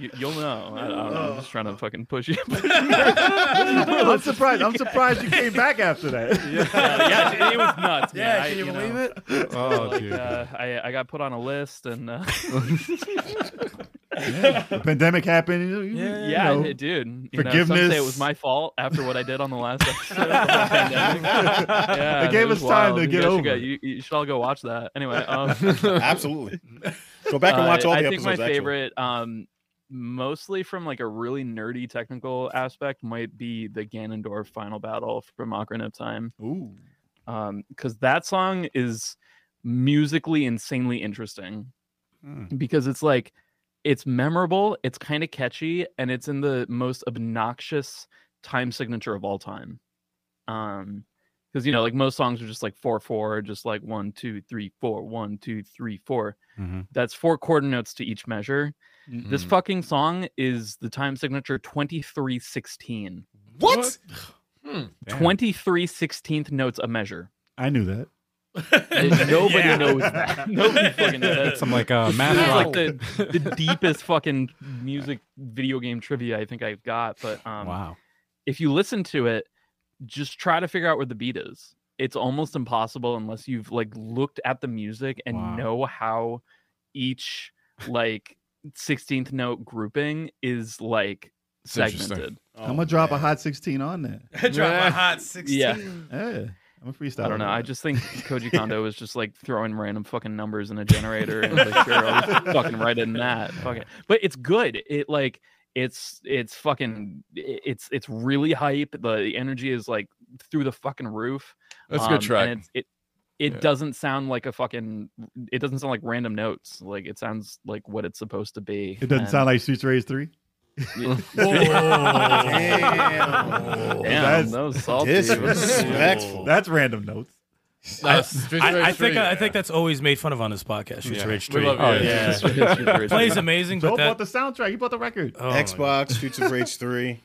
S5: you, you'll know. I, I don't know. I'm just trying to fucking push you.
S6: I'm surprised. I'm surprised you came back after that.
S5: yeah, it was nuts. man. I, you know,
S6: it?
S2: Oh
S5: Like,
S2: dude,
S5: uh, I, I got put on a list and uh,
S6: The pandemic happened. you- you- you
S5: yeah,
S6: know.
S5: it- dude. You Know, some say
S6: forgiveness.
S5: it was my fault after what I did on the last episode. of the pandemic. yeah,
S6: It gave
S5: was
S6: us time
S5: wild.
S6: to
S5: You
S6: get
S5: guys should
S6: over
S5: go-
S6: it.
S5: you, you should all go watch that. Anyway, um,
S3: Absolutely. Go back and watch
S5: uh,
S3: all the
S5: I
S3: episodes.
S5: think my
S3: actually.
S5: favorite, um, mostly from like a really nerdy technical aspect, might be the Ganondorf final battle from Ocarina of Time.
S6: Ooh.
S5: um because that song is musically insanely interesting
S3: Hmm.
S5: because it's like it's memorable it's kind of catchy and it's in the most obnoxious time signature of all time um because you know like most songs are just like four four just like one two three four one two three four
S2: Mhm.
S5: that's four quarter notes to each measure this
S2: Mm-hmm.
S4: Mhm.
S5: fucking song is the time signature 2316
S3: What?
S2: Damn.
S5: 23 16th notes a measure
S6: I knew that.
S5: Nobody
S7: Yeah.
S5: knows that. Nobody fucking knows that.
S2: some like uh, math
S5: This is,
S2: rock.
S5: like the, the deepest fucking music video game trivia I think I've got. But um,
S2: wow.
S5: if you listen to it, just try to figure out where the beat is. It's almost impossible unless you've like looked at the music and
S2: Wow.
S5: know how each like 16th note grouping is like
S4: It's interesting.
S5: segmented.
S3: Oh,
S6: I'm gonna drop a
S3: man.
S6: hot 16 on that.
S7: Drop my hot 16.
S5: Yeah.
S6: Yeah, I'm a freestyle.
S5: I don't know. I just think Koji Kondo was just like throwing random fucking numbers in a generator and like, sure, I'll just fucking write in that. Fuck it. But it's good. It like it's it's fucking i- it's it's really hype. The, the energy is like through the fucking roof.
S4: That's a
S5: Um,
S4: good track.
S5: And it's, it it
S4: Yeah.
S5: doesn't sound like a fucking. It doesn't sound like random notes. Like it sounds like what it's supposed to be.
S6: It doesn't
S5: and-
S6: sound like Streets Rays Three.
S3: Damn.
S5: Damn,
S6: that's Oh,
S5: that was salty. What the-
S3: Disrespectful.
S6: That's random notes.
S4: Uh, Streets of
S7: I, I
S4: Rage 3,
S7: think I
S4: yeah.
S7: think that's always made fun of on this podcast. Streets
S4: Yeah.
S7: of Rage
S4: We
S7: Three.
S4: love it.
S7: Oh,
S4: yeah.
S7: yeah. Plays amazing,
S6: Joe
S7: but that,
S6: bought the soundtrack. He bought the record.
S7: oh, my God.
S3: Xbox, Streets of Rage 3.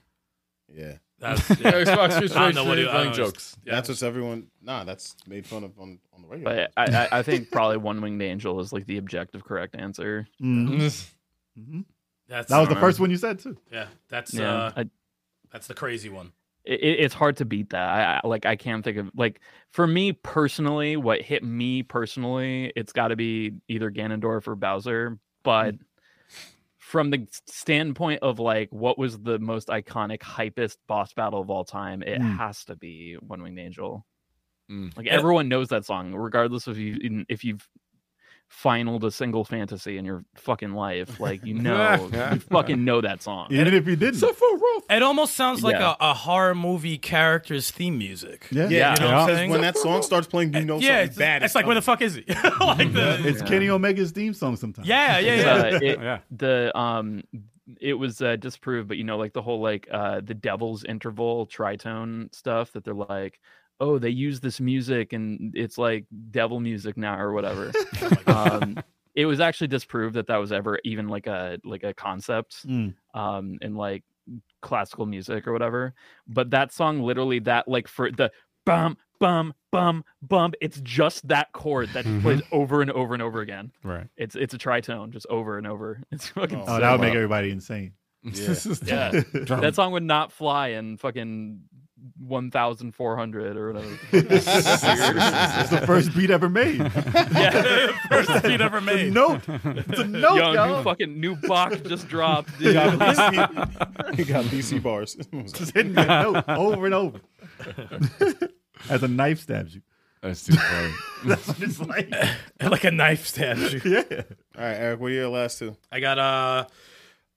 S3: Yeah.
S7: That's-
S4: Yeah,
S7: yeah.
S4: Xbox Streets of
S7: I
S4: Rage
S7: don't know what
S4: 3
S7: it- I
S4: playing
S7: don't know.
S4: jokes. Yeah.
S3: That's what's everyone. Nah, that's made fun of on, on the regular.
S5: But I, I, I think probably one winged angel is like the objective correct answer.
S4: Mm.
S6: Mhm. Mhm.
S7: That's
S6: That was the
S5: Alright.
S6: first one you said too.
S7: yeah. That's
S5: Yeah,
S7: uh,
S5: I,
S7: that's the crazy one.
S5: it, it- it's hard to beat that. I, I like I can't think of like for me personally, what hit me personally, it's got to be either Ganondorf or Bowser. But
S6: Mm.
S5: from the s- standpoint of like what was the most iconic, hypest boss battle of all time, it
S6: Mm.
S5: has to be One Winged Angel.
S4: Mm.
S5: Like
S7: Yeah.
S5: everyone knows that song, regardless of you in- if you've finaled a single fantasy in your fucking life. Like you know, you fucking know that song.
S6: Even if you didn't.
S7: It almost sounds like
S5: Yeah.
S7: a, a horror movie character's theme music.
S6: yeah.
S3: yeah,
S7: You know what I'm
S6: Yeah.
S7: saying?
S3: When that song starts playing, you know
S7: yeah,
S3: something
S7: it's,
S3: bad.
S7: it's like where the fuck is he? like the
S6: Mm-hmm. It's Kenny Omega's theme song sometimes.
S7: yeah, yeah,
S5: It's,
S7: yeah.
S5: uh, it-
S2: Yeah.
S5: the um it was uh, disproved but you know like the whole like uh the devil's interval tritone stuff that they're like oh they use this music and it's like devil music now or whatever
S7: Oh
S5: um it was actually disproved that that was ever even like a like a concept
S6: Mm.
S5: um in like classical music or whatever but that song literally that like for the bum bum bum bum it's just that chord that
S7: Mm-hmm.
S2: Mhm.
S5: plays over and over and over again
S2: Right.
S5: it's it's a tritone just over and over. It's fucking
S6: Oh,
S5: sick.
S6: that would make everybody insane.
S5: yeah. that song would not fly in fucking 1400 or whatever.
S6: it's the first beat ever made.
S5: yeah.
S7: First beat ever
S6: It's a
S7: made.
S6: note. It's a note,
S5: Yo, new
S6: yo.
S5: fucking new Bach just dropped. Dude.
S3: he got BC bars.
S6: Just hitting that note over and over. As a knife stabs you.
S4: That's too funny.
S6: That's what it's like.
S7: like a knife stabs you.
S6: Yeah.
S3: All right, Eric, what are your last two?
S7: I got uh,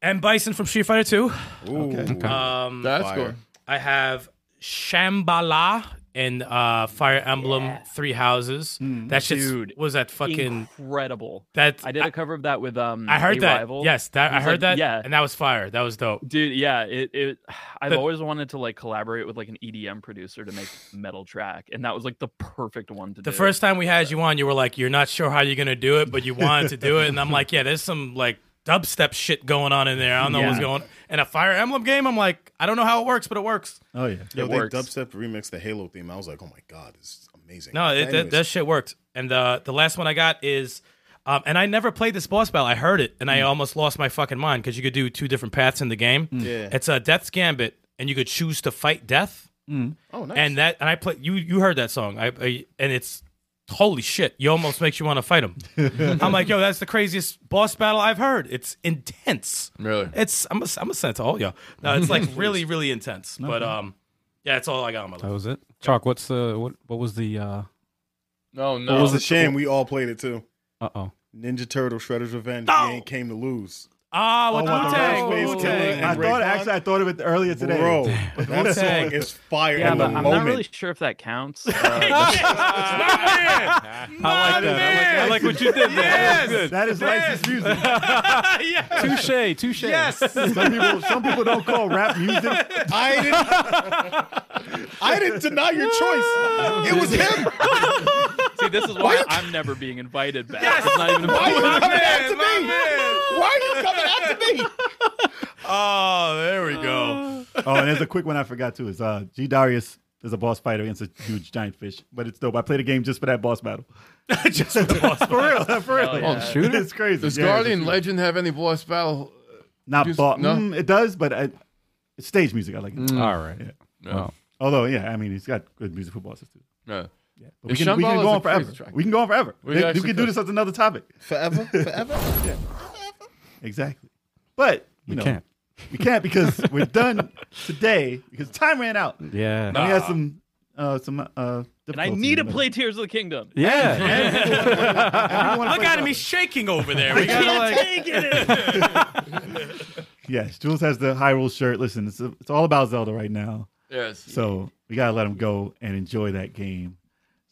S7: M Bison from Street Fighter Two.
S3: Ooh,
S7: Um,
S4: That's
S3: Fire.
S4: good.
S7: I have Shambhala in uh, Fire Emblem Three Houses.
S6: Mm-hmm.
S7: that shit
S5: Dude.
S7: was that fucking
S5: Incredible.
S7: that.
S5: I did a cover of that with um
S7: I heard that.
S5: Arrival.
S7: Yes, that I
S5: He's
S7: heard
S5: like,
S7: that.
S5: yeah.
S7: and that was fire. That was dope.
S5: Dude, yeah, it, it I've
S7: The-
S5: always wanted to like collaborate with like an EDM producer to make metal track, and that was like the perfect one to
S7: The
S5: do.
S7: first time we had you on, you were like, "You're not sure how you're gonna do it, but you wanted to do it." And I'm like, "Yeah, there's some like dubstep shit going on in there. I don't know what's
S5: Yeah.
S7: going." And a Fire Emblem game, I'm like, "I don't know how it works, but it works."
S6: Oh yeah.
S3: Yo,
S5: It
S3: they
S5: works.
S3: dubstep remixed the Halo theme. I was like, oh my god, this is amazing.
S7: No, it, that,
S3: Anyways,
S7: that shit worked. And the the last one I got is, um, and I never played this boss battle. I heard it, and
S6: Mm.
S7: I almost lost my fucking mind because you could do two different paths in the game.
S3: Yeah.
S7: It's a Death's Gambit, and you could choose to fight death.
S6: Mm.
S3: oh, nice.
S7: And that, and I play. You you heard that song? I, I and it's holy shit. You almost makes you want to fight him. I'm like, yo, that's the craziest boss battle I've heard. It's intense.
S4: Really?
S7: It's I'm a, I'm a send it to all y'all. No, it's like really really intense. But um, yeah, that's all I got on my
S2: That
S6: Oh.
S2: was
S7: list.
S2: it. Chalk, what's the what what was the uh
S4: No, no.
S3: it was a shame we all played it too.
S2: uh oh.
S3: Ninja Turtle Shredder's Revenge.
S7: No.
S3: We ain't came to lose.
S7: Ah,
S6: Oh, what
S7: with
S6: the
S7: Wu-Tang,
S3: Raspberries
S7: Wu-Tang.
S3: Killer and
S6: I
S3: Ray
S6: thought
S3: Kroc?
S6: actually I thought of it earlier today.
S3: Bro,
S7: Wu-Tang.
S3: that song is fire
S5: yeah,
S3: in
S5: but
S3: the
S5: I'm
S3: moment.
S5: not really sure if that counts. Uh,
S2: I like that. I like, I like what you did there. That
S6: That is licensed music.
S7: yeah.
S2: was good. Touche, touche.
S6: Some people some people don't call rap music.
S3: I didn't. I didn't deny your choice. It was him.
S5: See, this is why I'm never being invited back. It's not even
S3: Why are you
S5: about-
S3: coming after me? Why are you coming after me?
S7: Oh, there we go.
S6: Oh, and there's a quick one I forgot too. Is uh G Darius is a boss fighter against a huge giant fish. But it's dope. I played a game just for that boss battle.
S7: Just for the boss
S6: For real, for real.
S5: yeah. Oh,
S2: shoot it?
S6: it's crazy.
S4: Does
S6: Yeah, it's a
S4: Guardian
S6: shooter.
S4: Legend have any boss battle?
S6: not
S4: Just-
S6: bought.
S4: no?
S6: Mm, it does, but I, it's stage music. I like it.
S2: All right.
S4: No.
S6: Although, yeah, I mean, he's got good music for bosses too.
S4: No.
S6: Yeah, but we
S4: If
S6: can, we
S4: Shambhala
S6: can
S4: is
S6: go
S4: a
S6: on
S4: crazy
S6: forever.
S4: track.
S6: We can go on forever.
S4: We
S6: Th-
S4: actually
S6: you can do
S4: could.
S6: this as another topic.
S3: Forever, forever.
S6: Exactly. But you
S2: We
S6: know,
S2: can't.
S6: we can't because we're done today because time ran out. And
S2: Yeah.
S6: we had some, uh, some. Uh,
S5: And I need to play Tears of the Kingdom.
S2: Yeah.
S7: Look at him, he's shaking over there. We
S2: Kinda
S7: gotta like,
S2: like-
S6: Yes, Jules has the Hyrule shirt. Listen, it's it's all about Zelda right now.
S4: Yes.
S6: So we gotta let him go and enjoy that game.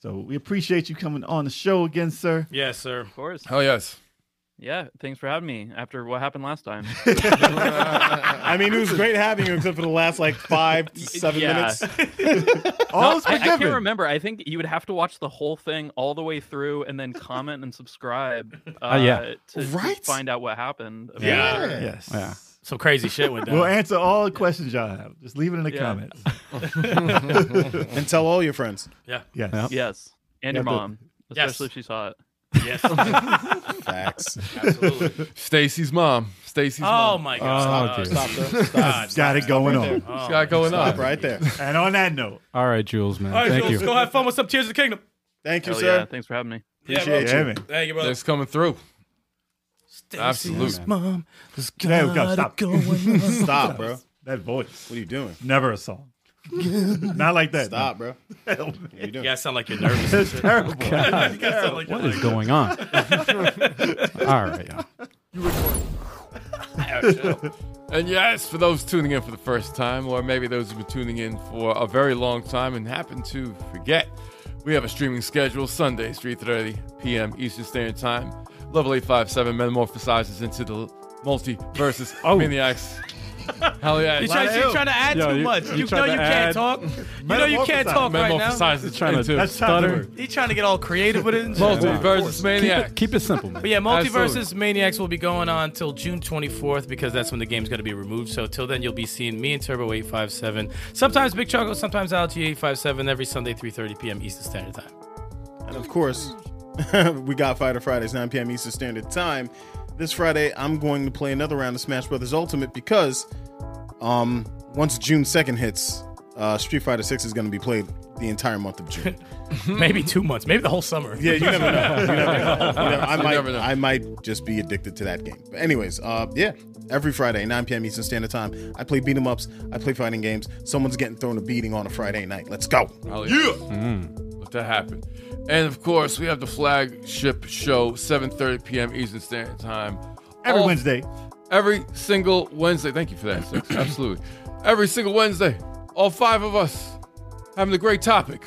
S6: So we appreciate you coming on the show again, sir.
S7: yes, sir.
S5: Of course.
S4: Hell yes.
S5: Yeah. Thanks for having me after what happened last time.
S3: I mean, it was great having you, except for the last like five to seven
S5: Yeah.
S3: minutes.
S6: All
S5: No,
S6: is
S5: I, I can't
S6: forgiven.
S5: remember. I think you would have to watch the whole thing all the way through and then comment and subscribe. Uh,
S2: yeah.
S5: to, to
S3: Right?
S5: find out what happened. I mean,
S7: Yeah.
S6: Yes.
S2: Yeah.
S7: Some crazy shit went down.
S6: We'll answer all the questions y'all have. Just leave it in the
S5: Yeah.
S6: comments.
S3: And tell all your friends.
S6: Yes.
S2: Yep.
S5: Yes, and your
S6: Yeah, the-
S5: mom,
S7: Yes.
S5: especially if she saw it.
S7: yes.
S3: Facts.
S7: Absolutely.
S4: Stacy's mom. Stacy's
S7: Oh
S4: mom.
S7: my
S2: Oh,
S7: god.
S2: dear.
S7: Stop.
S6: Got it going on.
S7: Oh,
S4: She's got going on.
S3: Stop right there.
S6: And on that note,
S2: All right, Jules, man.
S7: All right,
S2: Thank
S7: Jules,
S2: you.
S7: go have fun with some Tears of the Kingdom.
S3: Thank you,
S5: Hell yeah!
S3: sir.
S5: Thanks for having me.
S3: Appreciate
S6: yeah,
S3: you.
S6: man.
S7: Thank you, brother.
S4: It's coming through. Absolutely.
S7: Mom, there's
S6: Damn,
S7: got
S6: God,
S7: it
S6: stop.
S7: going on.
S3: Stop, bro. What
S6: That voice.
S3: are you doing?
S6: Never a song. Not like that.
S3: Stop, bro. What are you doing?
S7: Yeah, I sound like you're nervous.
S6: It's terrible.
S7: You guys sound like
S2: What
S7: you're
S2: is going on? All right. yeah.
S4: And yes, for those tuning in for the first time, or maybe those who've been tuning in for a very long time and happen to forget, we have a streaming schedule Sundays, 3.30 p.m. Eastern Standard Time. Level 857 metamorphosizes into the multiverses oh. maniacs. Hell yeah.
S7: You're trying, you're trying to add
S2: Yo,
S7: too
S2: you-
S7: much.
S2: you
S7: You, know
S2: trying
S7: you
S2: to add-
S7: can't talk. You know you can't talk right now.
S4: metamorphosizes
S2: Trying to
S4: into
S6: That's stutter.
S7: He's trying to get all creative with it. and shit.
S4: multiverses
S2: Keep
S4: maniacs.
S2: it, keep it simple,
S7: But
S2: man.
S7: yeah, Multiverses
S4: Absolutely.
S7: Maniacs will be going on till June 24th because that's when the game's going to be removed. So till then, you'll be seeing me and Turbo 857. Sometimes Big Choco, sometimes Algae 857 every Sunday 3:30 p.m. Eastern Standard Time.
S3: And of course, we got Fighter Fridays, 9 p.m. Eastern Standard Time. This Friday, I'm going to play another round of Smash Brothers Ultimate because um, once June 2nd hits, uh, Street Fighter 6 is going to be played the entire month of June.
S7: Maybe two months, maybe the whole summer.
S3: yeah, you never know. You never know. You never- I, might,
S4: never know.
S3: I might just be addicted to that game. But, anyways, uh, yeah. Every Friday, 9 p.m. Eastern Standard Time, I play beat 'em ups. I play fighting games. Someone's getting thrown a beating on a Friday night. Let's go.
S4: Hell yeah. Mm. Let that happen. And of course, we have the flagship show, 7.30 p.m. Eastern Standard Time.
S6: Every
S4: All-
S6: Wednesday.
S4: Every single Wednesday. Thank you for that, Six. Absolutely. Every single Wednesday, all five of us having a great topic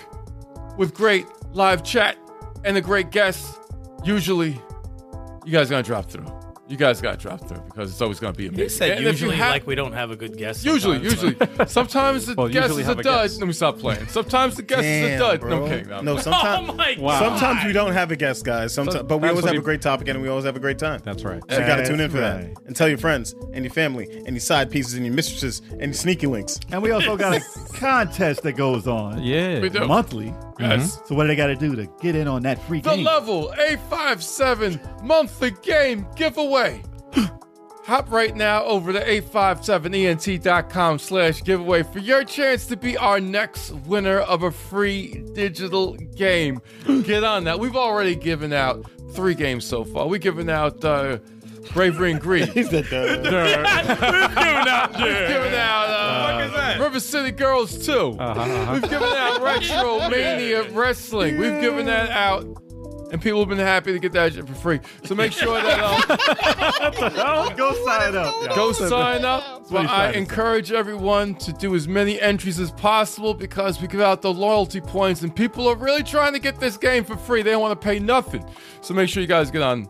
S4: with great live chat and a great guest. Usually, you guys gonna drop through. You guys gotta drop through because it's always gonna be amazing.
S7: You said
S4: And if you
S7: usually
S4: have-
S7: like we don't have a good guest.
S4: Usually,
S7: sometimes,
S4: usually. Sometimes the
S2: Well,
S4: guest
S2: usually
S4: is a
S2: have a
S4: dud.
S2: guest.
S4: Let me stop playing. Sometimes the guest is a
S3: Damn,
S4: dud. No,
S3: bro.
S4: I'm kidding. No, I'm
S3: no,
S4: kidding.
S7: but-
S3: sometimes.
S7: Oh my
S2: Wow.
S7: god.
S3: Sometimes we don't have a guest, guys. Sometimes, but we
S2: That's
S3: always
S2: what
S3: have
S2: he-
S3: a great topic and we always have a great time.
S2: That's right.
S3: So you got to
S6: That's
S3: tune in for
S6: right.
S3: that and tell your friends and your family and your side pieces and your mistresses and your sneaky links.
S6: And we also got a contest that goes on
S2: Yeah.
S4: We do.
S6: monthly.
S4: Yes.
S6: So what do they got to do to get in on that free
S4: The
S6: game?
S4: level 857 monthly game giveaway. Hop right now over to E 857ent.com slash giveaway for your chance to be our next winner of a free digital game. Get on that. We've already given out three games so far. We've given out uh, Bravery and Greed. We've given out uh, River City Girls 2.
S6: Uh-huh,
S4: We've given out Retro Mania Wrestling. We've given that out. And people have been happy to get that shit for free. So make sure that um,
S6: Go sign up. y'all.
S4: Go sign up.
S6: what
S4: But
S6: he
S4: I
S6: said.
S4: encourage everyone to do as many entries as possible because we give out the loyalty points and people are really trying to get this game for free. They don't want to pay nothing. So make sure you guys get on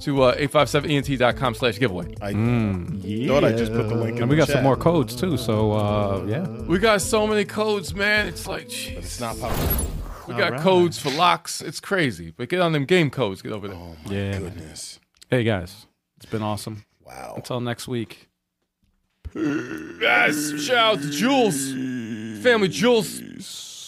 S4: to uh, 857ent.com slash giveaway.
S3: I thought I just put the link in
S2: And we got
S3: the
S2: some
S3: chat,
S2: more codes too. So uh, yeah.
S4: We got so many codes, man. It's like, jeez.
S3: It's not possible.
S4: We got codes for locks. It's crazy. But get on them game codes. Get over there.
S2: Yeah. man.
S3: Goodness.
S2: Hey guys, it's been awesome.
S3: Wow.
S2: Until next week.
S4: Yes. Shout out to Jules. Family Jules.